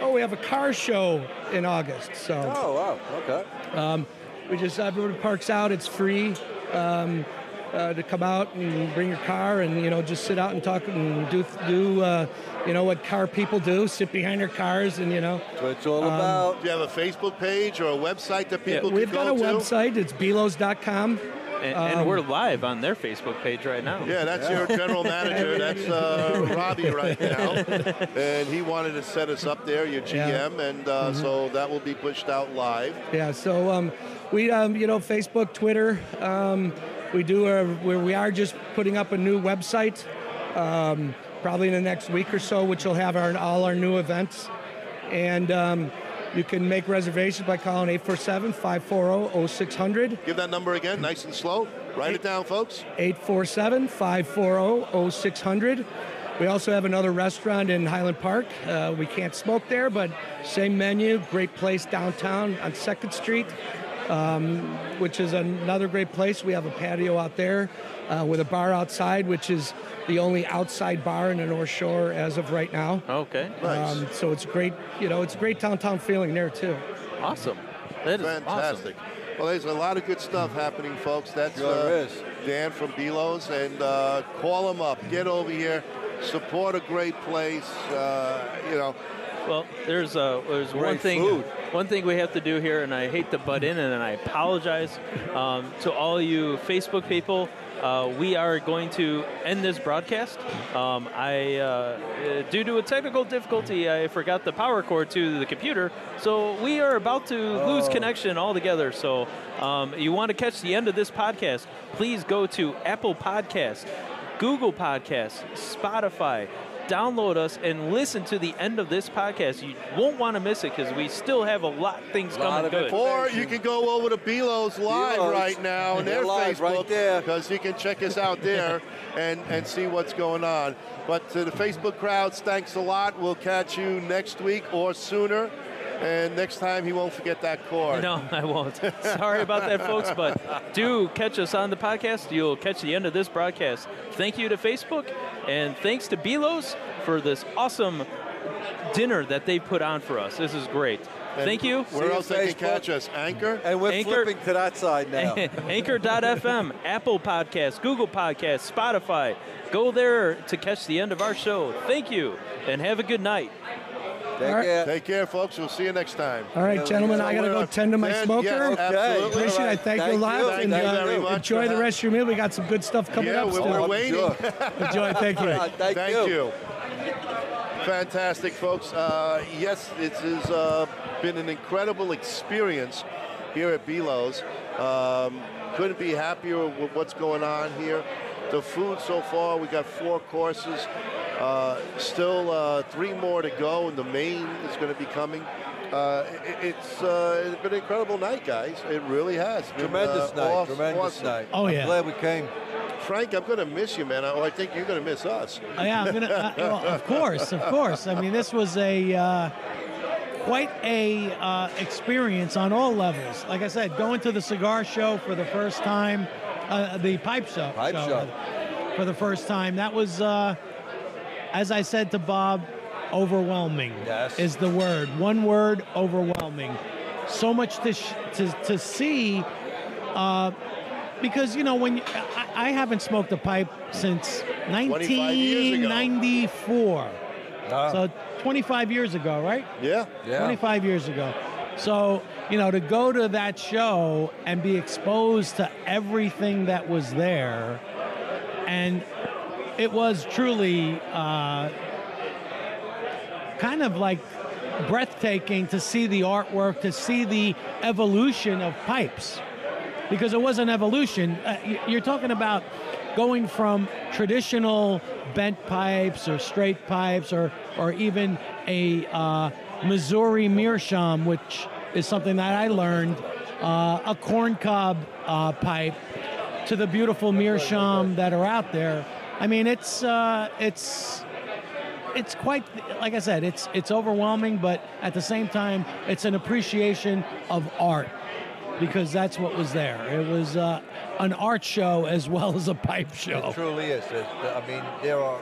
J: Oh, we have a car show in August. So
E: Oh, wow. Okay.
J: we just uh, everyone parks out. It's free um, uh, to come out and bring your car and you know just sit out and talk and do do uh, you know what car people do, sit behind their cars and you know.
E: That's what it's all
J: Um,
E: about.
D: Do you have a Facebook page or a website that people
J: We've
D: can
J: got
D: go
J: a
D: to?
J: website. It's belos.com.
B: And,
J: um,
B: and we're live on their Facebook page right now.
D: Yeah, that's your general manager. That's uh, Robbie right now, and he wanted to set us up there, your
J: Yeah. Mm-hmm.
D: GM, and uh, so that will be pushed out live.
J: Yeah. So um, we um, you know Facebook, Twitter. Um, we do a, where we are just putting up a new website. Um, probably in the next week or so, which will have our all our new events. And um, you can make reservations by calling oh, 847-540-0600,
D: Give that number again, nice and slow. Write it down, folks.
J: oh, 847-540-0600. We also have another restaurant in Highland Park. Uh, we can't smoke there, but same menu, great place downtown on 2nd Street, um, which is another great place. We have a patio out there uh, with a bar outside, which is the only outside bar in the North Shore as of right now.
B: Okay.
D: Nice,
J: Um, so it's great, you know, it's a great downtown feeling there too.
B: Awesome. That is
D: fantastic. Well, there's a lot of good stuff happening, folks. That's
E: Sure
D: uh,
E: is.
D: Dan from Belos, and uh, call him up. Get over here. Support a great place. Uh, you know,
B: awesome. Well, there's uh, there's one
E: Great
B: thing
E: food.
B: one thing we have to do here, and I hate to butt in, and I apologize um, to all you Facebook people. Uh, we are going to end this broadcast. Um, I, uh, uh, due to a technical difficulty, I forgot the power cord to the computer, so we are about to lose
E: Oh.
B: connection altogether. So, um, you want to catch the end of this podcast? Please go to Apple Podcast. Google Podcasts, Spotify. Download us and listen to the end of this podcast. You won't want to miss it because we still have a lot of things
E: Lot
B: coming
E: of it.
B: good.
D: Or you can go over to Belos Live
E: Belos.
D: right now on
E: They're
D: their
E: live right
D: Facebook
E: there.
D: because you can check us out there and, and see what's going on. But to the Facebook crowds, thanks a lot. We'll catch you next week or sooner. And next time, he won't forget that chord.
B: No, I won't. Sorry about that, folks, but do catch us on the podcast. You'll catch the end of this broadcast. Thank you to Facebook and thanks to Belos for this awesome dinner that they put on for us. This is great.
D: And
B: Thank you.
D: Where
E: See
D: else
E: you,
D: they
E: Facebook.
D: can catch us? Anchor?
E: And we're
B: Anchor-
E: flipping to that side now.
B: Anchor.fm, Apple Podcasts, Google Podcasts, Spotify. Go there to catch the end of our show. Thank you, and have a good night.
E: Take care.
D: Take care, folks. We'll see you next time.
J: All right, gentlemen, I got to go tend to my
D: Dan,
J: smoker.
D: Yes,
E: Okay.
D: absolutely.
J: Appreciate it. I thank you a lot.
E: Thank you.
J: and
E: Thank you
J: uh,
E: very
D: much
J: enjoy
D: for
J: the
D: that.
J: rest of your meal. We got some good stuff coming
D: Yeah,
J: up
D: we're,
J: still.
D: we're
E: I'm
D: waiting.
E: sure.
J: Enjoy. Thank you.
E: Uh, Thank, you.
D: Fantastic, folks. Uh, yes, it has uh, been an incredible experience here at Belos. Um, couldn't be happier with what's going on here. The food so far, we got four courses. Uh, still uh, three more to go, and the main is going to be coming. Uh, it- it's, uh, it's been an incredible night, guys. It really has. Been,
E: Tremendous
D: uh,
E: night,
D: aw-
E: tremendous
D: awesome.
E: night.
F: Oh,
E: I'm
F: yeah.
E: glad we came.
D: Frank, I'm going to miss you, man. I, oh, I think you're going to miss us.
F: Oh, yeah, I'm gonna. Uh, well, of course, of course. I mean, this was a uh, quite a uh, experience on all levels. Like I said, going to the cigar show for the first time, uh, the pipe show,
E: Pipe show.
F: for the first time. That was, uh, as I said to Bob, overwhelming.
E: Yes.
F: is the word. One word: overwhelming. So much to sh- to to see because you know when I, I haven't smoked a pipe since
D: 25 years ago.
F: 1994 so 25 years ago right
D: Yeah.
E: yeah.
F: 25 years ago so you know to go to that show and be exposed to everything that was there and it was truly uh, kind of like breathtaking to see the artwork to see the evolution of pipes because it was an evolution. Uh, y- you're talking about going from traditional bent pipes or straight pipes or or even a uh, Missouri meerschaum, which is something that I learned, uh, a corn cob uh, pipe, to the beautiful meerschaum that are out there. I mean, it's uh, it's it's quite like I said, it's it's overwhelming, but at the same time, it's an appreciation of art because that's what was there. It was uh, an art show as well as a pipe
E: It
F: show.
E: truly is. There's- I mean, there are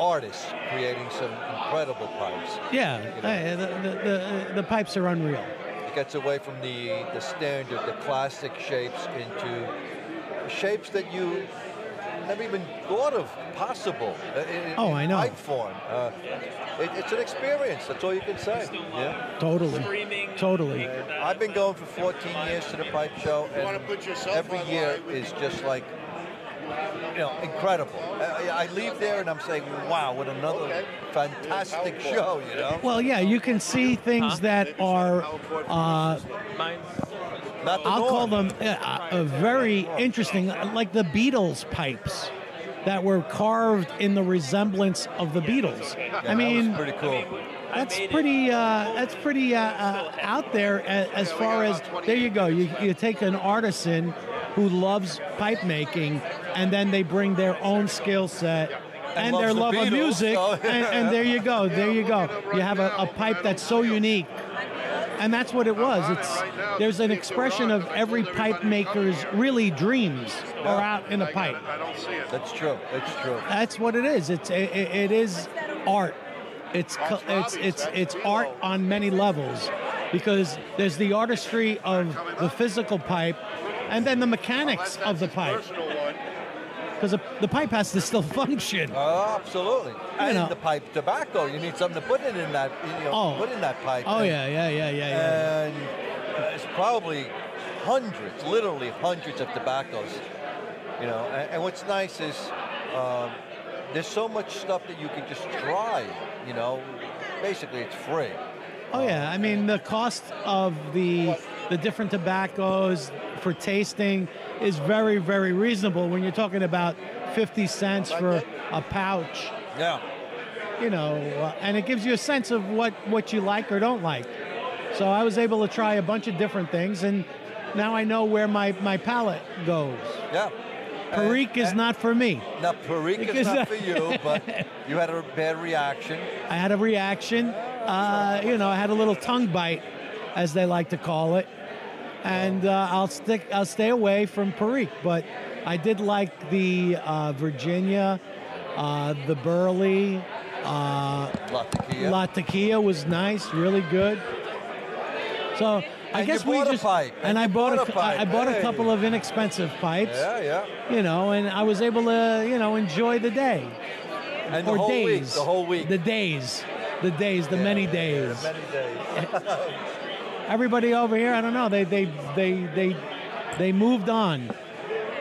E: artists creating some incredible pipes.
F: Yeah,
E: You know.
F: I- the, the, the, the pipes are unreal.
E: It gets away from the, the standard, the classic shapes into shapes that you never even thought of possible. uh, in- in-
F: Oh, I know.
E: Pipe form. Uh, it, it's an experience. That's all you can say. Yeah.
F: Totally, totally.
E: I've been going for 14 years to the pipe show,
D: wanna
E: and
D: put yourself
E: every
D: on the
E: year
D: line with
E: is just like. You know, incredible. I, I leave there and I'm saying, wow, what another
D: Okay.
E: fantastic
D: Powerful.
E: show, you know?
F: Well, yeah, you can see things that are, uh,
B: Mine's
E: Not the
F: I'll call
E: norm.
F: them uh, uh, very interesting, like the Beatles pipes that were carved in the resemblance of the Beatles.
E: Yeah,
F: I mean,
E: that was pretty cool.
F: That's pretty. Uh, that's pretty uh, uh, out there as, as far as there you go. You, you take an artisan who loves pipe making, and then they bring their own skill set and,
E: loves
F: their
E: the
F: love
E: Beatles,
F: of music,
E: so-
F: and, and there you go. There you go. You have a, a pipe that's so unique, and that's what it was. It's there's an expression of every pipe maker's really dreams are out in a pipe.
E: That's true. That's true.
F: That's what it is. It's it, it it is art. It's co- it's it's it's art on many levels because there's the artistry of the physical pipe and then the mechanics of the Uh, pipe because the, the pipe has to still function.
E: Oh, absolutely. and
F: know.
E: the pipe tobacco. You need something to put it in that. You know,
F: Oh.
E: put in that pipe.
F: Oh
E: and,
F: yeah, yeah, yeah, yeah, yeah.
E: And uh, it's probably hundreds, literally hundreds of tobaccos. You know, and, and what's nice is um, there's so much stuff that you can just try. You know, basically it's free. Uh,
F: Oh yeah, I mean the cost of the the different tobaccos for tasting is very very reasonable when you're talking about 50 cents for a pouch.
E: Yeah.
F: you know, uh, and it gives you a sense of what what you like or don't like. So I was able to try a bunch of different things, and now I know where my my palate goes.
E: Yeah.
F: Perique is not for me.
E: Now, Perique
F: Because
E: is not
F: I-
E: for you, but you had a bad reaction.
F: I had a reaction. Uh, you know, I had a little tongue bite, as they like to call it, and uh, I'll stick. I'll stay away from Perique, but I did like the uh, Virginia, uh, the Burley. Uh,
E: La tequila.
F: La Tequila was nice, really good. So I
E: And
F: guess
E: you
F: we
E: bought a
F: just
E: pipe.
F: and,
E: And
F: I
E: you
F: bought,
E: bought
F: a,
E: a pipe.
F: I- I bought
E: Hey.
F: a couple of inexpensive pipes,
E: yeah, yeah.
F: you know, and I was able to you know enjoy the day
E: And
F: or
E: the whole
F: days,
E: week. The whole week.
F: the days, the days, the many days.
E: Many days.
F: Everybody over here, I don't know, they they they they they moved on.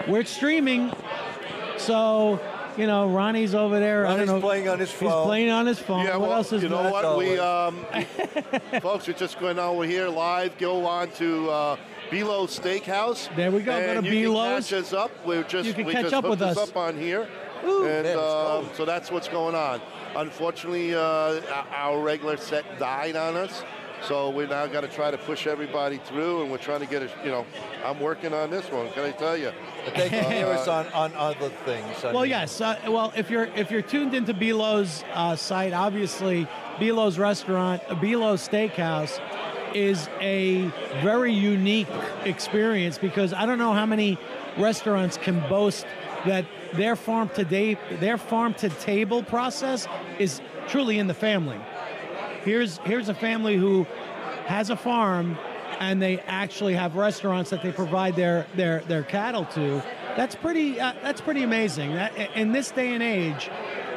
F: We're streaming, so. You know, Ronnie's over there. I
E: Ronnie's
F: don't know.
E: playing on his
F: He's
E: phone.
F: playing on his phone.
D: Yeah,
F: what
D: well,
F: else is
D: you know
F: there?
D: what? We, um, folks, we're just going on. We're here live. Go on to uh, Belo's Steakhouse.
F: There we go. Go
D: And
F: to
D: you
F: Belo's.
D: Can catch us up. We're just
F: You can
D: we
F: catch
D: just
F: up with
D: hooked us
F: us.
D: up on here.
E: Man,
D: and
E: it's
D: um,
E: cold.
D: so that's what's going on. Unfortunately, uh, our regular set died on us. So we now got to try to push everybody through, and we're trying to get it. You know, I'm working on this one. Can I tell you?
E: But they can hear us on, on other things. I
F: Well,
E: mean,
F: yes. Uh, well, if you're if you're tuned into Belo's uh, site, obviously Belo's restaurant, uh, Belo's Steakhouse, is a very unique experience because I don't know how many restaurants can boast that their farm to day, their farm to table process is truly in the family. Here's here's a family who has a farm and they actually have restaurants that they provide their their their cattle to. That's pretty uh, that's pretty amazing. That in this day and age,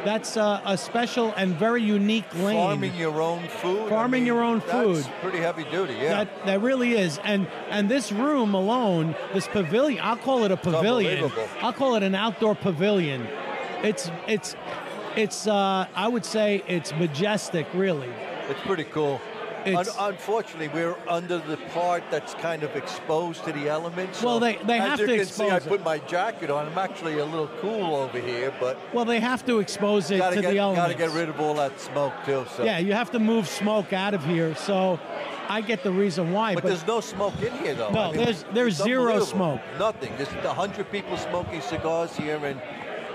F: that's uh, a special and very unique lane.
E: Farming your own food. I
F: Farming
E: mean,
F: your own
E: that's
F: food.
E: Pretty heavy duty, yeah.
F: That that really is, and and this room alone, this pavilion, I'll call it a pavilion.
E: unbelievable.
F: I'll call it an outdoor pavilion. It's it's it's uh, I would say it's majestic, really.
E: It's pretty cool.
F: It's-
E: Un- unfortunately, we're under the part that's kind of exposed to the elements.
F: Well,
E: so
F: they- they
E: as
F: have
E: you
F: to
E: can see, I
F: expose it.
E: put my jacket on. I'm actually a little cool over here, but
F: Well, they have to expose it
E: gotta
F: to
E: get
F: the elements.
E: gotta get rid of all that smoke too. So.
F: Yeah, you have to move smoke out of here. So I get the reason why.
E: But,
F: But,
E: there's no smoke in here, though.
F: No, there's- there's
E: it's
F: zero
E: unbelievable.
F: smoke.
E: Nothing. There's a hundred people smoking cigars here, and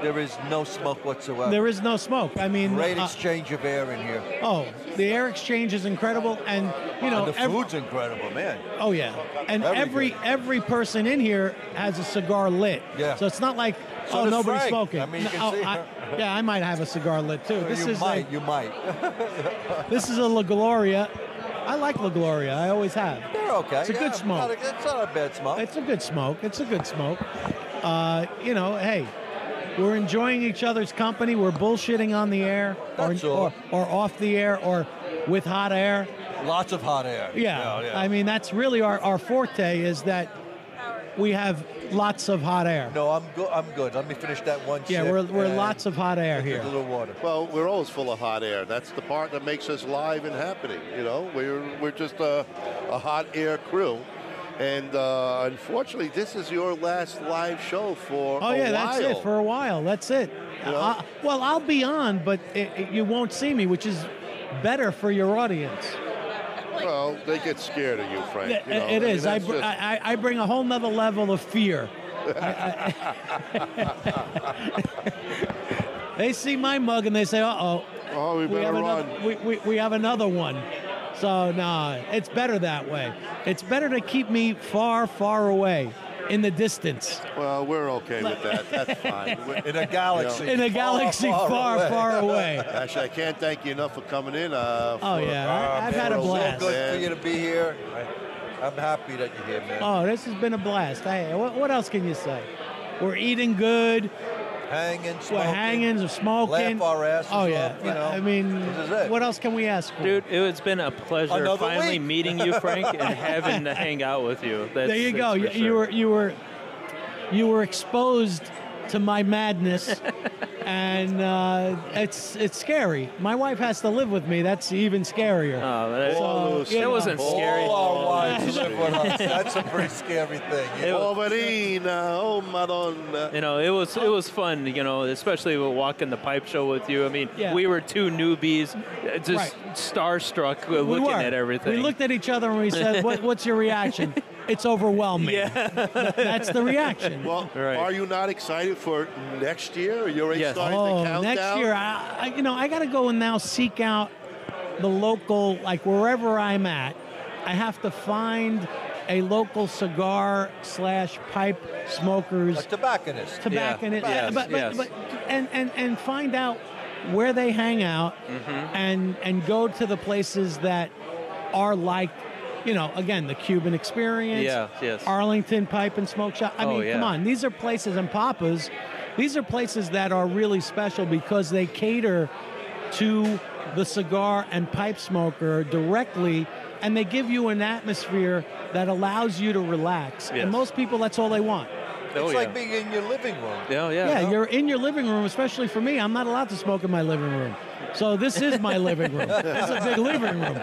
E: there is no smoke whatsoever.
F: there is no smoke. I mean,
E: uh, Great
F: uh,
E: exchange of air in here.
F: oh, the air exchange is incredible, and you know,
E: and the
F: ev-
E: food's incredible, man.
F: oh yeah, and
E: Very
F: every
E: good.
F: every person in here has a cigar lit.
E: Yeah.
F: So it's not like
E: So
F: oh
E: does
F: nobody's
E: Frank.
F: smoking.
E: I mean, you can
F: No,
E: see-
F: I- yeah, I might have a cigar lit too. This
E: you
F: is
E: might, you might.
F: A, this is a La Gloria. I like La Gloria. I always have.
E: They're okay.
F: It's a good
E: yeah, Not
F: smoke.
E: a, it's not a bad smoke.
F: It's a good smoke. It's a good smoke. Uh, you know, hey, we're enjoying each other's company. We're bullshitting on the air, or,
E: That's all.
F: or or off the air, or with hot air.
E: Lots of hot air.
F: Yeah, I mean that's really our our forte is that we have lots of hot air.
E: no, I'm good. I'm good. Let me finish that one.
F: yeah,
E: sip
F: we're we're
E: and
F: lots of hot air
E: drink
F: here.
E: A little water.
D: Well, we're always full of hot air. That's the part that makes us live and happening. You know, we're we're just a, a hot air crew, and uh, unfortunately, this is your last live show for
F: Oh
D: a
F: yeah,
D: while.
F: that's it for a while. That's it.
D: know?
F: I- well, I'll be on, but it, it- you won't see me, which is better for your audience.
D: well, they get scared of you, Frank.
F: It-
D: you know,
F: it
D: I mean,
F: is. I,
D: that's
F: br-
D: just-
F: I, I bring a whole nother level of fear. I- I- they see my mug and they say, "Uh oh,
D: oh, we
F: we
D: better
F: have
D: run.
F: another. We, we, we have another one." So nah, it's better that way. It's better to keep me far, far away, in the distance,
D: Well, we're okay with that. That's fine. We're-
E: In a galaxy.
F: in a
E: far,
F: galaxy
E: far,
F: far, far away.
E: away.
D: Actually, I can't thank you enough for coming in. Uh,
F: Oh,
D: for-
F: yeah, I- I've
D: man,
F: had a
D: we're all
F: blast.
E: Good
D: man.
E: for you to be here. I, I'm happy that you're here, man.
F: Oh, this has been a blast. Hey, what, what else can you say? We're eating good.
E: hanging, smoking.
F: We're hanging, we're smoking.
E: Laugh our asses
F: oh yeah.
E: off, you know.
F: I mean,
E: This is it.
F: what else can we ask for?
B: Dude, it has been a pleasure
E: Another
B: finally
E: week.
B: meeting you, Frank, and having to hang out with you. That's,
F: there you
B: that's
F: go.
B: for
F: You, you
B: sure.
F: were you were you were exposed to my madness, and uh, it's it's scary. My wife has to live with me. That's even scarier.
B: Oh, that,
F: So,
B: that
F: you know.
B: wasn't scary.
E: All our wives
F: Yeah.
E: live with us. That's a pretty scary thing. you know.
D: Poverina, oh Madonna.
B: You know, it was it was fun. You know, especially with walking the pipe show with you. I mean,
F: Yeah.
B: we were two newbies, uh, just
F: Right.
B: starstruck uh,
F: We
B: looking
F: were.
B: at everything.
F: We looked at each other and we said, what, "What's your reaction?" It's overwhelming.
B: Yeah.
F: That's the reaction.
D: Well,
B: Right.
D: are you not excited for next year? You're already
B: Yes.
D: starting
F: Oh,
D: the countdown.
F: next year, I, I, you know, I got to go and now seek out the local, like wherever I'm at. I have to find a local cigar slash pipe
E: A
F: smokers
E: tobacconist.
F: tobacconist,
B: yes,
F: but, but,
B: yes.
F: but and, and and find out where they hang out and and go to the places that are like, you know, again the Cuban experience.
B: Yeah, yes.
F: Arlington Pipe and Smoke Shop. I
B: Oh,
F: mean, come
B: yeah.
F: on, these are places and papas. These are places that are really special because they cater to the cigar and pipe smoker directly, and they give you an atmosphere that allows you to relax.
B: Yes.
F: And most people, that's all they want.
E: It's
B: Oh,
E: like
B: yeah.
E: being in your living room.
B: Yeah, yeah.
F: Yeah, you're in your living room, especially for me. I'm not allowed to smoke in my living room. So this is my living room. It's a big living room.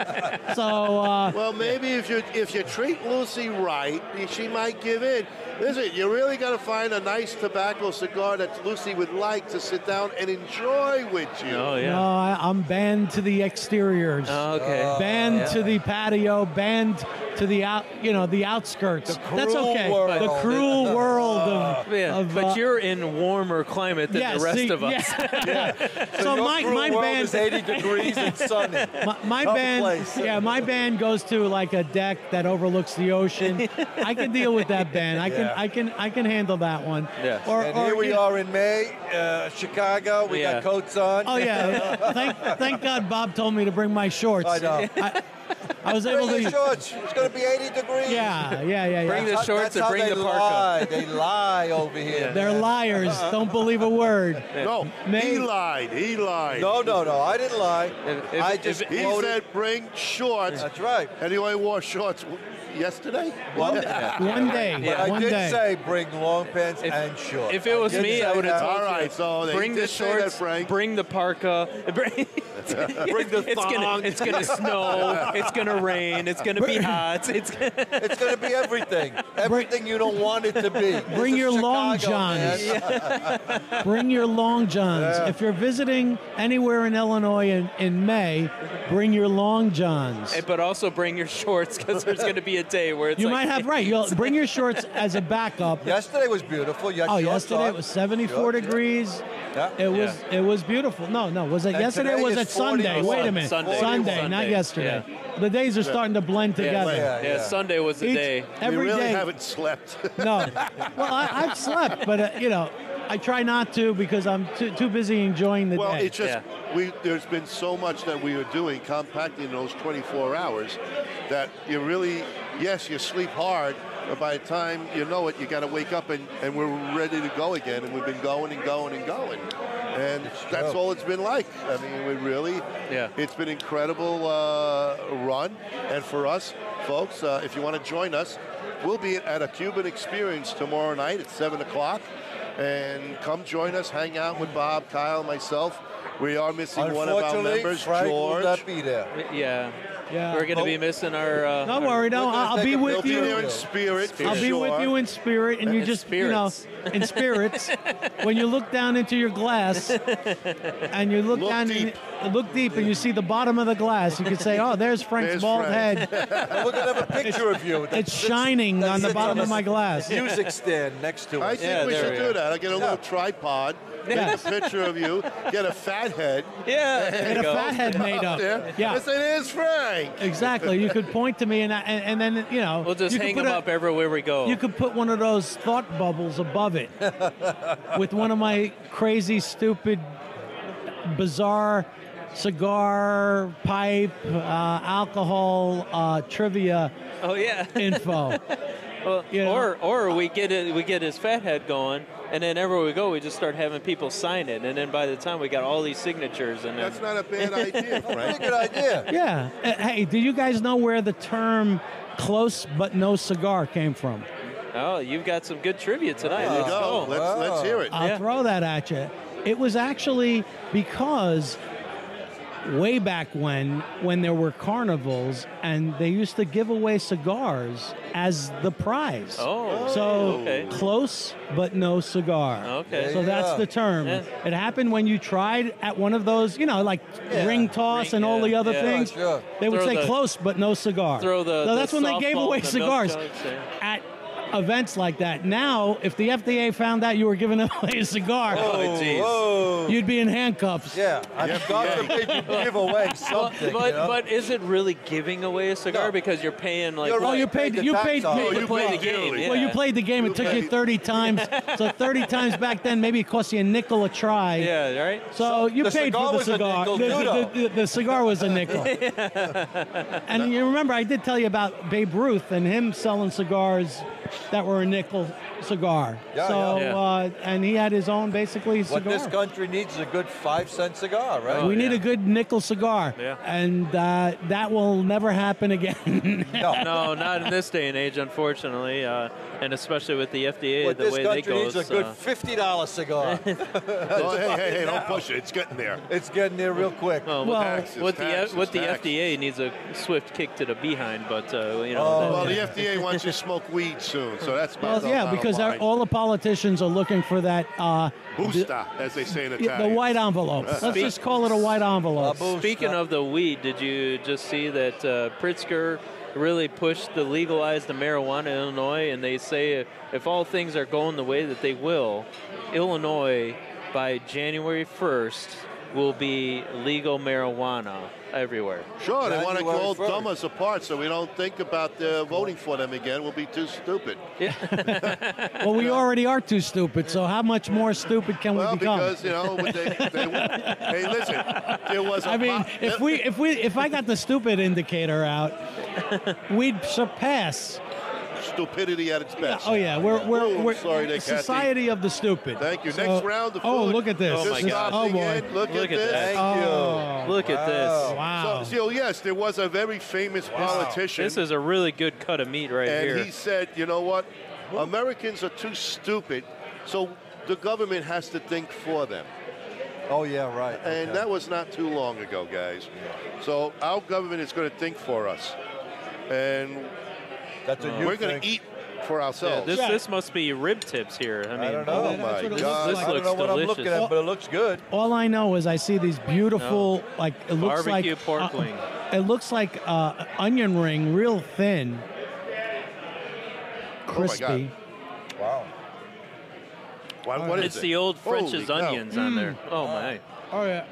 F: So uh,
D: Well, maybe if you if you treat Lucy right, she might give in. Listen, you really got to find a nice tobacco cigar that Lucy would like to sit down and enjoy with you.
B: Oh
F: no,
B: yeah.
F: I, I'm banned to the exteriors.
B: Oh, okay.
F: banned
B: yeah.
F: to the patio, banned to the out, you know, the outskirts. That's
E: cruel
F: okay.
E: world.
F: The cruel world of,
B: Yeah,
F: of,
B: but
F: uh,
B: you're in warmer climate than
F: yeah,
B: the rest
F: see,
B: of us.
F: yeah. so
E: Your
F: my
E: cruel
F: my
E: world
F: band
E: is 80 degrees and sunny.
F: my, my
E: Tough
F: band
E: place.
F: yeah my band goes to like a deck that overlooks the ocean. I can deal with that band. I can
E: Yeah.
F: I can I can handle that one.
B: Yes.
F: Or,
E: And
F: or,
E: here we
F: you know-
E: are in May, uh, Chicago. We
B: Yeah.
E: got coats on.
F: Oh yeah! thank, thank God Bob told me to bring my shorts.
E: I know.
F: I, I was able
E: Bring your
F: to.
E: shorts. It's going to be 80 degrees.
F: Yeah, yeah, yeah,
B: Bring
F: yeah.
B: the
E: That-
B: shorts
E: that's
B: and
E: how
B: bring
E: they
B: the parka.
E: lie. They lie over here.
F: They're liars.
E: Uh-huh.
F: Don't believe a word.
D: No,
F: May-
D: he lied. He lied.
E: No, no, no. I didn't lie.
B: If- if-
E: I
B: if-
E: just
D: he
E: quoted-
D: said bring shorts.
E: That's right.
D: And he only wore shorts w- yesterday.
E: Well,
F: One day.
E: but I
F: One
E: did
F: day.
E: say bring long pants
B: If-
E: and shorts.
B: if it was
E: did
B: me,
E: say
B: I would've
E: that.
B: told
D: All right, so they
B: bring
D: did
B: the
D: say
B: shorts,
D: that, Frank.
B: bring the parka, bring, bring
E: the
B: it's
E: thong.
B: Gonna, it's gonna snow. It's gonna rain. It's gonna be hot. It's gonna,
E: It's going to be everything. Everything you don't want it to be.
F: Bring
E: This is
F: your long
E: Chicago, man.
F: johns. Bring your long johns. If you're visiting anywhere in Illinois in, in May, bring your long johns.
B: but also bring your shorts because there's gonna be a day where it's
F: You
B: like,
F: might have right. You'll bring your shorts as a backup.
E: Yesterday was beautiful. You had
F: Oh,
E: shorts
F: yesterday
E: on.
F: it was
E: Sure.
F: 74 degrees.
E: Yeah.
F: It was it was beautiful. No, no, was it
E: And
F: yesterday?
E: today
F: Was
E: is
F: it Sunday?
E: 41.
F: Wait a minute,
B: Sunday.
F: not
B: Sunday,
F: yesterday. The days are starting to blend
B: yeah,
F: together.
B: yeah,
E: Yeah, yeah.
B: Sunday was the
F: Each-
B: day.
D: we
F: every
D: really
F: day-
D: haven't slept.
F: No. Well, I, I've slept, but uh, you know, I try not to because I'm too, too busy enjoying the
D: well,
F: day.
D: it's just we. There's been so much that we are doing, compacting in those 24 hours, that you really, yes, you sleep hard, but by the time you know it, you got to wake up and, and we're ready to go again, and we've been going and going and going, and that's
E: true.
D: all it's been like. I mean, we really,
B: Yeah.
D: it's been incredible uh, run, and for us, folks, uh, if you want to join us, we'll be at a Cuban Experience tomorrow night at seven o'clock. And come join us, hang out with Bob, Kyle, myself. We are missing one of our
E: Unfortunately,
D: members,
E: Frank will
D: George.
E: not be there.
B: Yeah,
F: yeah.
B: we're gonna be missing our. Uh,
F: Don't worry, no,
E: gonna
F: I'll
E: take
F: be
E: a
F: with
D: He'll be there
F: you.
D: in spirit. for
F: I'll be with
D: sure.
F: you in spirit, and you
B: In
F: just
B: spirits.
F: you know, in spirits. when you look down into your glass, and you look,
D: Look
F: down, And, look deep, and you see the bottom of the glass, you can say, "Oh, there's Frank's
D: There's
F: bald
D: Frank."
F: head.
E: And we're going to have a picture of you.
F: It's shining on the
E: sits
F: bottom
E: on
F: of
E: the-
F: my glass."
E: music stand next to
D: I
E: us.
D: think
B: Yeah,
D: we
B: there
D: should
B: we
D: do
B: are.
D: that. I get a
E: Yeah.
D: little tripod,
F: Yes.
D: get a picture of you, get a fat head
B: Yeah, there
F: And
B: you
F: a
B: go.
F: fat head made up.
D: there.
F: Yeah.
D: Yes, it is Frank.
F: Exactly. You could point to me, and I, and, and then you know.
B: We'll just
F: you could
B: hang
F: put
B: them
F: a-
B: up everywhere we go.
F: You could put one of those thought bubbles above it with one of my crazy, stupid, bizarre cigar, pipe, uh, alcohol uh, trivia
B: oh yeah.
F: info.
B: Well,
F: You know?
B: Or or we get it, we get his fat head going, and then everywhere we go, we just start having people sign it, and then by the time we got all these signatures, and then
D: That's not a bad idea,
E: Pretty
D: Frank.
E: good idea.
F: yeah. Uh, Hey, do you guys know where the term "close but no cigar" came from?
B: oh, you've got some good trivia tonight.
D: There you
B: Let's
D: go.
B: go.
D: Let's, let's hear it.
F: I'll
B: Yeah.
F: throw that at you. It was actually because way back when, when there were carnivals, and they used to give away cigars as the prize.
B: Oh,
F: so
B: okay.
F: close but no cigar.
B: Okay.
F: so that's
E: Yeah.
F: the term.
B: Yeah.
F: It happened when you tried at one of those, you know, like
E: Yeah.
F: ring toss
B: Ring,
F: and all
B: yeah,
F: the other
B: yeah.
F: things.
E: Sure.
F: They would
B: Throw
F: say
B: the-
F: close but no cigar.
B: throw the-
F: So
B: the
F: that's when they gave
B: softball
F: away
B: and the milk
F: cigars
B: jugs, yeah.
F: at events like that. Now, if the FDA found out you were giving away a cigar,
B: Oh, jeez.
E: Whoa.
F: you'd be in handcuffs.
E: Oh. Yeah, I mean, God forbid you give away something.
B: But
E: you know?
B: but is it really giving away a cigar
E: No.
B: because you're paying like
E: You're
B: what,
F: Well,
E: right.
F: you paid.
E: Paid
F: You
E: the
F: paid.
E: tax on it.
B: to
D: You
B: play
D: played
B: the game?
D: dearly.
B: yeah.
F: Well, you played the game. It
D: You
F: took you
D: paid.
F: 30 times. so 30 times back then, maybe it cost you a nickel a try.
B: Yeah, right.
F: So you
E: the
F: paid
E: cigar
F: for the
E: was a
F: cigar.
E: nickel,
F: the,
E: too,
F: the- the- the cigar was a nickel. and you remember, I did tell you about Babe Ruth and him selling cigars that were a nickel cigar.
E: Yeah,
F: so
B: yeah.
F: Uh, and he had his own basically
E: What
F: cigar.
E: this country needs is a good five cent cigar, right?
D: Oh,
B: Oh,
F: we need a good nickel cigar,
B: Yeah.
F: and uh, that will never happen again.
B: no, not in this day and age, unfortunately, uh, and especially with the FDA
E: What
B: the
E: this
B: way they
E: country
B: go.
E: needs is a
B: so-
E: good fifty dollar cigar.
D: Oh, hey, hey, hey, don't push it. It's getting there.
E: it's getting there real quick.
B: well,
F: Well,
D: Taxes,
B: what the
D: taxes,
B: what the
D: taxes.
B: FDA needs a swift kick to the behind, but uh, you know.
E: Oh,
B: that-
D: Well, the FDA wants you to smoke weed soon, so that's about
F: well,
D: the
F: yeah,
D: bottom
F: because our,
D: line.
F: all the politicians are looking for that uh,
D: booster, as they say in
F: Yeah,
D: Italian.
F: the white envelope. Let's just call it a white envelope.
E: Babu.
B: Speaking of the weed, did you just see that uh, Pritzker really pushed the legalized the marijuana in Illinois? And they say if, if all things are going the way that they will, Illinois by January 1st will be legal marijuana everywhere.
D: Sure, they want to
E: January
D: go
E: first.
D: dumb us apart so we don't think about uh, voting for them again. We'll be too stupid.
F: well, we already are too stupid, so how much more stupid can
D: Well,
F: we become?
D: because you know, they, they, hey, listen, there was. a
F: I mean,
D: po-
F: if we if we if I got the stupid indicator out, we'd surpass.
D: stupidity at its best.
F: Oh yeah, we're we're,
D: Oh, I'm
F: we're
D: sorry there, Kathy.
F: society of the stupid.
D: Thank you.
F: So-
D: Next round of
F: Oh,
D: food.
F: look at this.
B: Oh, my
F: This-
B: God.
F: Oh boy.
D: In.
B: Look
D: Look, at
B: at
D: this.
B: that.
E: Thank
F: Oh.
B: Look at this.
F: Wow.
D: So, so, yes, there was a very famous politician,
B: This is a really good cut of meat right
D: and
B: here.
D: he said, "You know what? Americans are too stupid, so the government has to think for them."
E: you. Oh yeah, right.
D: And
E: okay.
D: that was not too long ago, guys. So our government is going to think for us, and
E: that's a
D: we're
E: huge
D: going to
E: thing.
D: eat for
B: Yeah,
D: ourselves.
B: this,
F: Yeah.
B: this must be rib tips here. I mean,
E: I don't know.
D: oh my
F: That's what it
D: God.
E: I
B: this
F: looks like.
E: don't
B: looks
E: know what I'm
B: delicious.
E: looking at, but it looks good.
F: All I know is I see these beautiful, like it looks
B: Barbecue
F: like
B: pork
F: uh,
B: wing.
F: It looks like uh, onion ring, real thin,
D: Oh my God.
F: crispy.
E: Wow.
D: Why- what is
B: it's
D: it?
B: the old French's
D: Holy cow.
B: onions on there.
F: Mm.
B: Oh my!
J: Oh yeah.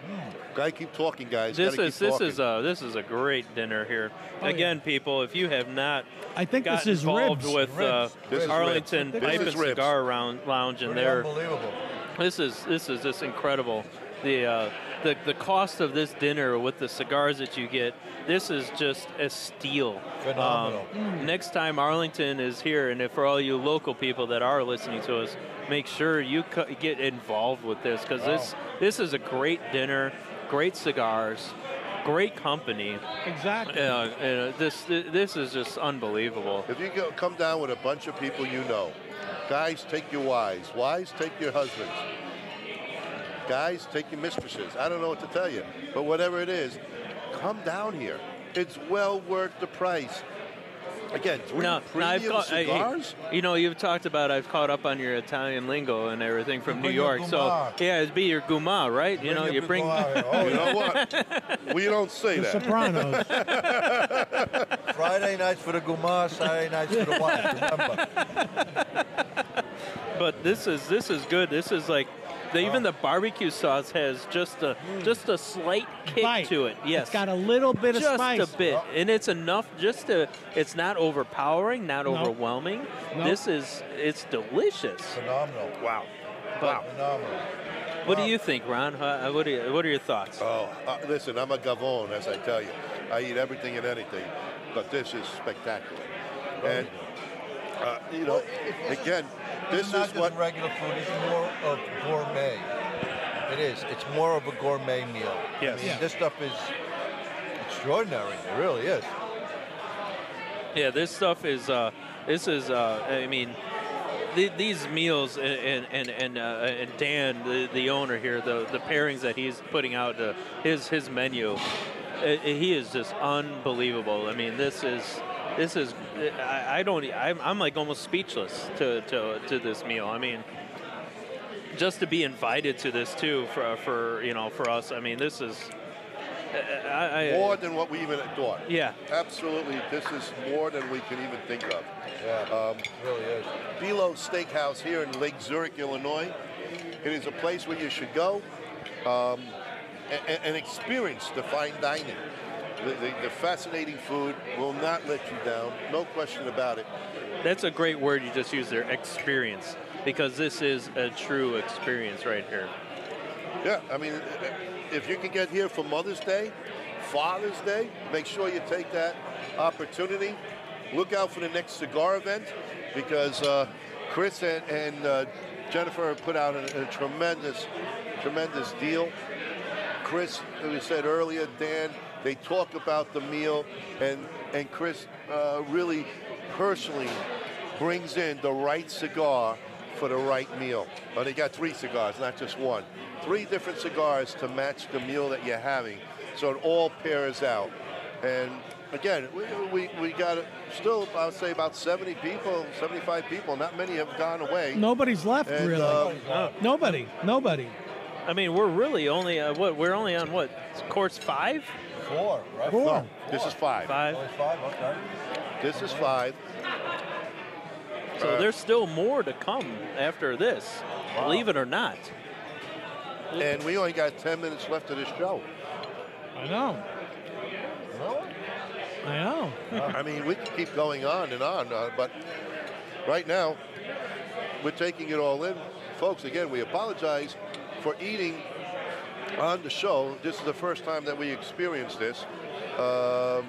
D: Gotta keep talking, guys.
B: This
D: Gotta
B: is
D: keep
B: this
D: talking.
B: is a this is a great dinner here. Again, people, if you have not
F: Oh, I think
B: got
F: this is
B: involved
F: ribs.
B: with uh,
D: This is
B: Arlington
D: ribs.
B: Pipe
D: This
B: and
D: is ribs.
B: Cigar Round, Lounge and
E: Pretty
B: there,
E: Unbelievable.
B: this is this is just incredible. The uh, the the cost of this dinner with the cigars that you get, this is just a steal.
E: Phenomenal.
B: Um, Next time Arlington is here, and if for all you local people that are listening to us, make sure you co- get involved with this because this this is a great dinner, great cigars, great company.
J: Exactly.
B: Uh, uh, this this is just unbelievable.
D: If you go, come down with a bunch of people you know, guys, take your wives. Wives, take your husbands. Guys, take your mistresses. I don't know what to tell you, but whatever it is, come down here. It's well worth the price. Again, three
B: No, no, I've
D: premium
B: caught, I-
D: cigars.
B: you know, you've talked about I've caught up on your Italian lingo and everything from New
E: Bring your
B: York. So
E: guma.
B: yeah, it'd be your guma, right? you know, you bring.
E: Oh,
D: you know what? we don't say
F: The
D: that.
F: Sopranos.
E: Friday nights for the guma, Saturday nights for the wine. Remember.
B: But this is this is good. This is like, the, even the barbecue sauce has just a just a slight kick
F: Bite.
B: to it. Yes,
F: It's got a little bit of
B: just
F: spice.
B: a bit, and it's enough just to. It's not overpowering, not
F: No.
B: overwhelming.
F: No.
B: This is it's delicious.
E: Phenomenal.
D: Wow.
B: But
D: Wow.
E: Phenomenal.
B: what do you think, Ron? Huh? What are you, what are your thoughts?
D: Oh, uh, listen, I'm a gavon, as I tell you. I eat everything and anything, but this is spectacular. And, uh, you know, again, this
E: It's not
D: is
E: just
D: what
E: regular food. It's more of gourmet. It is. It's more of a gourmet meal.
B: Yes.
E: I mean,
B: Yeah.
E: This stuff is extraordinary. It really is.
B: Yeah, this stuff is. Uh, this is. Uh, I mean, the, these meals and and and, uh, and Dan, the, the owner here, the the pairings that he's putting out, uh, his his menu, uh, he is just unbelievable. I mean, this is. This is, I, I don't, e, I'm, I'm like almost speechless to, to, to this meal. I mean, just to be invited to this too for, for you know, for us, I mean, this is, I, I, I-
D: more than what we even thought.
B: yeah,
D: Absolutely, this is more than we can even think of.
E: Yeah.
D: Um,
E: it really is.
D: Below Steakhouse here in Lake Zurich, Illinois. It is a place where you should go um, and, and experience the fine dining. The, the, the fascinating food will not let you down, no question about it.
B: That's a great word you just used there, experience, because this is a true experience right here.
D: Yeah, I mean, if you can get here for Mother's Day, Father's Day, make sure you take that opportunity. Look out for the next cigar event because uh, Chris and, and uh, Jennifer put out a, a tremendous, tremendous deal. Chris, as we said earlier, Dan, they talk about the meal, and and Chris uh, really personally brings in the right cigar for the right meal. But they got three cigars, not just one. Three different cigars to match the meal that you're having, so it all pairs out. And again, we, we, we got still, I would say, about 70 people, 75 people. Not many have gone away.
F: Nobody's left
D: And,
F: really.
D: uh,
F: nobody. Nobody.
B: I mean, we're really only uh, what we're only on what course five,
E: Four, right?
F: Four.
D: This is five.
B: five.
E: Only five, okay.
D: This is five.
B: So there's still more to come after this, believe it or not.
D: And we only got 10 minutes left of this show.
F: I know. I know.
D: I mean, we could keep going on and on, uh, but right now, we're taking it all in. Folks, again, we apologize for eating on the show. This is the first time that we experienced this. Um,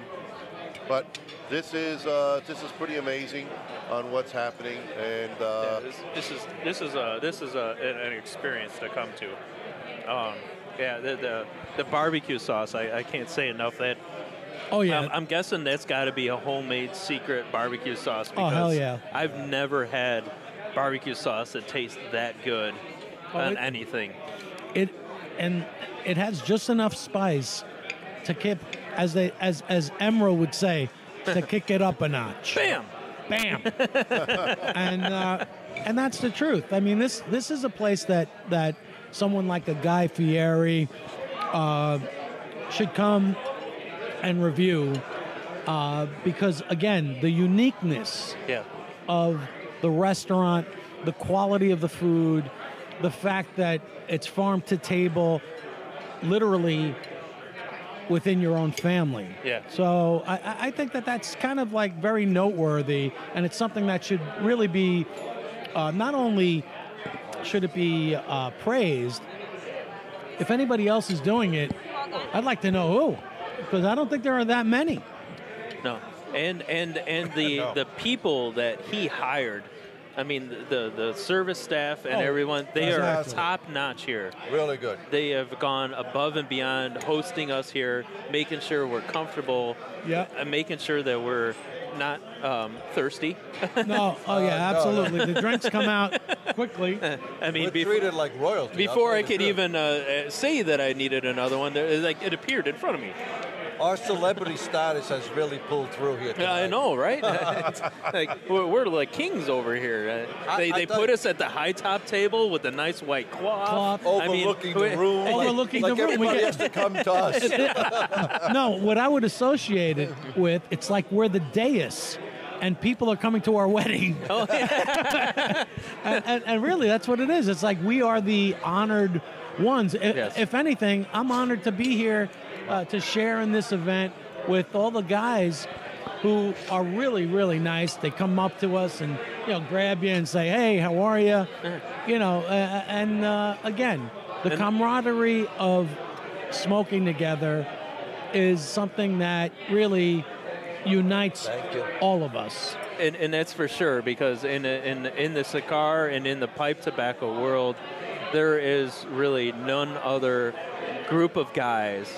D: but this is uh, this is pretty amazing on what's happening, and
K: Yeah,
D: uh,
K: this, this is this is a this is a, an- an experience to come to. Um, yeah, the, the
B: The barbecue sauce, I, I can't say enough that.
F: Oh yeah.
B: I'm, I'm guessing that's got to be a homemade secret barbecue sauce.
F: Oh,
B: Because
F: hell yeah.
B: I've never had barbecue sauce that tastes that good
F: Oh,
B: on
F: it-
B: anything.
F: it and it has just enough spice to kick as they as as Emra would say to kick it up a notch
B: Bam!
F: bam and uh, and that's the truth i mean this this is a place that that someone like a guy fieri uh, should come and review uh, because again the uniqueness
B: Yeah.
F: of the restaurant, the quality of the food, the fact that it's farm to table, literally within your own family.
B: Yeah.
F: So I- I, I think that that's kind of like very noteworthy, and it's something that should really be uh, not only should it be uh, praised. If anybody else is doing it, I'd like to know who, because I don't think there are that many.
B: No, and and and the the people that he hired, I mean the the service staff and
F: Oh,
B: everyone, they
F: exactly.
B: are top notch here.
E: Really good.
B: They have gone above and beyond hosting us here, making sure we're comfortable,
F: Yeah.
B: and making sure that we're not um, thirsty.
F: No.
E: no.
F: Oh yeah, absolutely. The drinks come out quickly.
B: I mean,
E: We're
B: bef-
E: treated like royalty.
B: before I
E: I'll tell you
B: could
E: the truth.
B: even uh, uh, say that I needed another one, there, like it appeared in front of me.
E: Our celebrity status has really pulled through here
B: Yeah,
E: tonight.
B: I know, right? It's like we're, we're like kings over here. Uh,
E: I-
B: They,
E: I
B: they
E: thought-
B: put us at the high top table with the nice white cloth.
F: Cloth.
B: I mean,
E: Overlooking
B: we-
E: the room. like-
F: Overlooking
E: like
F: the room, we
E: everybody
F: get-
E: has to come to us.
F: no, what I would associate it with, it's like we're the dais and people are coming to our wedding.
B: Oh, yeah.
F: and, and, and really, that's what it is. It's like we are the honored ones. If,
B: Yes.
F: if anything, I'm honored to be here uh, to share in this event with all the guys who are really, really nice. They come up to us and you know grab you and say, "Hey, how are you?" You know, uh, and uh, again, the
B: And-
F: camaraderie of smoking together is something that really unites
E: Thank you.
F: all of us.
B: and, and that's for sure because in the- in the- in the cigar and in the pipe tobacco world, there is really none other group of guys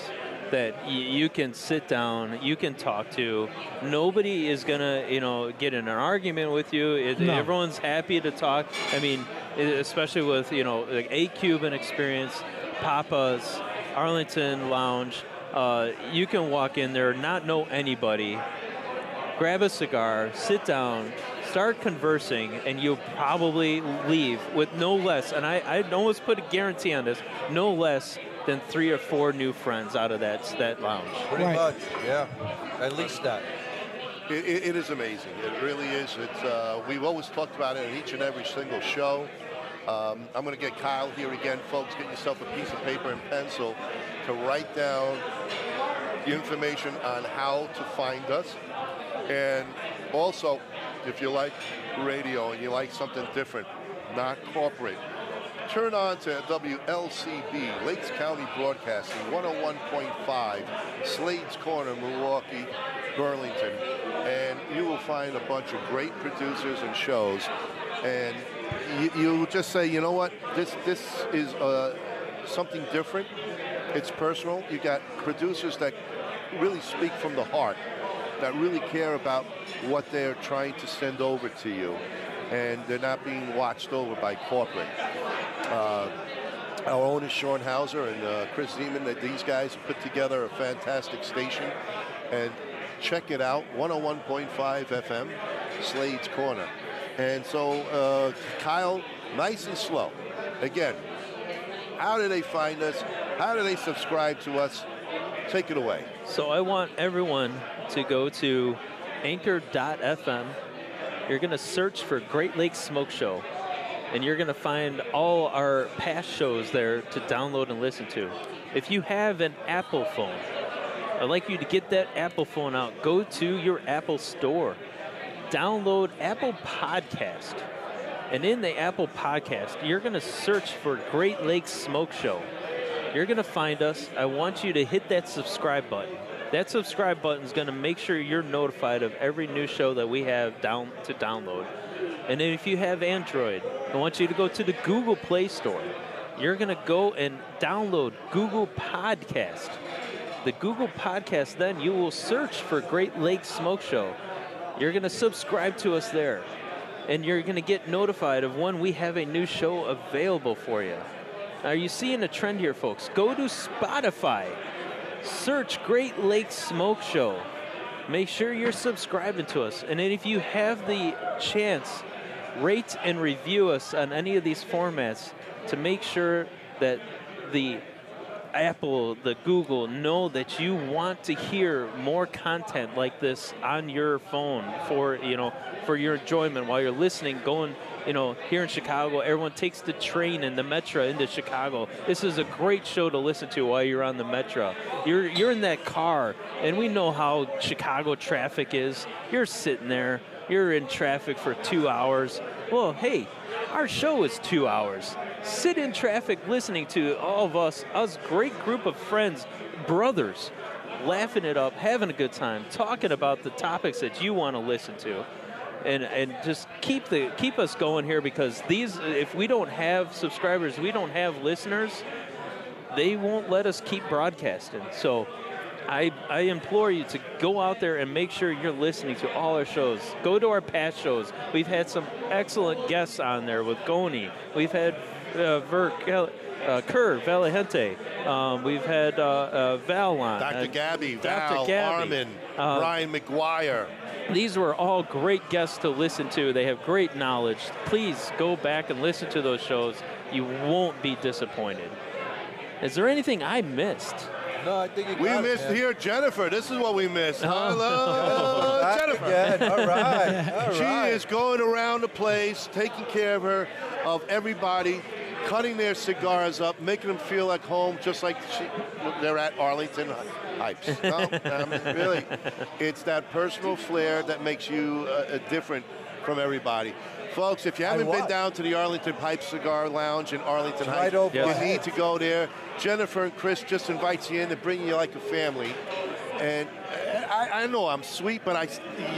B: that y- you can sit down, you can talk to. Nobody is gonna you know get in an argument with you. It,
F: No.
B: Everyone's happy to talk. I mean, e- especially with you know like a Cuban experience, Papa's, Arlington Lounge. Uh, you can walk in there, not know anybody, grab a cigar, sit down, start conversing, and you'll probably leave with no less, and I, I'd almost put a guarantee on this, no less than three or four new friends out of that, that lounge.
E: Pretty
F: Right.
E: much, yeah. At least that.
D: It, it, it is amazing. It really is. It's, uh, we've always talked about it in each and every single show. Um, I'm going to get Kyle here again, folks. Get yourself a piece of paper and pencil to write down the information on how to find us. And also, if you like radio and you like something different, not corporate, turn on to WLCB, oh Lakes County Broadcasting, 101.5, Slade's Corner, Milwaukee, Burlington, and you will find a bunch of great producers and shows, and you, you just say, you know what, this this is uh, something different. It's personal. You got producers that really speak from the heart, that really care about what they're trying to send over to you, and they're not being watched over by corporate. Uh, our own is Sean Hauser and uh, Chris Zeman. That these guys put together a fantastic station, and check it out, 101.5 FM, Slade's Corner. And so, uh, Kyle, nice and slow. Again, how do they find us? How do they subscribe to us? Take it away.
B: So I want everyone to go to anchor.fm. You're going to search for Great Lakes Smoke Show, and you're going to find all our past shows there to download and listen to. If you have an Apple phone, I'd like you to get that Apple phone out. Go to your Apple store, download Apple Podcast, and in the Apple Podcast, you're going to search for Great Lakes Smoke Show. You're going to find us. I want you to hit that subscribe button. That subscribe button is going to make sure you're notified of every new show that we have down to download. And then if you have Android, I want you to go to the Google Play Store. You're going to go and download Google Podcast. The Google Podcast, then you will search for Great Lakes Smoke Show. You're going to subscribe to us there. And you're going to get notified of when we have a new show available for you. Are you seeing a trend here, folks? Go to Spotify, search Great Lakes Smoke Show. Make sure you're subscribing to us. And then if you have the chance, rate and review us on any of these formats to make sure that the Apple, the Google know that you want to hear more content like this on your phone for you know for your enjoyment while you're listening. Going you know here in Chicago, everyone takes the train and the metro into Chicago. This is a great show to listen to while you're on the metro. You're you're in that car, and we know how Chicago traffic is. You're sitting there. You're in traffic for two hours. Well, hey, our show is two hours. Sit in traffic listening to all of us, us great group of friends, brothers, laughing it up, having a good time, talking about the topics that you want to listen to. And, and just keep the keep us going here because these if we don't have subscribers, we don't have listeners, they won't let us keep broadcasting. So I, I implore you to go out there and make sure you're listening to all our shows. Go to our past shows. We've had some excellent guests on there with Goni. We've had uh, Ver, Kel- uh, Kerr, Valahente. Um, we've had uh, uh, Val on.
D: Dr.
B: Uh,
D: Gabby,
B: Dr.
D: Val,
B: Gabby.
D: Armin,
B: Uh,
D: Brian McGuire.
B: these were all great guests to listen to. They have great knowledge. Please go back and listen to those shows. You won't be disappointed. Is there anything I missed?
E: No, I think you
D: We
B: got it,
D: missed
B: man.
D: here Jennifer. This is what we missed.
B: Oh,
D: Hello,
B: back
D: Jennifer.
B: again. All right,
E: all
D: she
E: right.
D: is going around the place, taking care of her, of everybody, cutting their cigars up, making them feel like home, just like she, they're at Arlington Heights. No, I mean, um, really, it's that personal flair that makes you uh, uh, different from everybody. Folks, if you haven't been
E: was.
D: down to the Arlington Pipe Cigar Lounge in Arlington
E: Right
D: Heights,
E: over my
D: you need to go there. Jennifer and Chris just invites you in to bring you like a family. And I, I know I'm sweet, but I,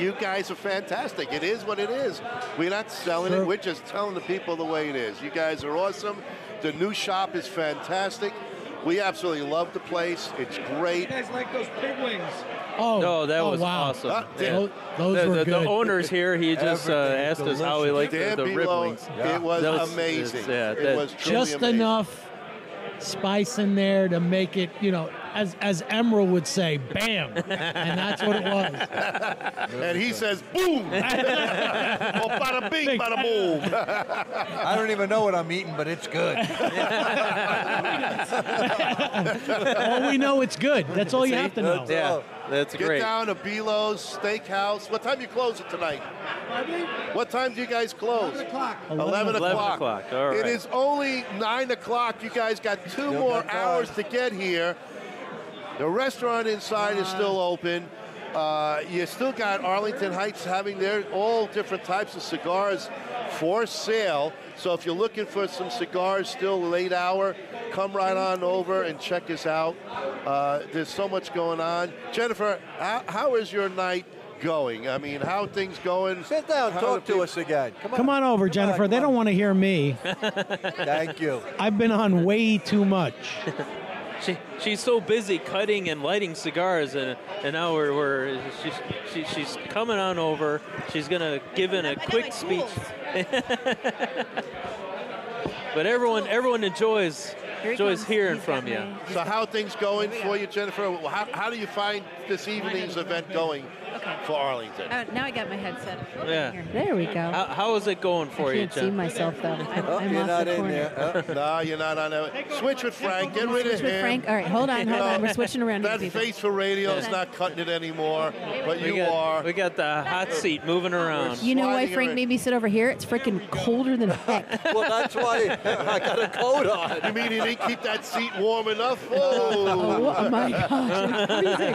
D: you guys are fantastic. It is what it is. We're not selling it. We're just telling the people the way it is. You guys are awesome. The new shop is fantastic. We absolutely love the place. It's great.
J: guys like those pig wings?
F: Oh,
B: no, that
D: oh,
B: was
D: wow.
B: awesome.
D: Uh,
B: Yeah.
D: tho- those
B: the,
D: were
B: the,
D: good.
B: the owner's here. He just uh,
D: Everything
B: asked us how we
D: delicious.
B: like the,
D: Dan
B: the rib
D: Below,
B: wings.
D: it was
B: That
D: amazing.
B: it's- yeah,
D: It
B: that-
D: was
F: just enough spice in there to make it, you know, as as Emerald would say, bam, and that's what it was.
D: and he says, boom! oh, bada bing, bada boom!
E: I don't even know what I'm eating, but it's good.
F: well, we know it's good. That's all you have to know.
B: that's
D: Get
F: great.
D: down to Belo's Steakhouse. What time you close it tonight? What time do you guys close? 11 o'clock.
B: 11
D: 11, o'clock.
B: o'clock, all
D: It
B: right.
D: is only 9 o'clock. You guys got two more hours to get here. The restaurant inside is still open. Uh, you still got Arlington Heights having their all different types of cigars for sale. So if you're looking for some cigars still late hour, Come right on over and check us out. Uh, there's so much going on. Jennifer, how, how is your night going? I mean, how are things going? Sit
E: down, talk to us again. Come on.
F: Come on over, Jennifer. they don't want to hear me.
E: Thank you.
F: I've been on way too much.
B: She, she's so busy cutting and lighting cigars, and, and now we're, we're she's, she, she's coming on over. She's gonna give in a quick speech. but everyone everyone enjoys
D: he
B: enjoys
D: comes.
B: hearing
D: He's
B: from you.
D: So how are things going for you, Jennifer? Well, How, how do you find this evening's event going for Arlington?
G: Oh, now I got my headset.
B: Yeah.
G: There we go.
B: How, how is it going for you,
G: can't see
B: Jen?
G: myself, though. I'm- Oh, I'm
D: you're
G: off the
D: not
G: in corner.
D: no, you're not on that. Switch with Frank. Get rid of
G: Switch with
D: him.
G: Frank? All right, hold on, hold
D: No,
G: on. We're switching around to
D: That
G: people.
D: face for radio is
G: Yeah.
D: not cutting it anymore, but
B: we
D: you
B: got,
D: are.
B: We got the hot seat moving around.
G: You know why Frank made me sit over here? It's freaking colder than heck.
E: Oh, Well, that's why I got a coat on.
D: You mean he didn't keep that seat warm enough? Oh,
G: Oh, my gosh, I'm freezing.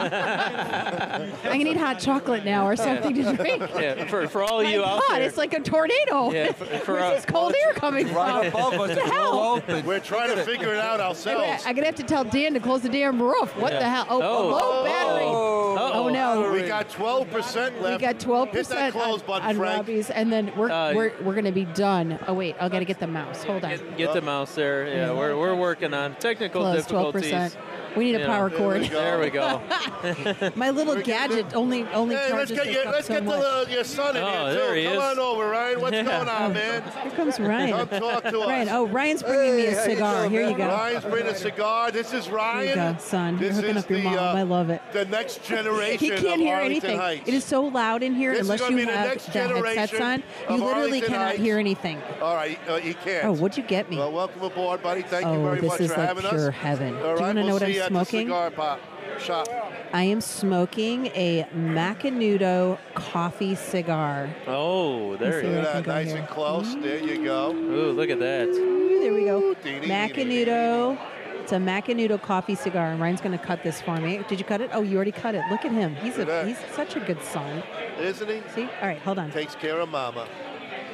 G: I'm gonna need hot chocolate now or something to drink.
B: Yeah, for, for all
G: My
B: you out
G: God,
B: there.
G: it's like a tornado.
B: Yeah, for- for
G: Where's
B: us.
G: this cold air coming from? What the hell?
D: We're trying to figure it out
G: I'm gonna,
D: ourselves.
G: I'm gonna have to tell Dan to close the damn roof. What the hell? Oh,
D: Oh.
G: low battery.
D: Oh.
G: Oh, no.
D: We got 12%
G: We
D: left.
G: got 12
D: Hit that
G: percent
D: close button,
G: on
D: Frank.
G: Robbie's, and then we're,
B: Uh,
G: we're we're gonna be done. Oh wait, I gotta get the mouse. Hold on.
B: Get the mouse there. Yeah, we're, we're working on technical
G: Close,
B: difficulties.
G: 12%. We need a
B: You
G: power cord.
B: There we go.
G: My little gadget only only
D: Hey, let's
G: charges
D: get,
G: this
D: your,
G: up
D: let's
G: so
D: get the,
G: much.
D: little- your son in
B: Oh,
D: here, too.
B: there he
D: Come
B: is.
D: on over, Ryan. What's going on,
G: Oh,
D: man?
G: Here comes Ryan.
D: Come talk to us.
G: Ryan. Oh, Ryan's bringing me
D: Hey,
G: a
D: how you
G: cigar.
D: doing,
G: Here
D: man?
G: you go.
D: Ryan's bringing a cigar. This is Ryan.
G: Here you go, son. You're
D: This
G: hooking
D: is
G: up your
D: the,
G: mom.
D: uh,
G: I love it.
D: The next generation
G: He
D: of
G: can't hear
D: Arlington
G: anything.
D: Heights.
G: It is so loud in here.
D: This is
G: unless
D: gonna be
G: you
D: the
G: have
D: next
G: the headsets
D: generation
G: on,
D: of
G: you literally
D: Arlington
G: cannot
D: Heights.
G: hear anything.
D: All right, uh, you can't.
G: Oh, what'd you get me?
D: Well, welcome aboard, buddy. Thank you
G: Oh,
D: very
G: this
D: much
G: is
D: for
G: like
D: having us.
G: pure heaven. Do you
D: All right,
G: wanna know
D: we'll
G: what I'm
D: see you at
G: smoking?
D: The cigar pop shop.
G: I am smoking a Macanudo coffee cigar.
B: Oh, there
G: Let's see
B: you
G: what
B: go.
G: I can go
D: uh, nice
G: here.
D: and close. There you go.
B: Ooh, look at that.
G: Ooh, there we go.
D: dee-dee-dee-dee.
G: Macanudo. It's a Macanudo coffee cigar, and Ryan's going to cut this for me. Did you cut it? Oh, you already cut it. Look at him. He's
D: Look
G: a
D: at that.
G: he's such a good son.
D: Isn't he?
G: See? All right, hold on.
D: Takes care of mama.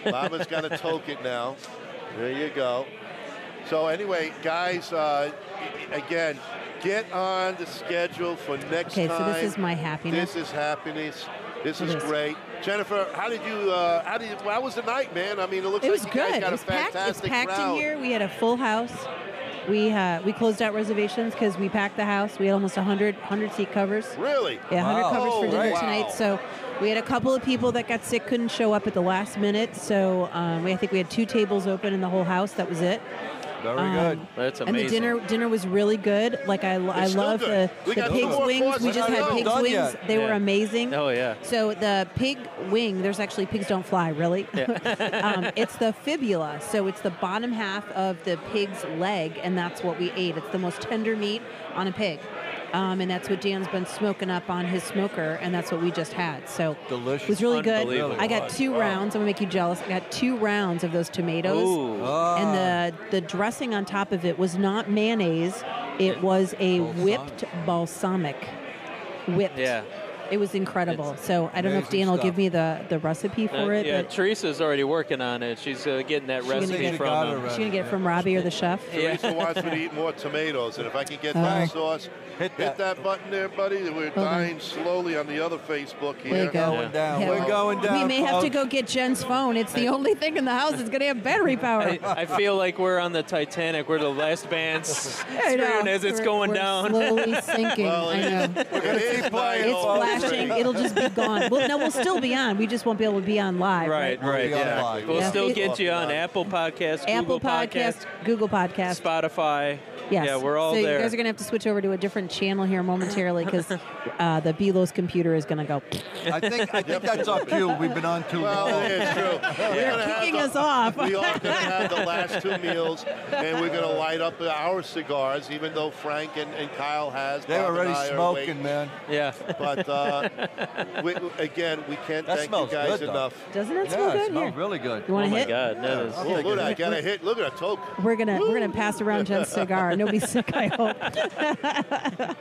D: Mama's got to toke it now. There you go. So anyway, guys, uh, a- again, get on the schedule for next
G: Okay,
D: time.
G: so this is my happiness.
D: This is happiness. This
G: It
D: is
G: is.
D: great. Jennifer, how did you? Uh, how did? You, well, how was the night, man? I mean, it looks
G: It
D: like
G: was
D: you
G: good.
D: guys got
G: It was
D: a
G: packed. It's
D: fantastic
G: packed
D: crowd.
G: in here. We had a full house. We uh, we closed out reservations because we packed the house. We had almost 100, 100 seat covers.
D: Really?
G: Yeah, 100
D: Wow.
G: covers for
D: Oh,
G: dinner
D: right.
G: tonight.
D: Wow.
G: So we had a couple of people that got sick, couldn't show up at the last minute. So um, we, I think we had two tables open in the whole house. That was it.
E: Very
G: Um,
E: good.
B: That's
G: And the
B: amazing.
G: dinner dinner was really good. Like I, lo- I
D: It's still
G: love
D: good.
G: the,
D: We
G: the
D: got two
G: pig's
D: more
G: wings.
D: courses.
G: We just
D: We're
G: had
D: not
G: pig's
E: done
G: wings.
E: yet.
G: They were
B: Yeah.
G: amazing.
B: Oh, yeah.
G: So the pig wing, there's actually pigs don't fly, really. um, it's the fibula, so it's the bottom half of the pig's leg, and that's what we ate. It's the most tender meat on a pig, um, and that's what Dan's been smoking up on his smoker, and that's what we just had. So
E: Delicious.
G: It was really good.
B: Unbelievable.
G: I got two
E: Wow.
G: rounds. I'm gonna make you jealous. I got two rounds of those tomatoes.
B: Ooh.
E: Ah.
G: And the, the dressing on top of it was not mayonnaise, it was a whipped balsamic. Whipped.
B: Yeah.
G: It was incredible. so I don't know if
E: amazing
G: Dan will
E: stuff.
G: give me the, the recipe for
B: Uh,
G: it.
B: yeah,
G: but
B: Teresa's already working on it. She's uh, getting that
G: She's gonna
B: recipe
G: get it.
B: from him.
G: she's going to get it from Robbie or the chef.
D: Teresa wants me to eat more tomatoes, and if I can get that
G: Alright.
D: sauce, hit that,
E: that.
D: button there, buddy. We're
G: Uh, on.
D: dying slowly on the other Facebook here.
G: There you go.
E: Going down.
G: Yeah,
E: We're
G: well,
E: going down.
G: We may have to
E: folks.
G: go get Jen's phone. It's the only thing in the house that's going to have battery power.
B: I, I feel like we're on the Titanic. We're the last band
G: I know.
B: spoon as it's
G: We're-
B: going
G: we're
B: down.
G: Slowly sinking.
D: Well,
G: I know.
D: It is playing
G: It's
D: all over.
G: flashing. It'll just be gone. Well, no, we'll still be on. We just won't be able to be on live.
B: right, right.
E: Yeah.
B: Yeah. We'll
G: Yeah.
B: still get you on
D: Yeah.
B: Apple Podcast,
G: Apple
B: Google Podcast,
G: Podcast, Google Podcast.
B: Spotify.
G: Yes.
B: Yeah, we're all
G: so
B: there.
G: you guys are gonna have to switch over to a different channel here momentarily because uh, the Belos computer is gonna go.
E: I think I think that's our cue. We've been on too
D: Well,
E: long.
D: it is true. We're gonna have
G: kicking
D: the-
G: us off.
D: We are going to have the last two meals, and we're going to light up our cigars, even though Frank and, and Kyle has.
E: They're
D: Bob and
E: already
D: I are
E: smoking,
D: awake.
E: man.
B: yeah.
D: But uh, we, again, we can't
E: That
D: thank you
E: smells
D: guys
E: good, though.
D: enough.
G: Doesn't it smell
E: yeah, it
G: good here?
E: smells really good.
G: You want
B: Oh
G: to
B: my
G: hit?
B: God, that is.
D: Oh, look at that! Got a hit. Look at that toke.
G: We're gonna we're gonna pass around Jen's cigar. Nobody's sick, I hope.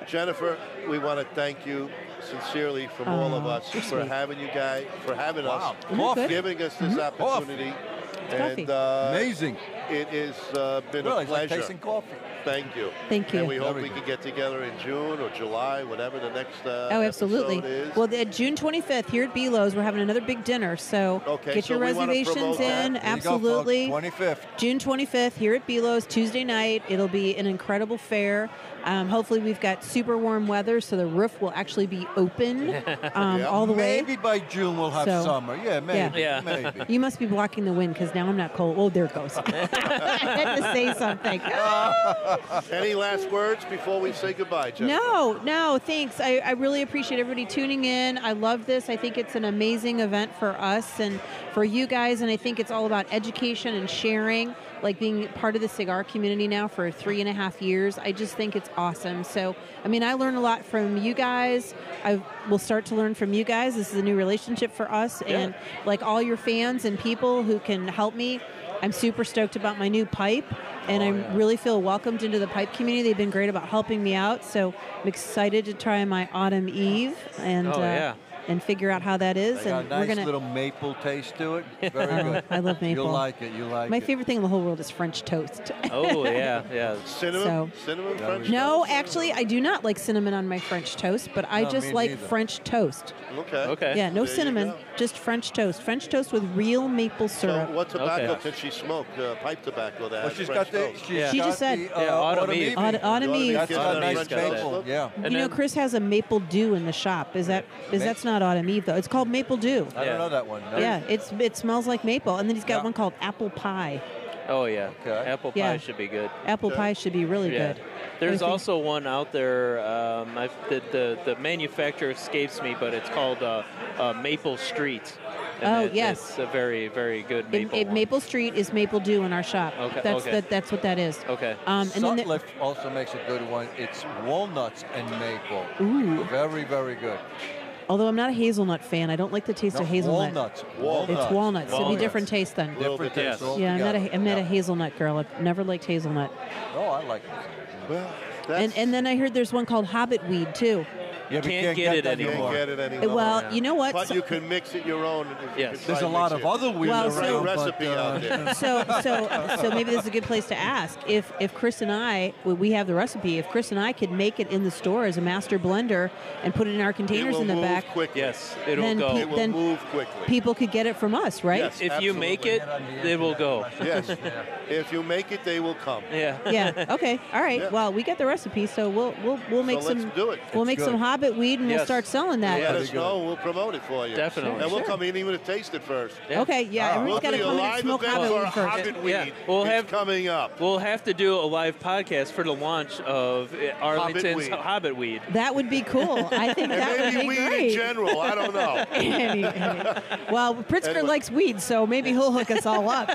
D: Jennifer, we want to thank you sincerely from all of
G: Aw,
D: us
G: you're
D: for
G: sweet.
D: having you guys, for having
E: Wow. Mm-hmm.
D: us,
G: Coffee.
D: for giving us this opportunity,
G: coffee.
D: and uh,
E: Amazing.
D: it has uh, been
E: Really,
D: a
E: it's like
D: pleasure.
E: tasting coffee.
D: Thank you.
G: Thank you.
D: And we hope
G: Very
D: we can get together in June or July, whatever the next. Uh,
G: Oh, absolutely.
D: episode is.
G: Well, the, June 25th here at Belos, we're having another big dinner. So
D: Okay,
G: get
D: so
G: your
D: we wanna
G: reservations
D: promote that.
G: in.
D: There you go, folks.
G: absolutely.
E: 25th.
G: June 25th here at Belos, Tuesday night. It'll be an incredible fair. Um, hopefully, we've got super warm weather, so the roof will actually be open um,
E: Yeah.
G: all the way.
E: Maybe by June we'll have
G: So-
E: summer. Yeah, maybe. maybe.
G: You must be blocking the wind because now I'm not cold. Oh, there it goes. I had to say something.
D: Any last words before we say goodbye, Jeff?
G: No, no, thanks. I, I really appreciate everybody tuning in. I love this. I think it's an amazing event for us and for you guys. And I think it's all about education and sharing, like being part of the cigar community now for three and a half years. I just think it's awesome. So, I mean, I learn a lot from you guys. I will start to learn from you guys. This is a new relationship for us.
L: Yeah.
G: And like all your fans and people who can help me, I'm super stoked about my new pipe, and I really feel welcomed into the pipe community. They've been great about helping me out, so I'm excited to try my Autumn Eve and uh,
E: Oh, yeah.
G: and figure out how that is.
E: They got
G: and
E: a nice
G: we're gonna.
E: little maple taste to it. Very
G: Oh,
E: good.
G: I love maple.
E: You like it. You like
G: my
E: it.
G: favorite thing in the whole world is French toast.
B: Oh, yeah.
D: Cinnamon, cinnamon French.
G: No, actually, I do not like cinnamon on my French toast, but I
D: No,
G: just
D: me
G: like
D: neither.
G: French toast.
D: Okay. Okay.
G: Yeah, no
D: There you
G: cinnamon,
D: go.
G: just French toast. French toast with real maple syrup.
D: So what tobacco can she smoke? Uh, pipe tobacco that
E: Well,
D: has
E: she's
D: French
E: got uh, the-
D: toast.
E: she's
G: She just said, Aut- Autumn Eve.
E: That's got a nice maple. Yeah.
G: You know, Chris has a maple dew in the shop. Is that is that's not autumn eve though? It's called maple dew.
E: I don't know that one. No.
G: Yeah, um, it's it smells like maple, and then he's got one called apple pie.
B: Oh yeah. Apple pie
G: Yeah.
B: should be good.
G: Apple pie should be really
B: Yeah.
G: good.
B: There's
G: Anything-
B: also one out there. Um, I've, the, the the manufacturer escapes me, but it's called uh, uh, Maple Street.
G: Oh,
B: it-
G: yes.
B: it's a very very good
G: it- it-
B: maple.
G: Maple, Street is maple dew in our shop.
B: Okay,
G: That's
B: okay.
G: the, that's what that is.
B: Okay.
G: Um, and then the-
E: Sutliff also makes a good one. It's walnuts and maple.
G: Ooh.
E: Very, very good.
G: Although I'm not a hazelnut fan, I don't like the taste
E: No,
G: of hazelnut.
E: walnuts, walnuts.
G: It's walnuts. It'd
E: Walnuts.
G: be different taste then.
E: Different Little bit taste different.
G: Yeah, I'm not a,
E: altogether.
G: I'm not a hazelnut girl. I've never liked hazelnut.
E: Oh, I like it. Well,
G: And and then I heard there's one called hobbit weed too.
E: yeah,
B: Can't get it
D: that
B: anymore.
D: Can't get it anymore.
G: Well, you know what?
D: But
G: So-
D: you can mix it your own.
B: Yes.
E: There's a lot of other weird
G: Well,
D: There's a
G: so-
D: recipe
E: uh,
D: out there.
G: so so so maybe this is a good place to ask if if Chris and I we- we have the recipe if Chris and I could make it in the store as a master blender and put it in our containers in the back
B: Yes, it'll
G: then
B: go.
G: pe- then people could get it from us right
B: if you make it, it will go.
D: Yes. if you make it, they will come.
B: Yeah.
G: yeah okay all right
D: Yeah.
G: well we got the recipe so we'll we'll we'll make
D: So
G: some
D: let's do it.
G: we'll
D: It's
G: make
D: good.
G: some hobbit weed and
D: Yes.
G: we'll start selling that
D: Let us know. We'll promote it for you.
B: Definitely.
D: And we'll
B: Sure.
D: come in even to taste it first.
G: Okay, yeah, everyone's
D: Ah, we'll
G: gotta
D: do a
G: come in and
D: live
G: smoke
D: event
G: hobbit
D: for
G: weed first.
D: Hobbit
B: Yeah.
D: Weed.
B: We'll
D: It's
B: have
D: coming up.
B: We'll have to do a live podcast for the launch of uh, Arlington's
D: Weed.
B: Hobbit Weed.
G: that would be cool I think
B: And
G: that
B: maybe
G: would be
B: weed in
G: great
B: general, I don't know.
G: Any- any- well Pritzker
D: Anyway.
G: likes weed so maybe he'll hook us all up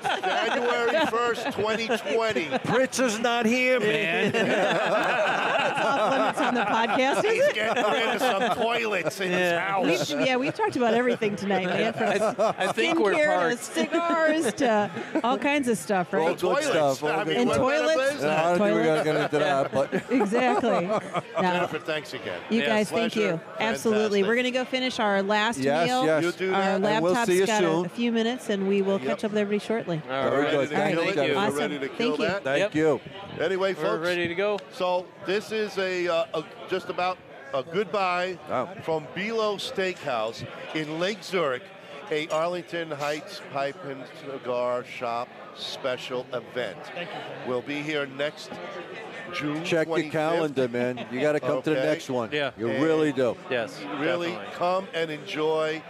D: January 1st, 2020.
M: Pritz is not here, man.
G: limits on the podcast, is
D: He's
G: it?
D: getting rid of some toilets in his house.
G: We've, yeah, we've talked about everything tonight, man. From
D: I- I think we're
G: skincare to
D: parked.
G: cigars to all kinds of stuff, right?
E: All good stuff. all good
G: and
E: stuff.
G: toilets.
E: Yeah, I don't think we're going
G: Toilets.
E: to get into that, but
G: exactly. No.
D: Jennifer, thanks again.
G: You guys, thank you. Absolutely. We're going to go finish our last
E: Yes,
G: meal.
E: yes. You do
G: Our
E: that. And we'll
G: laptop's
E: see you
G: got
E: soon.
G: A, a few minutes, and we will catch up with everybody shortly.
E: All Very right. good. Thank
D: Thank
E: you.
D: you.
E: Awesome.
D: Ready to kill
G: Thank you.
D: that?
E: Thank you.
D: Anyway,
B: We're
D: folks,
B: ready to go.
D: So this is a, uh, a just about a goodbye from Belo Steakhouse in Lake Zurich, a Arlington Heights Pipe and Cigar Shop special event. Thank you. We'll be here next June.
E: Check your
D: 25th.
E: calendar, man. You got to come to the
D: Okay.
E: next one. You
D: And
E: really do.
D: Really come and enjoy.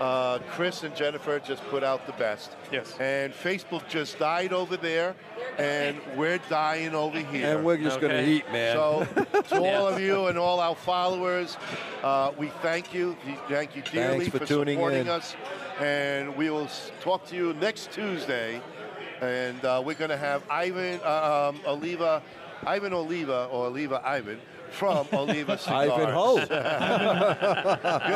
D: Uh, Chris and Jennifer just put out the best. Yes. And Facebook just died over there, and we're dying over here.
E: And we're just gonna Okay. eat, man.
D: So, to all
E: Yes.
D: of you and all our followers, uh, we thank you. We Thank you dearly
E: Thanks for tuning
D: supporting
E: in.
D: us. And we will s- talk to you next Tuesday. And uh, we're going to have Ivan uh, um, Oliva, Ivan Oliva, or Oliva Ivan from Oliva Cigars.
E: Ivan Ho.
D: Good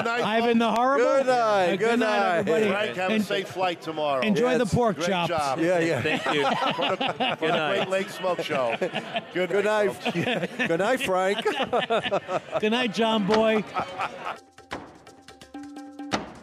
D: night.
F: Ivan the Horrible.
D: Good night.
F: Good Good night, night. everybody.
D: Frank, have
F: En-
D: a safe flight tomorrow.
F: enjoy the pork
D: Great
F: chops.
D: Job.
F: Yeah, yeah.
E: Thank
F: you.
D: for the, for the Great Lake Smoke Show. Good,
E: Good night.
D: folks.
E: Good night, Frank.
F: Good night, John Boy.